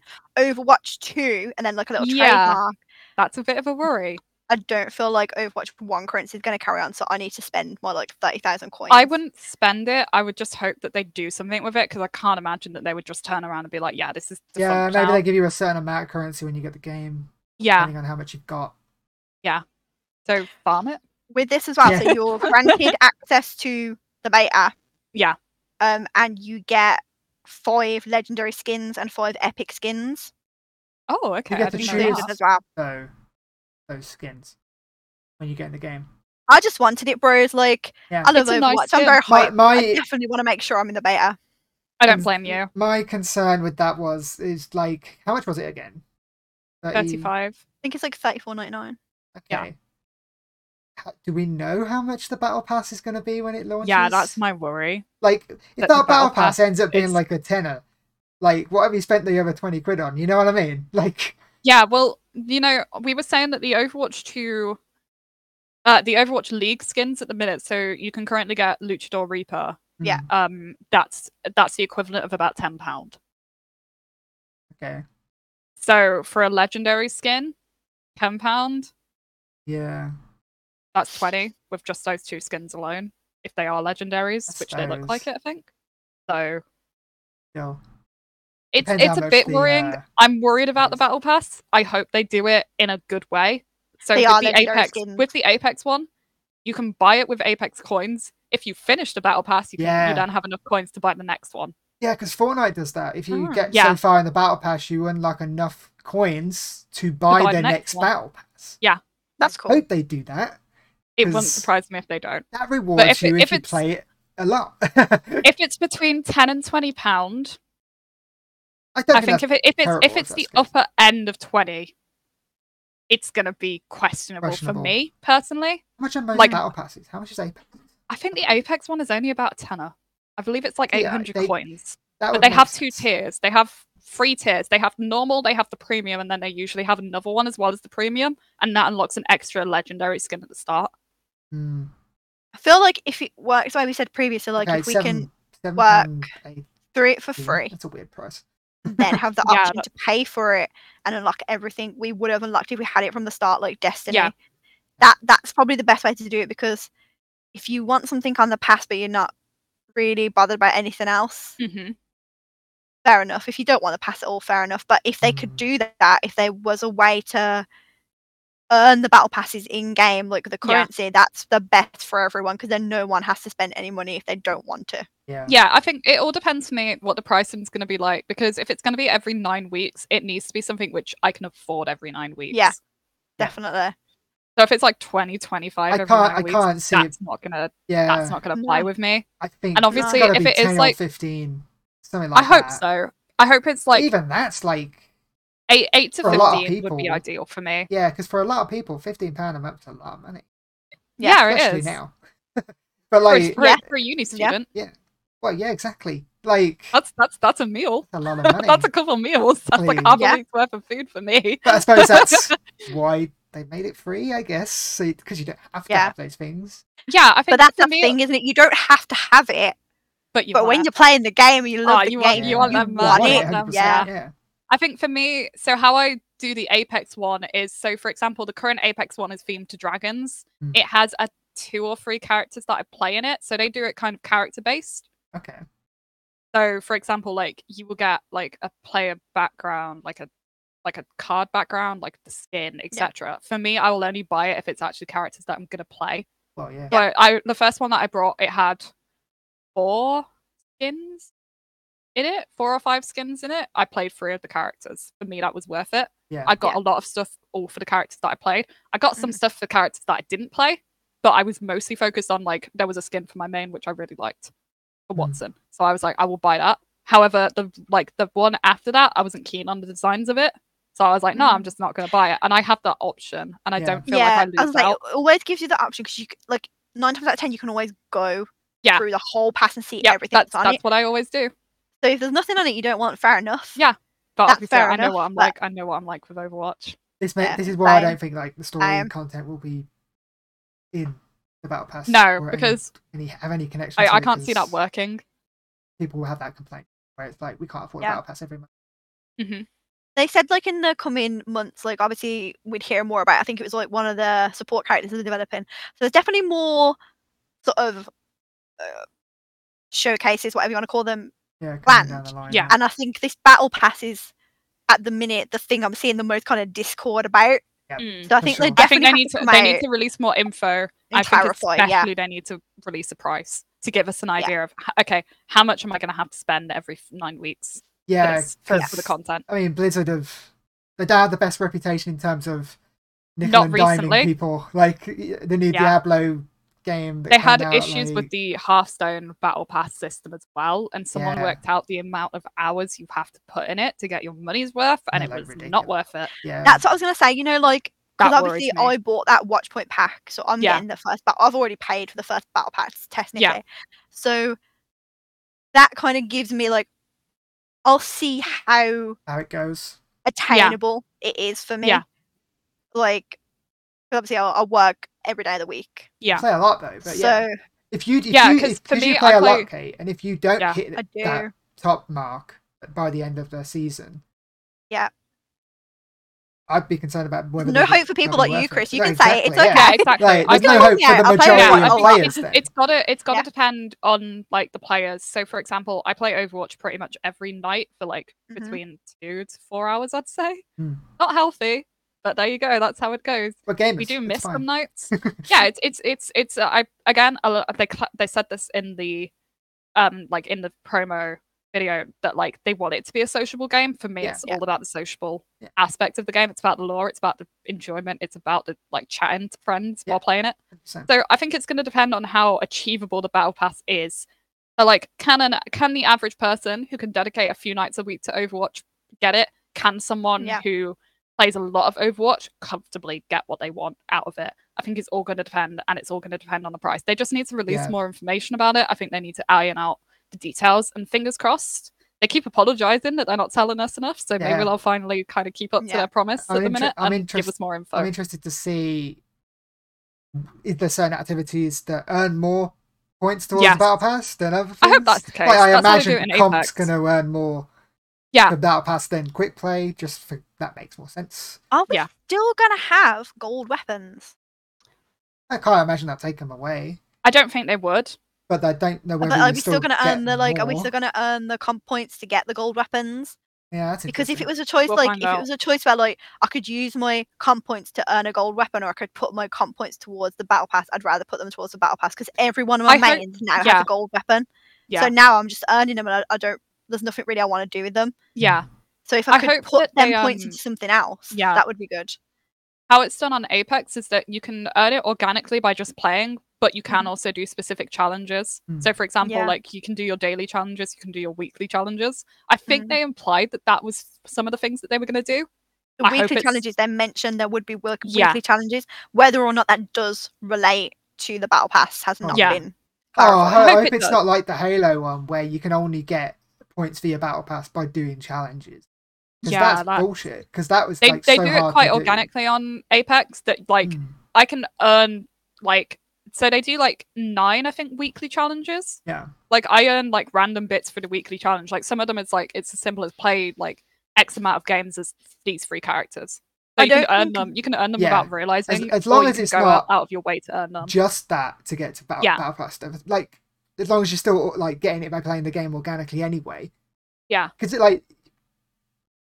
[SPEAKER 1] Overwatch 2 and then like a little
[SPEAKER 3] Yeah.
[SPEAKER 1] trademark.
[SPEAKER 3] That's a bit of a worry.
[SPEAKER 1] I don't feel like Overwatch 1 currency is going to carry on, so I need to spend more like 30,000 coins.
[SPEAKER 3] I wouldn't spend it. I would just hope that they do something with it because I can't imagine that they would just turn around and be like, "Yeah, this is
[SPEAKER 2] Yeah,
[SPEAKER 3] defunct
[SPEAKER 2] maybe
[SPEAKER 3] now."
[SPEAKER 2] they give you a certain amount of currency when you get the game,
[SPEAKER 3] yeah."
[SPEAKER 2] depending on how much you've got.
[SPEAKER 3] So farm it.
[SPEAKER 1] With this as well,
[SPEAKER 2] Yeah.
[SPEAKER 1] so you're granted access to the beta.
[SPEAKER 3] Yeah.
[SPEAKER 1] Um, and you get five legendary skins and five epic skins
[SPEAKER 3] Oh, okay.
[SPEAKER 2] get
[SPEAKER 3] I
[SPEAKER 2] to
[SPEAKER 3] didn't know
[SPEAKER 2] choose.
[SPEAKER 1] included
[SPEAKER 3] that.
[SPEAKER 1] as well.
[SPEAKER 2] So, those skins when you get in the game.
[SPEAKER 1] I just wanted it, bros. Like,
[SPEAKER 2] Yeah.
[SPEAKER 1] I love
[SPEAKER 3] It's a nice
[SPEAKER 1] Overwatch. I'm
[SPEAKER 3] skin.
[SPEAKER 1] very
[SPEAKER 2] My
[SPEAKER 1] hyped. I
[SPEAKER 2] my
[SPEAKER 1] definitely want to make sure I'm in the beta.
[SPEAKER 3] I don't
[SPEAKER 2] Mm.
[SPEAKER 3] blame you.
[SPEAKER 2] my concern with that was is like how much was it again? 30
[SPEAKER 3] Thirty-five.
[SPEAKER 1] I think it's like 34.99.
[SPEAKER 2] Okay.
[SPEAKER 3] yeah.
[SPEAKER 2] Ho- Do we know how much the battle pass is going to be when it launches?
[SPEAKER 3] Yeah, that's my worry.
[SPEAKER 2] like if
[SPEAKER 3] that
[SPEAKER 2] that,
[SPEAKER 3] the
[SPEAKER 2] battle,
[SPEAKER 3] battle
[SPEAKER 2] pass,
[SPEAKER 3] pass
[SPEAKER 2] ends up being
[SPEAKER 3] is-
[SPEAKER 2] like a tenner, like what have you spent the other twenty quid on? You know what I mean? Like
[SPEAKER 3] Yeah. Well, you know, we were saying that the Overwatch two, uh, the Overwatch League skins at the minute. So you can currently get Luchador Reaper.
[SPEAKER 1] Yeah.
[SPEAKER 2] hmm,
[SPEAKER 3] Um, that's that's the equivalent of about ten pound.
[SPEAKER 2] hmm, Okay.
[SPEAKER 3] So for a legendary skin, ten pound.
[SPEAKER 2] Yeah.
[SPEAKER 3] That's 20 with just those two skins alone, if they are legendaries,
[SPEAKER 2] I
[SPEAKER 3] which they look like
[SPEAKER 2] suppose.
[SPEAKER 3] it, I think. So
[SPEAKER 2] Still.
[SPEAKER 3] it's
[SPEAKER 2] Depends
[SPEAKER 3] it's
[SPEAKER 2] how
[SPEAKER 3] a
[SPEAKER 2] much
[SPEAKER 3] bit
[SPEAKER 2] the,
[SPEAKER 3] worrying.
[SPEAKER 2] uh,
[SPEAKER 3] I'm worried about the
[SPEAKER 2] is.
[SPEAKER 3] battle pass. I hope they do it in a good way. So
[SPEAKER 1] They
[SPEAKER 3] with
[SPEAKER 1] are
[SPEAKER 3] the
[SPEAKER 1] legendary
[SPEAKER 3] Apex
[SPEAKER 1] skins.
[SPEAKER 3] with the Apex one, you can buy it with Apex coins. If you finish the battle pass, you can
[SPEAKER 2] Yeah.
[SPEAKER 3] you don't have enough coins to buy the next one.
[SPEAKER 2] Yeah, because Fortnite does that. If you
[SPEAKER 1] Ah.
[SPEAKER 2] get
[SPEAKER 3] Yeah.
[SPEAKER 2] so far in the battle pass, you unlock enough coins to buy,
[SPEAKER 3] buy the
[SPEAKER 2] their
[SPEAKER 3] next
[SPEAKER 2] next,
[SPEAKER 3] one.
[SPEAKER 2] battle pass.
[SPEAKER 1] That's
[SPEAKER 2] I
[SPEAKER 1] cool.
[SPEAKER 2] Hope they do that.
[SPEAKER 3] It wouldn't
[SPEAKER 2] 'Cause-
[SPEAKER 3] surprise me if they don't.
[SPEAKER 2] That rewards
[SPEAKER 3] if it-
[SPEAKER 2] you
[SPEAKER 3] if
[SPEAKER 2] if, you
[SPEAKER 3] it's-
[SPEAKER 2] play it a lot.
[SPEAKER 3] If it's between ten and twenty pound,
[SPEAKER 2] I don't
[SPEAKER 3] I think
[SPEAKER 2] that's
[SPEAKER 3] if it if it's if
[SPEAKER 2] terrible,
[SPEAKER 3] it's the
[SPEAKER 2] that's good.
[SPEAKER 3] upper end of twenty, it's gonna be questionable,
[SPEAKER 2] Questionable.
[SPEAKER 3] for me personally.
[SPEAKER 2] how much are most
[SPEAKER 3] like-
[SPEAKER 2] battle passes? How much is Apex?
[SPEAKER 3] I think the Apex one is only about a tenner. I believe it's like
[SPEAKER 2] Yeah,
[SPEAKER 3] eight hundred
[SPEAKER 2] they-
[SPEAKER 3] coins.
[SPEAKER 2] That
[SPEAKER 3] But
[SPEAKER 2] would
[SPEAKER 3] they
[SPEAKER 2] make
[SPEAKER 3] have two
[SPEAKER 2] sense.
[SPEAKER 3] tiers. They have three tiers. They have normal, they have the premium, and then they usually have another one as well as the premium, and that unlocks an extra legendary skin at the start.
[SPEAKER 2] Mm.
[SPEAKER 1] I feel like if it works, like we said previously, like
[SPEAKER 2] Okay,
[SPEAKER 1] if we can
[SPEAKER 2] seven- seven
[SPEAKER 1] work
[SPEAKER 2] pound eighty.
[SPEAKER 1] do it for free,
[SPEAKER 2] That's a weird price.
[SPEAKER 1] then have the
[SPEAKER 3] Yeah,
[SPEAKER 1] option
[SPEAKER 3] that-
[SPEAKER 1] to pay for it and unlock everything, we would have unlocked if we had it from the start, like Destiny.
[SPEAKER 3] Yeah.
[SPEAKER 1] That that's probably the best way to do it because if you want something on the pass but you're not really bothered by anything else,
[SPEAKER 3] Mm-hmm.
[SPEAKER 1] fair enough. If you don't want the pass at all, fair enough. But if they could
[SPEAKER 2] Mm.
[SPEAKER 1] do that, if there was a way to earn the battle passes in game, like the
[SPEAKER 3] Yeah.
[SPEAKER 1] currency, that's the best for everyone because then no one has to spend any money if they don't want to.
[SPEAKER 2] Yeah.
[SPEAKER 3] Yeah, I think it all depends for me what the pricing's going to be like because if it's going to be every nine weeks, it needs to be something which I can afford every nine weeks.
[SPEAKER 2] Yeah.
[SPEAKER 1] Definitely.
[SPEAKER 3] So if it's like 20, 25
[SPEAKER 2] I
[SPEAKER 3] every
[SPEAKER 2] can't.
[SPEAKER 3] nine
[SPEAKER 2] I
[SPEAKER 3] weeks,
[SPEAKER 2] can't see. it.
[SPEAKER 3] that's not gonna
[SPEAKER 2] Yeah.
[SPEAKER 3] that's not gonna fly
[SPEAKER 1] No.
[SPEAKER 3] with me.
[SPEAKER 2] I think.
[SPEAKER 3] and obviously
[SPEAKER 2] it's gotta
[SPEAKER 3] if
[SPEAKER 2] be
[SPEAKER 3] it is
[SPEAKER 2] 10 or
[SPEAKER 3] like-
[SPEAKER 2] fifteen, something
[SPEAKER 3] I
[SPEAKER 2] like
[SPEAKER 3] hope
[SPEAKER 2] that.
[SPEAKER 3] so. I hope it's
[SPEAKER 2] But
[SPEAKER 3] like
[SPEAKER 2] even that's like
[SPEAKER 3] eight eight to
[SPEAKER 2] for a lot of
[SPEAKER 3] fifteen would be
[SPEAKER 2] people-
[SPEAKER 3] ideal for me.
[SPEAKER 2] yeah, because for a lot of people, fifteen pound a month's a lot of money,
[SPEAKER 3] Yeah, it
[SPEAKER 2] especially
[SPEAKER 3] is.
[SPEAKER 2] now. but
[SPEAKER 3] For, a-
[SPEAKER 2] like,
[SPEAKER 3] for a-
[SPEAKER 1] Yeah.
[SPEAKER 3] for a uni student,
[SPEAKER 2] well, yeah, exactly. Like
[SPEAKER 3] that's that's that's a meal.
[SPEAKER 2] a lot of money.
[SPEAKER 3] that's a couple meals. That's like
[SPEAKER 2] Exactly.
[SPEAKER 3] half
[SPEAKER 1] Yeah.
[SPEAKER 3] a week's worth of food for me.
[SPEAKER 2] But I suppose that's why they made it free, I guess, because you don't have to
[SPEAKER 1] Yeah.
[SPEAKER 2] have those things.
[SPEAKER 3] Yeah, I think
[SPEAKER 1] But that's
[SPEAKER 3] for
[SPEAKER 1] the
[SPEAKER 3] me,
[SPEAKER 1] thing, isn't it? You don't have to have it,
[SPEAKER 3] But you
[SPEAKER 1] but when
[SPEAKER 3] want
[SPEAKER 1] you're playing the game and you love
[SPEAKER 3] Oh,
[SPEAKER 1] the
[SPEAKER 3] you want-
[SPEAKER 1] game,
[SPEAKER 2] you want
[SPEAKER 1] you
[SPEAKER 2] them,
[SPEAKER 3] uh,
[SPEAKER 1] want
[SPEAKER 3] you
[SPEAKER 1] it.
[SPEAKER 3] want them,
[SPEAKER 2] 100%,
[SPEAKER 1] yeah.
[SPEAKER 2] yeah.
[SPEAKER 3] I think for me, so how I do the Apex one is so, for example, the current Apex one is themed to dragons.
[SPEAKER 2] Mm.
[SPEAKER 3] It has a two or three characters that I play in it, so they do it kind of character based.
[SPEAKER 2] Okay.
[SPEAKER 3] So, for example, like you will get like a player background, like a like a card background, like the skin, etc. For me, I will only buy it if it's actually characters that I'm gonna play.
[SPEAKER 2] Well, yeah.
[SPEAKER 3] So I the first one that I brought, it had four skins in it, four or five skins in it. I played three of the characters. For me, that was worth it.
[SPEAKER 2] Yeah.
[SPEAKER 3] I got a lot of stuff all for the characters that I played. I got
[SPEAKER 1] Mm.
[SPEAKER 3] some stuff for characters that I didn't play, but I was mostly focused on like there was a skin for my main which I really liked for
[SPEAKER 1] Mm.
[SPEAKER 2] Mhm.
[SPEAKER 3] Watson. So I was like, I will buy that. However, the like the one after that, I wasn't keen on the designs of it. So I was like, no, I'm
[SPEAKER 1] Mm.
[SPEAKER 3] just not going to buy it. And I have that option, and I
[SPEAKER 2] Yeah.
[SPEAKER 3] don't feel
[SPEAKER 1] yeah,
[SPEAKER 3] like I
[SPEAKER 1] I
[SPEAKER 3] lose
[SPEAKER 1] was like,
[SPEAKER 3] out.
[SPEAKER 1] it always gives you the option because you c- like nine times out of ten you can always go
[SPEAKER 3] Yeah.
[SPEAKER 1] through the whole pass and see
[SPEAKER 3] Yeah,
[SPEAKER 1] everything
[SPEAKER 3] that's,
[SPEAKER 1] that's on
[SPEAKER 3] that's
[SPEAKER 1] it.
[SPEAKER 3] what I always do.
[SPEAKER 1] So if there's nothing on it you don't want, fair enough.
[SPEAKER 3] Yeah, But
[SPEAKER 1] That's
[SPEAKER 3] obviously,
[SPEAKER 1] fair
[SPEAKER 3] I know
[SPEAKER 1] enough,
[SPEAKER 3] what I'm
[SPEAKER 1] but-
[SPEAKER 3] like. I know what I'm like with Overwatch.
[SPEAKER 2] This, ma-
[SPEAKER 1] yeah,
[SPEAKER 2] this is why I
[SPEAKER 1] I'm-
[SPEAKER 2] don't think like the story
[SPEAKER 1] I'm-
[SPEAKER 2] and content will be in the battle pass.
[SPEAKER 3] No,
[SPEAKER 2] or any-
[SPEAKER 3] because
[SPEAKER 2] any, have any connection.
[SPEAKER 3] I,
[SPEAKER 2] to
[SPEAKER 3] I
[SPEAKER 2] it,
[SPEAKER 3] can't see that
[SPEAKER 2] 'cause
[SPEAKER 3] working.
[SPEAKER 2] People will have that complaint where it's like we can't afford
[SPEAKER 1] Yeah.
[SPEAKER 2] a battle pass every month.
[SPEAKER 1] They said like in the coming months, like obviously we'd hear more about. it. I think it was like one of the support characters they're developing. So there's definitely more sort of uh, showcases, whatever you want to call them.
[SPEAKER 2] Yeah, coming down
[SPEAKER 1] Planned.
[SPEAKER 2] the line.
[SPEAKER 3] Yeah.
[SPEAKER 1] And I think this battle pass is at the minute the thing I'm seeing the most kind of discord about. So I
[SPEAKER 2] For
[SPEAKER 1] think
[SPEAKER 2] sure.
[SPEAKER 1] they
[SPEAKER 3] Mm, I think
[SPEAKER 1] definitely
[SPEAKER 3] they
[SPEAKER 1] have
[SPEAKER 3] need
[SPEAKER 1] to
[SPEAKER 3] to,
[SPEAKER 1] come
[SPEAKER 3] they need
[SPEAKER 1] out
[SPEAKER 3] to release more info. I
[SPEAKER 1] and
[SPEAKER 3] think
[SPEAKER 1] clarify.
[SPEAKER 3] especially
[SPEAKER 1] Yeah,
[SPEAKER 3] they need to release a price to give us an idea of h- okay, how much am I going to have to spend every f- nine weeks for
[SPEAKER 2] Yeah,
[SPEAKER 3] this- for, for the
[SPEAKER 2] 'cause,
[SPEAKER 3] content?
[SPEAKER 2] I mean, Blizzard have they don't have the best reputation in terms of nickel
[SPEAKER 3] Not
[SPEAKER 2] and
[SPEAKER 3] recently.
[SPEAKER 2] diming people. Like y- the new
[SPEAKER 3] Yeah.
[SPEAKER 2] Diablo game. That
[SPEAKER 3] They
[SPEAKER 2] came
[SPEAKER 3] had
[SPEAKER 2] out,
[SPEAKER 3] issues
[SPEAKER 2] like,
[SPEAKER 3] with the Hearthstone Battle Pass system as well, and someone
[SPEAKER 2] Yeah.
[SPEAKER 3] worked out the amount of hours you have to put in it to get your money's worth, and
[SPEAKER 2] Yeah,
[SPEAKER 3] it
[SPEAKER 2] like,
[SPEAKER 3] was not
[SPEAKER 2] ridiculous.
[SPEAKER 3] worth it.
[SPEAKER 2] yeah.
[SPEAKER 1] that's what I was gonna say. You know, like
[SPEAKER 3] That
[SPEAKER 1] Because
[SPEAKER 3] worries
[SPEAKER 1] obviously
[SPEAKER 3] me.
[SPEAKER 1] I bought that Watchpoint pack, so I'm
[SPEAKER 3] Yeah.
[SPEAKER 1] getting the first. But I've already paid for the first battle pass technically, so that kind of gives me like, I'll see how
[SPEAKER 2] how it goes.
[SPEAKER 1] attainable it is for me.
[SPEAKER 3] Yeah.
[SPEAKER 1] Like, 'cause obviously I'll, I'll work every day of the week,
[SPEAKER 3] Yeah.
[SPEAKER 2] Play a lot though, but yeah.
[SPEAKER 1] so
[SPEAKER 2] If you if
[SPEAKER 3] Yeah,
[SPEAKER 2] you
[SPEAKER 3] 'cause
[SPEAKER 2] if,
[SPEAKER 3] for
[SPEAKER 2] if you
[SPEAKER 3] me,
[SPEAKER 2] play
[SPEAKER 3] I
[SPEAKER 2] a lot,
[SPEAKER 3] play-
[SPEAKER 2] Kate, and if you don't
[SPEAKER 3] Yeah,
[SPEAKER 2] hit
[SPEAKER 1] I do.
[SPEAKER 2] that top mark by the end of the season,
[SPEAKER 1] Yeah.
[SPEAKER 2] I'd be concerned about whether
[SPEAKER 1] No
[SPEAKER 2] they would-
[SPEAKER 1] hope for people
[SPEAKER 2] they'll be
[SPEAKER 1] like you,
[SPEAKER 2] worth it.
[SPEAKER 1] Chris. You
[SPEAKER 2] No,
[SPEAKER 1] can say it, it's
[SPEAKER 2] exactly,
[SPEAKER 1] okay.
[SPEAKER 2] yeah.
[SPEAKER 3] Yeah, exactly.
[SPEAKER 2] Like,
[SPEAKER 3] I
[SPEAKER 2] there's no
[SPEAKER 1] don't
[SPEAKER 2] hope
[SPEAKER 1] care,
[SPEAKER 2] for the
[SPEAKER 1] I'll tell you
[SPEAKER 2] majority
[SPEAKER 1] what,
[SPEAKER 2] of
[SPEAKER 1] I'll
[SPEAKER 3] think
[SPEAKER 2] players.
[SPEAKER 3] it's,
[SPEAKER 2] Then
[SPEAKER 3] it's gotta it's gotta
[SPEAKER 1] Yeah.
[SPEAKER 3] depend on like the players. So for example, I play Overwatch pretty much every night for like
[SPEAKER 1] Mhm.
[SPEAKER 3] between two to four hours, I'd say.
[SPEAKER 2] Hmm.
[SPEAKER 3] Not healthy, but there you go. That's how it goes.
[SPEAKER 2] We're gamers.
[SPEAKER 3] We do
[SPEAKER 2] it's
[SPEAKER 3] miss
[SPEAKER 2] fine.
[SPEAKER 3] some nights. yeah, it's it's it's it's. Uh, I again, a lo- they cla they said this in the, um, like in the promo video that like they want it to be a sociable game. For me,
[SPEAKER 2] Yeah.
[SPEAKER 3] it's
[SPEAKER 1] Yeah.
[SPEAKER 3] all about the sociable
[SPEAKER 2] Yeah.
[SPEAKER 3] aspect of the game. It's about the lore. It's about the enjoyment. It's about the like chatting to friends
[SPEAKER 2] Yeah.
[SPEAKER 3] while playing it.
[SPEAKER 2] 100%.
[SPEAKER 3] So I think it's going to depend on how achievable the battle pass is. So like, can an, can the average person who can dedicate a few nights a week to Overwatch get it? Can someone
[SPEAKER 1] Yeah.
[SPEAKER 3] who plays a lot of Overwatch comfortably get what they want out of it? I think it's all going to depend, and it's all going to depend on the price. They just need to release
[SPEAKER 2] Yeah.
[SPEAKER 3] more information about it. I think they need to iron out the details, and fingers crossed. They keep apologizing that they're not telling us enough, so
[SPEAKER 2] Yeah.
[SPEAKER 3] maybe they'll finally kind of keep up to
[SPEAKER 1] Yeah.
[SPEAKER 3] their promise
[SPEAKER 2] I'm
[SPEAKER 3] at the
[SPEAKER 2] inter-
[SPEAKER 3] minute
[SPEAKER 2] I'm
[SPEAKER 3] and give
[SPEAKER 2] interest-
[SPEAKER 3] us more info.
[SPEAKER 2] I'm interested to see if there's certain activities that earn more points towards
[SPEAKER 3] Yes.
[SPEAKER 2] the battle pass than other things.
[SPEAKER 3] I hope that's the case.
[SPEAKER 2] Like, I
[SPEAKER 3] That's how they do it
[SPEAKER 2] imagine
[SPEAKER 3] in
[SPEAKER 2] comp's
[SPEAKER 3] Apex.
[SPEAKER 2] going to earn more
[SPEAKER 3] yeah,
[SPEAKER 2] for battle pass than quick play. Just for that makes more sense.
[SPEAKER 1] are we
[SPEAKER 3] Yeah.
[SPEAKER 1] still gonna have gold weapons?
[SPEAKER 2] I can't imagine that take them away,
[SPEAKER 3] I don't think they would.
[SPEAKER 2] but I don't know whether
[SPEAKER 1] But
[SPEAKER 2] you
[SPEAKER 1] are we still gonna
[SPEAKER 2] get
[SPEAKER 1] earn the like? Are we
[SPEAKER 2] more.
[SPEAKER 1] still gonna earn the comp points to get the gold weapons?
[SPEAKER 2] Yeah, that's
[SPEAKER 1] because if it was
[SPEAKER 2] interesting.
[SPEAKER 1] a choice
[SPEAKER 3] We'll
[SPEAKER 1] like
[SPEAKER 3] find
[SPEAKER 1] if
[SPEAKER 3] out.
[SPEAKER 1] it was a choice where like i could use my comp points to earn a gold weapon or i could put my comp points towards the battle pass i'd rather put them towards the battle pass because every one of my
[SPEAKER 3] I hope-
[SPEAKER 1] mains now has
[SPEAKER 3] yeah.
[SPEAKER 1] a gold weapon
[SPEAKER 3] Yeah.
[SPEAKER 1] so now i'm just earning them and I, I don't there's nothing really i want to do with them
[SPEAKER 3] Yeah.
[SPEAKER 1] so if
[SPEAKER 3] I
[SPEAKER 1] i could
[SPEAKER 3] hope
[SPEAKER 1] put
[SPEAKER 3] that they,
[SPEAKER 1] them points
[SPEAKER 3] um,
[SPEAKER 1] into something else
[SPEAKER 3] yeah.
[SPEAKER 1] that would be good
[SPEAKER 3] how it's done on Apex is that you can earn it organically by just playing, but you can
[SPEAKER 2] Hmm.
[SPEAKER 1] Mhm.
[SPEAKER 3] also do specific challenges.
[SPEAKER 2] Mm.
[SPEAKER 3] So, for example,
[SPEAKER 1] Yeah.
[SPEAKER 3] like you can do your daily challenges, you can do your weekly challenges. I think they implied that that was some of the things that they were going to do.
[SPEAKER 1] the
[SPEAKER 3] I hope
[SPEAKER 1] weekly
[SPEAKER 3] it's-
[SPEAKER 1] challenges they mentioned there would be work-
[SPEAKER 3] Yeah.
[SPEAKER 1] weekly challenges whether or not that does relate to the battle pass has not
[SPEAKER 3] Yeah.
[SPEAKER 1] been
[SPEAKER 2] Oh, I
[SPEAKER 1] clarified.
[SPEAKER 2] hope,
[SPEAKER 3] I hope it
[SPEAKER 2] it's
[SPEAKER 3] does.
[SPEAKER 2] not like the Halo one where you can only get points for your battle pass by doing challenges. Because
[SPEAKER 3] Yeah,
[SPEAKER 2] that's
[SPEAKER 3] that-
[SPEAKER 2] bullshit. Because that was
[SPEAKER 3] They
[SPEAKER 2] like
[SPEAKER 3] they
[SPEAKER 2] so
[SPEAKER 3] do
[SPEAKER 2] hard
[SPEAKER 3] it
[SPEAKER 2] to
[SPEAKER 3] quite
[SPEAKER 2] do.
[SPEAKER 3] organically on Apex. That like
[SPEAKER 2] Mm.
[SPEAKER 3] I can earn like so they do like nine I think weekly challenges.
[SPEAKER 2] Yeah.
[SPEAKER 3] Like I earn like random bits for the weekly challenge. Like some of them it's like it's as simple as play like X amount of games as these three characters.
[SPEAKER 1] I
[SPEAKER 3] But you can
[SPEAKER 1] don't
[SPEAKER 3] earn
[SPEAKER 1] think-
[SPEAKER 3] them. You can earn them
[SPEAKER 2] Yeah.
[SPEAKER 3] without realizing.
[SPEAKER 2] as
[SPEAKER 3] or
[SPEAKER 2] long
[SPEAKER 3] you
[SPEAKER 2] as
[SPEAKER 3] can
[SPEAKER 2] it's
[SPEAKER 3] go
[SPEAKER 2] not-
[SPEAKER 3] out, out of your way to earn them.
[SPEAKER 2] just that to get to Battle,
[SPEAKER 3] Yeah.
[SPEAKER 2] Battle Pass stuff. Like as long as you're still like getting it by playing the game organically anyway.
[SPEAKER 3] Yeah.
[SPEAKER 2] Because it like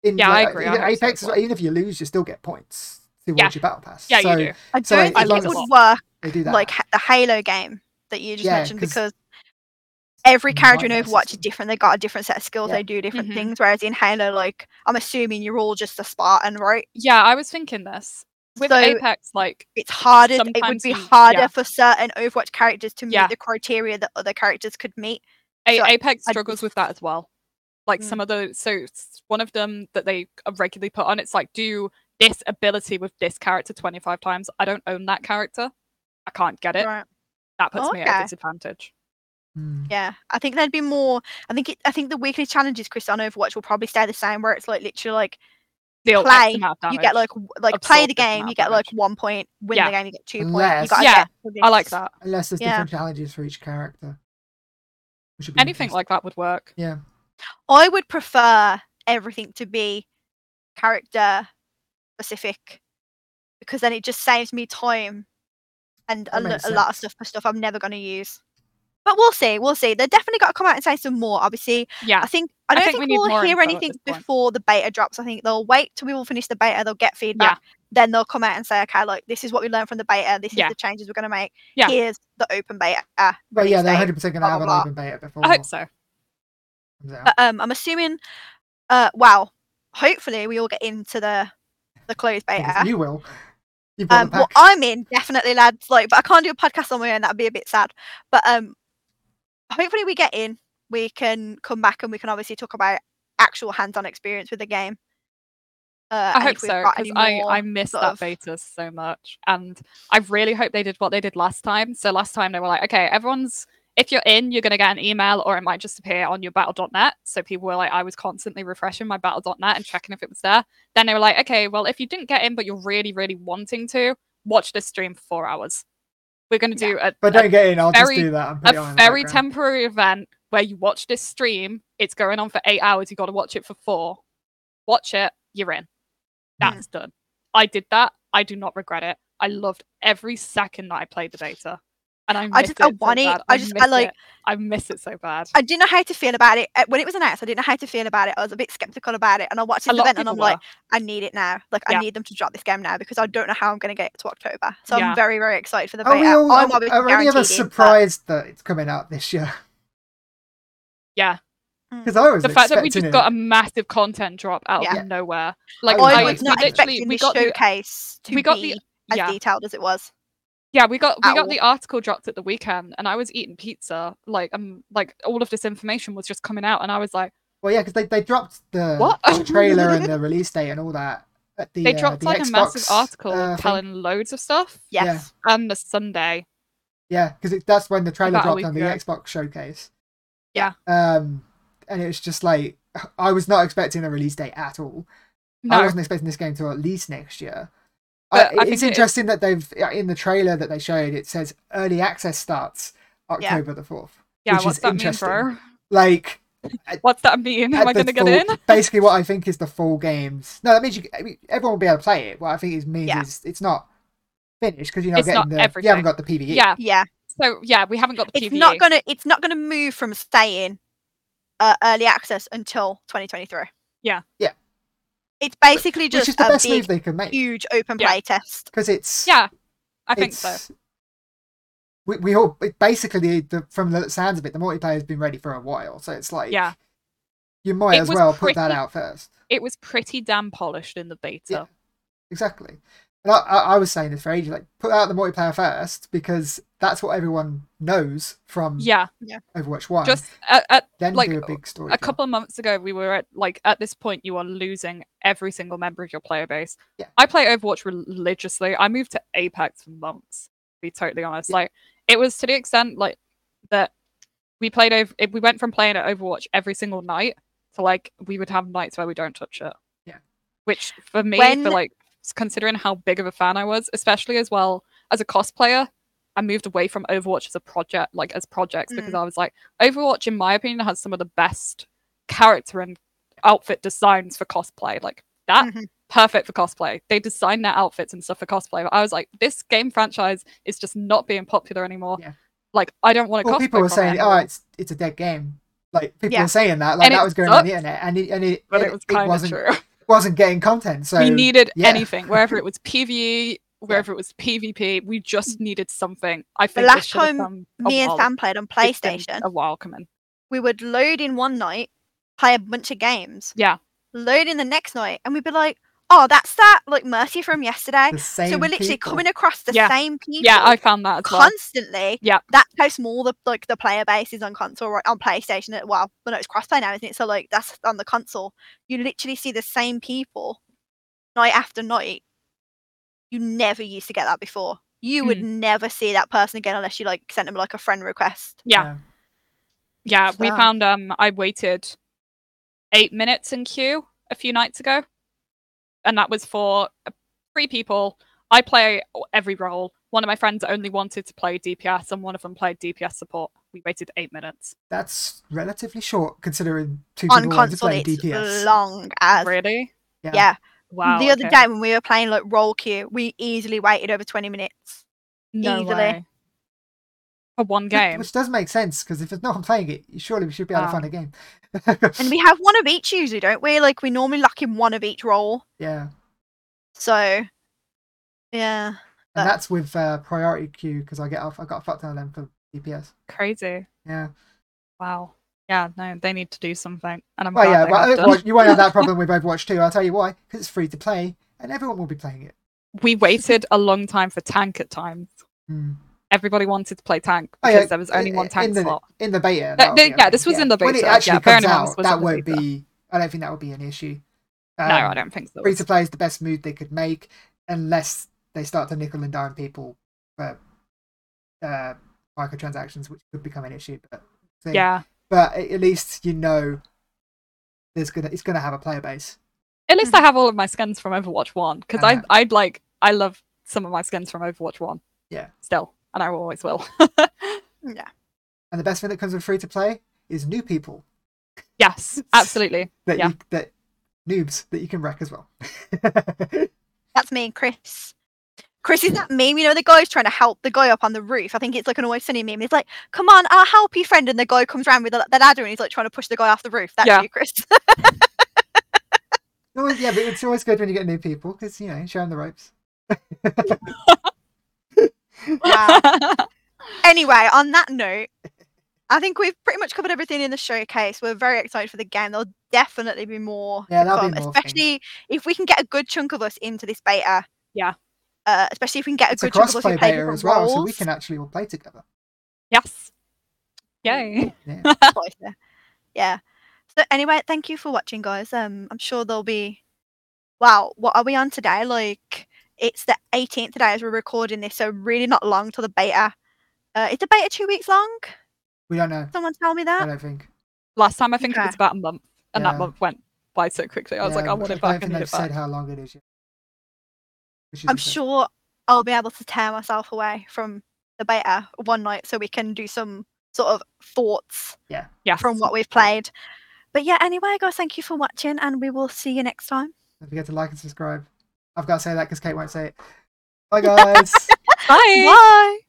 [SPEAKER 2] in
[SPEAKER 3] Yeah, I
[SPEAKER 2] like,
[SPEAKER 3] agree, I
[SPEAKER 2] Even
[SPEAKER 3] hope so
[SPEAKER 2] Apex,
[SPEAKER 3] as
[SPEAKER 2] is like, even if you lose, you still get points towards
[SPEAKER 3] Yeah.
[SPEAKER 2] your Battle Pass.
[SPEAKER 3] Yeah,
[SPEAKER 2] so
[SPEAKER 3] you do.
[SPEAKER 1] I
[SPEAKER 2] So,
[SPEAKER 1] don't
[SPEAKER 2] like,
[SPEAKER 1] think
[SPEAKER 3] as
[SPEAKER 1] it
[SPEAKER 3] long as-
[SPEAKER 1] would work
[SPEAKER 2] They do that.
[SPEAKER 1] like ha- the Halo game that you just
[SPEAKER 2] Yeah,
[SPEAKER 1] mentioned
[SPEAKER 2] 'cause
[SPEAKER 1] because every
[SPEAKER 2] you
[SPEAKER 1] character in
[SPEAKER 2] might know
[SPEAKER 1] Overwatch is
[SPEAKER 2] something.
[SPEAKER 1] different. They got a different set of skills.
[SPEAKER 2] Yeah.
[SPEAKER 1] They do different
[SPEAKER 3] Mhm.
[SPEAKER 1] things. Whereas in Halo, like I'm assuming you're all just a Spartan, right?
[SPEAKER 3] Yeah, I was thinking this with
[SPEAKER 1] So-
[SPEAKER 3] Apex. Like,
[SPEAKER 1] It's harder. it would
[SPEAKER 3] Sometimes
[SPEAKER 1] be
[SPEAKER 3] you-
[SPEAKER 1] harder
[SPEAKER 3] yeah.
[SPEAKER 1] for certain Overwatch characters to meet
[SPEAKER 3] Yeah.
[SPEAKER 1] the criteria that other characters could meet.
[SPEAKER 3] A-
[SPEAKER 1] So,
[SPEAKER 3] Apex
[SPEAKER 1] I'd-
[SPEAKER 3] struggles with that as well. Like
[SPEAKER 1] Mm.
[SPEAKER 3] some of the so s- one of them that they uh, regularly put on, it's like do this ability with this character twenty five times. I don't own that character. I can't get it.
[SPEAKER 1] Right.
[SPEAKER 3] That puts me at
[SPEAKER 1] Okay.
[SPEAKER 3] a disadvantage.
[SPEAKER 2] Hmm.
[SPEAKER 1] Yeah, I think there'd be more. I think it, I think the weekly challenges, Chris, on Overwatch will probably stay the same, where it's like literally like
[SPEAKER 3] Deal X
[SPEAKER 1] Play,
[SPEAKER 3] amount of
[SPEAKER 1] you get
[SPEAKER 3] damage.
[SPEAKER 1] like w- like play
[SPEAKER 3] absorb
[SPEAKER 1] the
[SPEAKER 3] this
[SPEAKER 1] game,
[SPEAKER 3] amount
[SPEAKER 1] you
[SPEAKER 3] of
[SPEAKER 1] get like
[SPEAKER 3] damage.
[SPEAKER 1] one point. Win
[SPEAKER 3] Yeah.
[SPEAKER 1] the game, you get two
[SPEAKER 2] Unless-
[SPEAKER 1] points. You gotta
[SPEAKER 3] Yeah,
[SPEAKER 1] get to
[SPEAKER 3] I like
[SPEAKER 1] this.
[SPEAKER 3] that.
[SPEAKER 2] Unless there's
[SPEAKER 1] Yeah.
[SPEAKER 2] different challenges for each character. Which would be
[SPEAKER 3] Anything
[SPEAKER 2] interesting.
[SPEAKER 3] like that would work.
[SPEAKER 2] Yeah.
[SPEAKER 1] I would prefer everything to be character specific because then it just saves me time and a,
[SPEAKER 2] That
[SPEAKER 1] lo-
[SPEAKER 2] makes
[SPEAKER 1] a lot of
[SPEAKER 2] sense.
[SPEAKER 1] stuff for stuff I'm never going to use. But we'll see. We'll see. They're definitely got to come out and say some more. Obviously,
[SPEAKER 3] Yeah,
[SPEAKER 1] I think I
[SPEAKER 3] I
[SPEAKER 1] don't
[SPEAKER 3] think
[SPEAKER 1] think,
[SPEAKER 3] we need
[SPEAKER 1] we'll
[SPEAKER 3] more
[SPEAKER 1] hear
[SPEAKER 3] info at
[SPEAKER 1] anything
[SPEAKER 3] this point.
[SPEAKER 1] before the beta drops. I think they'll wait till we all finish the beta. They'll get feedback. Then they'll come out and say, okay, like this is what we learned from the beta. This
[SPEAKER 3] Yeah.
[SPEAKER 1] is the changes we're going to make.
[SPEAKER 3] Yeah.
[SPEAKER 1] Here's the open beta. Uh,
[SPEAKER 2] But yeah,
[SPEAKER 1] release
[SPEAKER 2] they're
[SPEAKER 1] date.
[SPEAKER 2] 100 percent gonna
[SPEAKER 1] blah,
[SPEAKER 2] have
[SPEAKER 1] blah,
[SPEAKER 2] an
[SPEAKER 1] blah.
[SPEAKER 2] open beta before
[SPEAKER 3] I
[SPEAKER 2] it
[SPEAKER 3] hope so.
[SPEAKER 2] comes out.
[SPEAKER 1] But um, I'm assuming, uh, well, hopefully we all get into the the closed
[SPEAKER 2] Because
[SPEAKER 1] beta.
[SPEAKER 2] You will. You bought
[SPEAKER 1] Um,
[SPEAKER 2] the
[SPEAKER 1] well,
[SPEAKER 2] pack.
[SPEAKER 1] I'm in definitely, lads. Like, but I can't do a podcast on my own. That'd be a bit sad. But um, hopefully we get in. We can come back and we can obviously talk about actual hands-on experience with the game. Uh,
[SPEAKER 3] I
[SPEAKER 1] and
[SPEAKER 3] hope
[SPEAKER 1] if we've
[SPEAKER 3] so
[SPEAKER 1] got
[SPEAKER 3] because
[SPEAKER 1] any
[SPEAKER 3] I
[SPEAKER 1] more-
[SPEAKER 3] I miss
[SPEAKER 1] sort
[SPEAKER 3] that
[SPEAKER 1] of-
[SPEAKER 3] beta so much, and I really hope they did what they did last time. So last time they were like, okay, everyone's if you're in, you're gonna get an email, or it might just appear on your Battle.net. So people were like, I was constantly refreshing my Battle.net and checking if it was there. Then they were like, okay, well if you didn't get in but you're really really wanting to, watch this stream for four hours. We're gonna
[SPEAKER 1] Yeah.
[SPEAKER 3] do a,
[SPEAKER 2] But
[SPEAKER 3] a
[SPEAKER 2] don't get in. I'll
[SPEAKER 3] very-
[SPEAKER 2] just do that. And put it on
[SPEAKER 3] a
[SPEAKER 2] in the
[SPEAKER 3] very
[SPEAKER 2] background.
[SPEAKER 3] temporary event where you watch this stream. It's going on for eight hours. You got to watch it for four. Watch it. You're in. That's
[SPEAKER 1] Hmm.
[SPEAKER 3] done. I did that. I do not regret it. I loved every second that I played the beta, and I miss
[SPEAKER 1] just-
[SPEAKER 3] it
[SPEAKER 1] I
[SPEAKER 3] so
[SPEAKER 1] want it.
[SPEAKER 3] bad.
[SPEAKER 1] I just- I
[SPEAKER 3] miss
[SPEAKER 1] like-
[SPEAKER 3] It. I miss it so bad.
[SPEAKER 1] I didn't know how to feel about it Uh, when it was announced. I didn't know how to feel about it. I was a bit skeptical about it, and I watched
[SPEAKER 3] A
[SPEAKER 1] this
[SPEAKER 3] lot of
[SPEAKER 1] event and
[SPEAKER 3] people
[SPEAKER 1] I'm
[SPEAKER 3] were.
[SPEAKER 1] like, I need it now. Like,
[SPEAKER 3] Yeah.
[SPEAKER 1] I need them to drop this game now because I don't know how I'm going to get to October. So
[SPEAKER 3] Yeah.
[SPEAKER 1] I'm very, very excited for the
[SPEAKER 2] Are
[SPEAKER 1] beta.
[SPEAKER 2] we all?
[SPEAKER 1] I'm
[SPEAKER 2] Are,
[SPEAKER 1] obviously
[SPEAKER 2] are any of us
[SPEAKER 1] guaranteed in, but-
[SPEAKER 2] surprised that it's coming out this year?
[SPEAKER 3] Yeah.
[SPEAKER 2] Because I was
[SPEAKER 3] the fact that we
[SPEAKER 2] expecting
[SPEAKER 3] just
[SPEAKER 2] it.
[SPEAKER 3] got a massive content drop out
[SPEAKER 1] Yeah.
[SPEAKER 3] of nowhere. Like
[SPEAKER 2] was
[SPEAKER 1] I
[SPEAKER 3] I,
[SPEAKER 1] was
[SPEAKER 3] we
[SPEAKER 1] not
[SPEAKER 3] literally
[SPEAKER 1] expecting
[SPEAKER 3] we
[SPEAKER 1] this
[SPEAKER 3] got the,
[SPEAKER 1] showcase to
[SPEAKER 3] we got
[SPEAKER 1] be
[SPEAKER 3] the
[SPEAKER 1] as
[SPEAKER 3] yeah.
[SPEAKER 1] detailed as it was.
[SPEAKER 3] Yeah, we got we
[SPEAKER 1] at
[SPEAKER 3] got
[SPEAKER 1] all.
[SPEAKER 3] the article dropped at the weekend, and I was eating pizza. Like um, like all of this information was just coming out, and I was like,
[SPEAKER 2] Well, yeah, because they, they dropped the
[SPEAKER 3] What?
[SPEAKER 2] the trailer and the release date and all that. At the,
[SPEAKER 3] they
[SPEAKER 2] uh,
[SPEAKER 3] dropped
[SPEAKER 2] the
[SPEAKER 3] like
[SPEAKER 2] Xbox,
[SPEAKER 3] a massive article
[SPEAKER 2] uh, thing.
[SPEAKER 3] telling loads of stuff.
[SPEAKER 2] Yeah.
[SPEAKER 1] Yes.
[SPEAKER 3] And the Sunday,
[SPEAKER 2] Yeah, because that's when the trailer
[SPEAKER 3] About a
[SPEAKER 2] dropped
[SPEAKER 3] week
[SPEAKER 2] on the
[SPEAKER 3] ago.
[SPEAKER 2] Xbox showcase.
[SPEAKER 3] Yeah.
[SPEAKER 2] Um, and it was just like I was not expecting a release date at all. I
[SPEAKER 3] no,
[SPEAKER 2] wasn't expecting this game till at least next year.
[SPEAKER 3] But
[SPEAKER 2] I,
[SPEAKER 3] I
[SPEAKER 2] it's
[SPEAKER 3] think it is-
[SPEAKER 2] interesting that they've in the trailer that they showed it says early access starts October the fourth.
[SPEAKER 3] yeah,
[SPEAKER 2] which
[SPEAKER 3] what's
[SPEAKER 2] is
[SPEAKER 3] that mean,
[SPEAKER 2] interesting.
[SPEAKER 3] bro?
[SPEAKER 2] Like,
[SPEAKER 3] What's that mean? Am
[SPEAKER 2] at
[SPEAKER 3] I
[SPEAKER 2] the
[SPEAKER 3] gonna get
[SPEAKER 2] full-
[SPEAKER 3] in?
[SPEAKER 2] basically, what I think is the full games. No, that means you. I mean, everyone will be able to play it. What I think it means
[SPEAKER 1] Yeah.
[SPEAKER 2] is it's not finished because you're not
[SPEAKER 3] It's
[SPEAKER 2] getting
[SPEAKER 3] not
[SPEAKER 2] the. You haven't
[SPEAKER 3] everything.
[SPEAKER 2] got the E, PVE.
[SPEAKER 3] Yeah.
[SPEAKER 1] Yeah.
[SPEAKER 3] So yeah, we haven't got the
[SPEAKER 1] It's
[SPEAKER 3] PVE.
[SPEAKER 1] not gonna. It's not gonna move from staying uh, early access until 2023.
[SPEAKER 3] Yeah.
[SPEAKER 2] Yeah.
[SPEAKER 1] It's basically
[SPEAKER 2] which
[SPEAKER 1] just
[SPEAKER 2] is the
[SPEAKER 1] a
[SPEAKER 2] best
[SPEAKER 1] big,
[SPEAKER 2] move they can make
[SPEAKER 1] huge open
[SPEAKER 3] Yeah.
[SPEAKER 1] play test.
[SPEAKER 2] because it's.
[SPEAKER 3] Yeah, I think so.
[SPEAKER 2] it's- We, we all it basically the, from the sounds of it, the multiplayer has been ready for a while, so it's like
[SPEAKER 3] Yeah.
[SPEAKER 2] you might
[SPEAKER 3] It
[SPEAKER 2] as
[SPEAKER 3] was
[SPEAKER 2] well put that
[SPEAKER 3] pretty-
[SPEAKER 2] out first.
[SPEAKER 3] It was pretty damn polished in the beta.
[SPEAKER 2] Yeah. Exactly. And I, I, I was saying this for ages, like put out the multiplayer first because that's what everyone knows from
[SPEAKER 3] Yeah,
[SPEAKER 2] Overwatch One.
[SPEAKER 3] just uh, at, at
[SPEAKER 2] then
[SPEAKER 3] like,
[SPEAKER 2] do a big story.
[SPEAKER 3] a
[SPEAKER 2] drop.
[SPEAKER 3] couple of months ago we were at like at this point you are losing every single member of your player base
[SPEAKER 2] Yeah.
[SPEAKER 3] i play overwatch religiously i moved to apex for months to be totally honest
[SPEAKER 2] Yeah.
[SPEAKER 3] like it was to the extent like that we played over it- we went from playing at overwatch every single night to like we would have nights where we don't touch it
[SPEAKER 2] Yeah.
[SPEAKER 3] which for me
[SPEAKER 1] When-
[SPEAKER 3] for like s- considering how big of a fan i was especially as well as a cosplayer i moved away from overwatch as a project like as projects because i was like Overwatch, in my opinion, has some of the best character and outfit designs for cosplay. Like that
[SPEAKER 2] Mm-hmm.
[SPEAKER 1] Mhm.
[SPEAKER 3] perfect for cosplay. They design their outfits and stuff for cosplay. But I was like, this game franchise is just not being popular anymore.
[SPEAKER 2] Yeah.
[SPEAKER 3] Like I don't want to.
[SPEAKER 2] Well,
[SPEAKER 3] cosplay
[SPEAKER 2] people were
[SPEAKER 3] from
[SPEAKER 2] saying,
[SPEAKER 3] it.
[SPEAKER 2] "Oh, it's it's a dead game." Like people
[SPEAKER 1] Yeah.
[SPEAKER 2] were saying that, like
[SPEAKER 3] And it
[SPEAKER 2] that was going on the
[SPEAKER 3] sucked,
[SPEAKER 2] internet, and it and it,
[SPEAKER 3] but
[SPEAKER 2] and
[SPEAKER 3] it was kind of
[SPEAKER 2] wasn't
[SPEAKER 3] true.
[SPEAKER 2] wasn't getting content. So
[SPEAKER 3] we needed
[SPEAKER 2] yeah.
[SPEAKER 3] anything, wherever it was PVE, wherever it was PvP. We
[SPEAKER 2] Mm.
[SPEAKER 3] just needed something. I think this
[SPEAKER 1] last
[SPEAKER 3] should have
[SPEAKER 1] time
[SPEAKER 3] come a
[SPEAKER 1] Me and
[SPEAKER 3] while-
[SPEAKER 1] Sam played on
[SPEAKER 3] it's been
[SPEAKER 1] PlayStation.
[SPEAKER 3] a while coming.
[SPEAKER 1] we would load in one night, play a bunch of games.
[SPEAKER 3] Yeah.
[SPEAKER 1] Load in the next night, and we'd be like, "Oh, that's that like Mercy from yesterday."
[SPEAKER 2] the same
[SPEAKER 1] So we're literally
[SPEAKER 2] people.
[SPEAKER 1] coming across the
[SPEAKER 3] Yeah.
[SPEAKER 1] same people.
[SPEAKER 3] Yeah, I found that as well.
[SPEAKER 1] constantly.
[SPEAKER 3] Yeah.
[SPEAKER 1] That's how small the like the player base is on console right on PlayStation. uh, Well, well, no, it's crossplay now, isn't it? So like that's on the console. You literally see the same people night after night. You never used to get that before. You would
[SPEAKER 3] Hmm.
[SPEAKER 1] never see that person again unless you like sent them like a friend request.
[SPEAKER 3] Yeah. Yeah, we
[SPEAKER 2] Sad.
[SPEAKER 3] found um I waited eight minutes in queue a few nights ago. And that was for uh, three people. I play o- every role. One of my friends only wanted to play DPS and one of them played DPS support. We waited eight minutes.
[SPEAKER 2] that's relatively short considering two
[SPEAKER 1] On
[SPEAKER 2] people wanted to
[SPEAKER 1] console,
[SPEAKER 2] play
[SPEAKER 1] it's
[SPEAKER 2] DPS.
[SPEAKER 1] long as
[SPEAKER 3] Really?
[SPEAKER 2] Yeah.
[SPEAKER 1] yeah.
[SPEAKER 3] Wow.
[SPEAKER 1] the other
[SPEAKER 3] okay.
[SPEAKER 1] day when we were playing like roll queue, we easily waited over twenty minutes.
[SPEAKER 3] no
[SPEAKER 1] easily.
[SPEAKER 3] way. For one
[SPEAKER 2] Which-
[SPEAKER 3] game.
[SPEAKER 2] which does make sense because if it's not playing it, you- surely we should be able to
[SPEAKER 3] Ah.
[SPEAKER 2] find a game.
[SPEAKER 1] And we have one of each usually, don't we? Like we normally lock in one of each roll.
[SPEAKER 2] yeah,
[SPEAKER 1] So yeah. But-
[SPEAKER 2] and that's with uh, priority queue because I get off. I got a fuck ton of them for DPS.
[SPEAKER 3] Crazy.
[SPEAKER 2] Yeah,
[SPEAKER 3] Wow. Yeah, no, they need to do something. And I'm
[SPEAKER 2] well,
[SPEAKER 3] glad
[SPEAKER 2] Oh, yeah,
[SPEAKER 3] they have
[SPEAKER 2] but
[SPEAKER 3] done.
[SPEAKER 2] Overwatch, you won't have that problem with Overwatch 2. I'll tell you why because it's free to play and everyone will be playing it.
[SPEAKER 3] we waited a long time for tank at times.
[SPEAKER 2] Hmm.
[SPEAKER 3] Everybody wanted to play tank
[SPEAKER 2] Oh,
[SPEAKER 3] because
[SPEAKER 2] yeah,
[SPEAKER 3] there was only
[SPEAKER 2] in-
[SPEAKER 3] one tank
[SPEAKER 2] in the,
[SPEAKER 3] slot.
[SPEAKER 2] in the beta.
[SPEAKER 3] Th-
[SPEAKER 2] that'll
[SPEAKER 3] th-
[SPEAKER 2] be
[SPEAKER 3] yeah,
[SPEAKER 2] okay.
[SPEAKER 3] this was in the
[SPEAKER 2] When it
[SPEAKER 3] beta,
[SPEAKER 2] actually
[SPEAKER 3] yeah, bear in
[SPEAKER 2] comes
[SPEAKER 3] mind this
[SPEAKER 2] out,
[SPEAKER 3] was
[SPEAKER 2] that
[SPEAKER 3] in the
[SPEAKER 2] won't
[SPEAKER 3] beta.
[SPEAKER 2] be. I don't think that would be an issue.
[SPEAKER 3] no,
[SPEAKER 2] Um,
[SPEAKER 3] I don't think so.
[SPEAKER 2] free to play is the best mood they could make, unless they start to nickel and dime people for uh, microtransactions, which could become an issue. But thing.
[SPEAKER 3] Yeah.
[SPEAKER 2] but a- at least you know there's gonna it's gonna have a player base.
[SPEAKER 3] At least I have all of my skins from Overwatch 1 because I
[SPEAKER 2] Uh-huh.
[SPEAKER 3] I like I love some of my skins from Overwatch 1.
[SPEAKER 2] Yeah.
[SPEAKER 3] Still, and I always will.
[SPEAKER 1] Yeah.
[SPEAKER 2] And the best thing that comes with free to play is new people
[SPEAKER 3] yes, absolutely.
[SPEAKER 2] that
[SPEAKER 3] Yeah.
[SPEAKER 2] you, that noobs that you can wreck as well.
[SPEAKER 1] That's me and Chris. Chris is that meme, you know, the guy's trying to help the guy up on the roof. I think it's like an always sunny meme. He's like, come on, I'll help you, friend. And the guy comes around with the, the ladder and he's like trying to push the guy off the roof. That's
[SPEAKER 3] Yeah.
[SPEAKER 1] you, Chris.
[SPEAKER 2] always, yeah, but it's always good when you get new people because you know show them the ropes.
[SPEAKER 1] wow. Anyway, on that note, I think we've pretty much covered everything in the showcase. We're very excited for the game. There'll definitely be more
[SPEAKER 2] Yeah,
[SPEAKER 1] to
[SPEAKER 2] there'll
[SPEAKER 1] come,
[SPEAKER 2] be more things.
[SPEAKER 1] especially if we can get a good chunk of us into this beta.
[SPEAKER 3] Yeah.
[SPEAKER 1] Uh, especially if we can get a
[SPEAKER 2] It's a
[SPEAKER 1] good chunk of us who
[SPEAKER 2] crossplay
[SPEAKER 1] play
[SPEAKER 2] beta
[SPEAKER 1] different
[SPEAKER 2] as well, so we
[SPEAKER 1] roles.
[SPEAKER 2] can actually all play together.
[SPEAKER 3] yes. Yay.
[SPEAKER 2] Yeah.
[SPEAKER 1] voice there. Yeah. So anyway, thank you for watching, guys. Um, I'm sure there'll be. Wow, what are we on today? Like, it's the 18th today as we're recording this, so really not long till the beta. Uh, is the beta two weeks long?
[SPEAKER 2] We don't know.
[SPEAKER 1] Someone tell me
[SPEAKER 2] I
[SPEAKER 1] that.
[SPEAKER 2] don't think.
[SPEAKER 3] Last time I think it
[SPEAKER 1] Okay.
[SPEAKER 3] was about a month, and
[SPEAKER 2] Yeah.
[SPEAKER 3] that month went by so quickly. I was
[SPEAKER 2] Yeah,
[SPEAKER 3] like, I want
[SPEAKER 2] don't
[SPEAKER 3] it back. I
[SPEAKER 2] think
[SPEAKER 3] need
[SPEAKER 2] they've
[SPEAKER 3] it back.
[SPEAKER 2] said how long it is yet. Which is
[SPEAKER 1] I'm
[SPEAKER 2] a bit-
[SPEAKER 1] sure I'll be able to tear myself away from the beta one night so we can do some sort of thoughts
[SPEAKER 3] Yes.
[SPEAKER 1] from what we've played. But yeah, anyway, guys, thank you for watching, and we will see you next time.
[SPEAKER 2] Don't forget to like and subscribe. I've got to say that because Kate won't say it. Bye guys.
[SPEAKER 3] Bye.
[SPEAKER 1] Bye.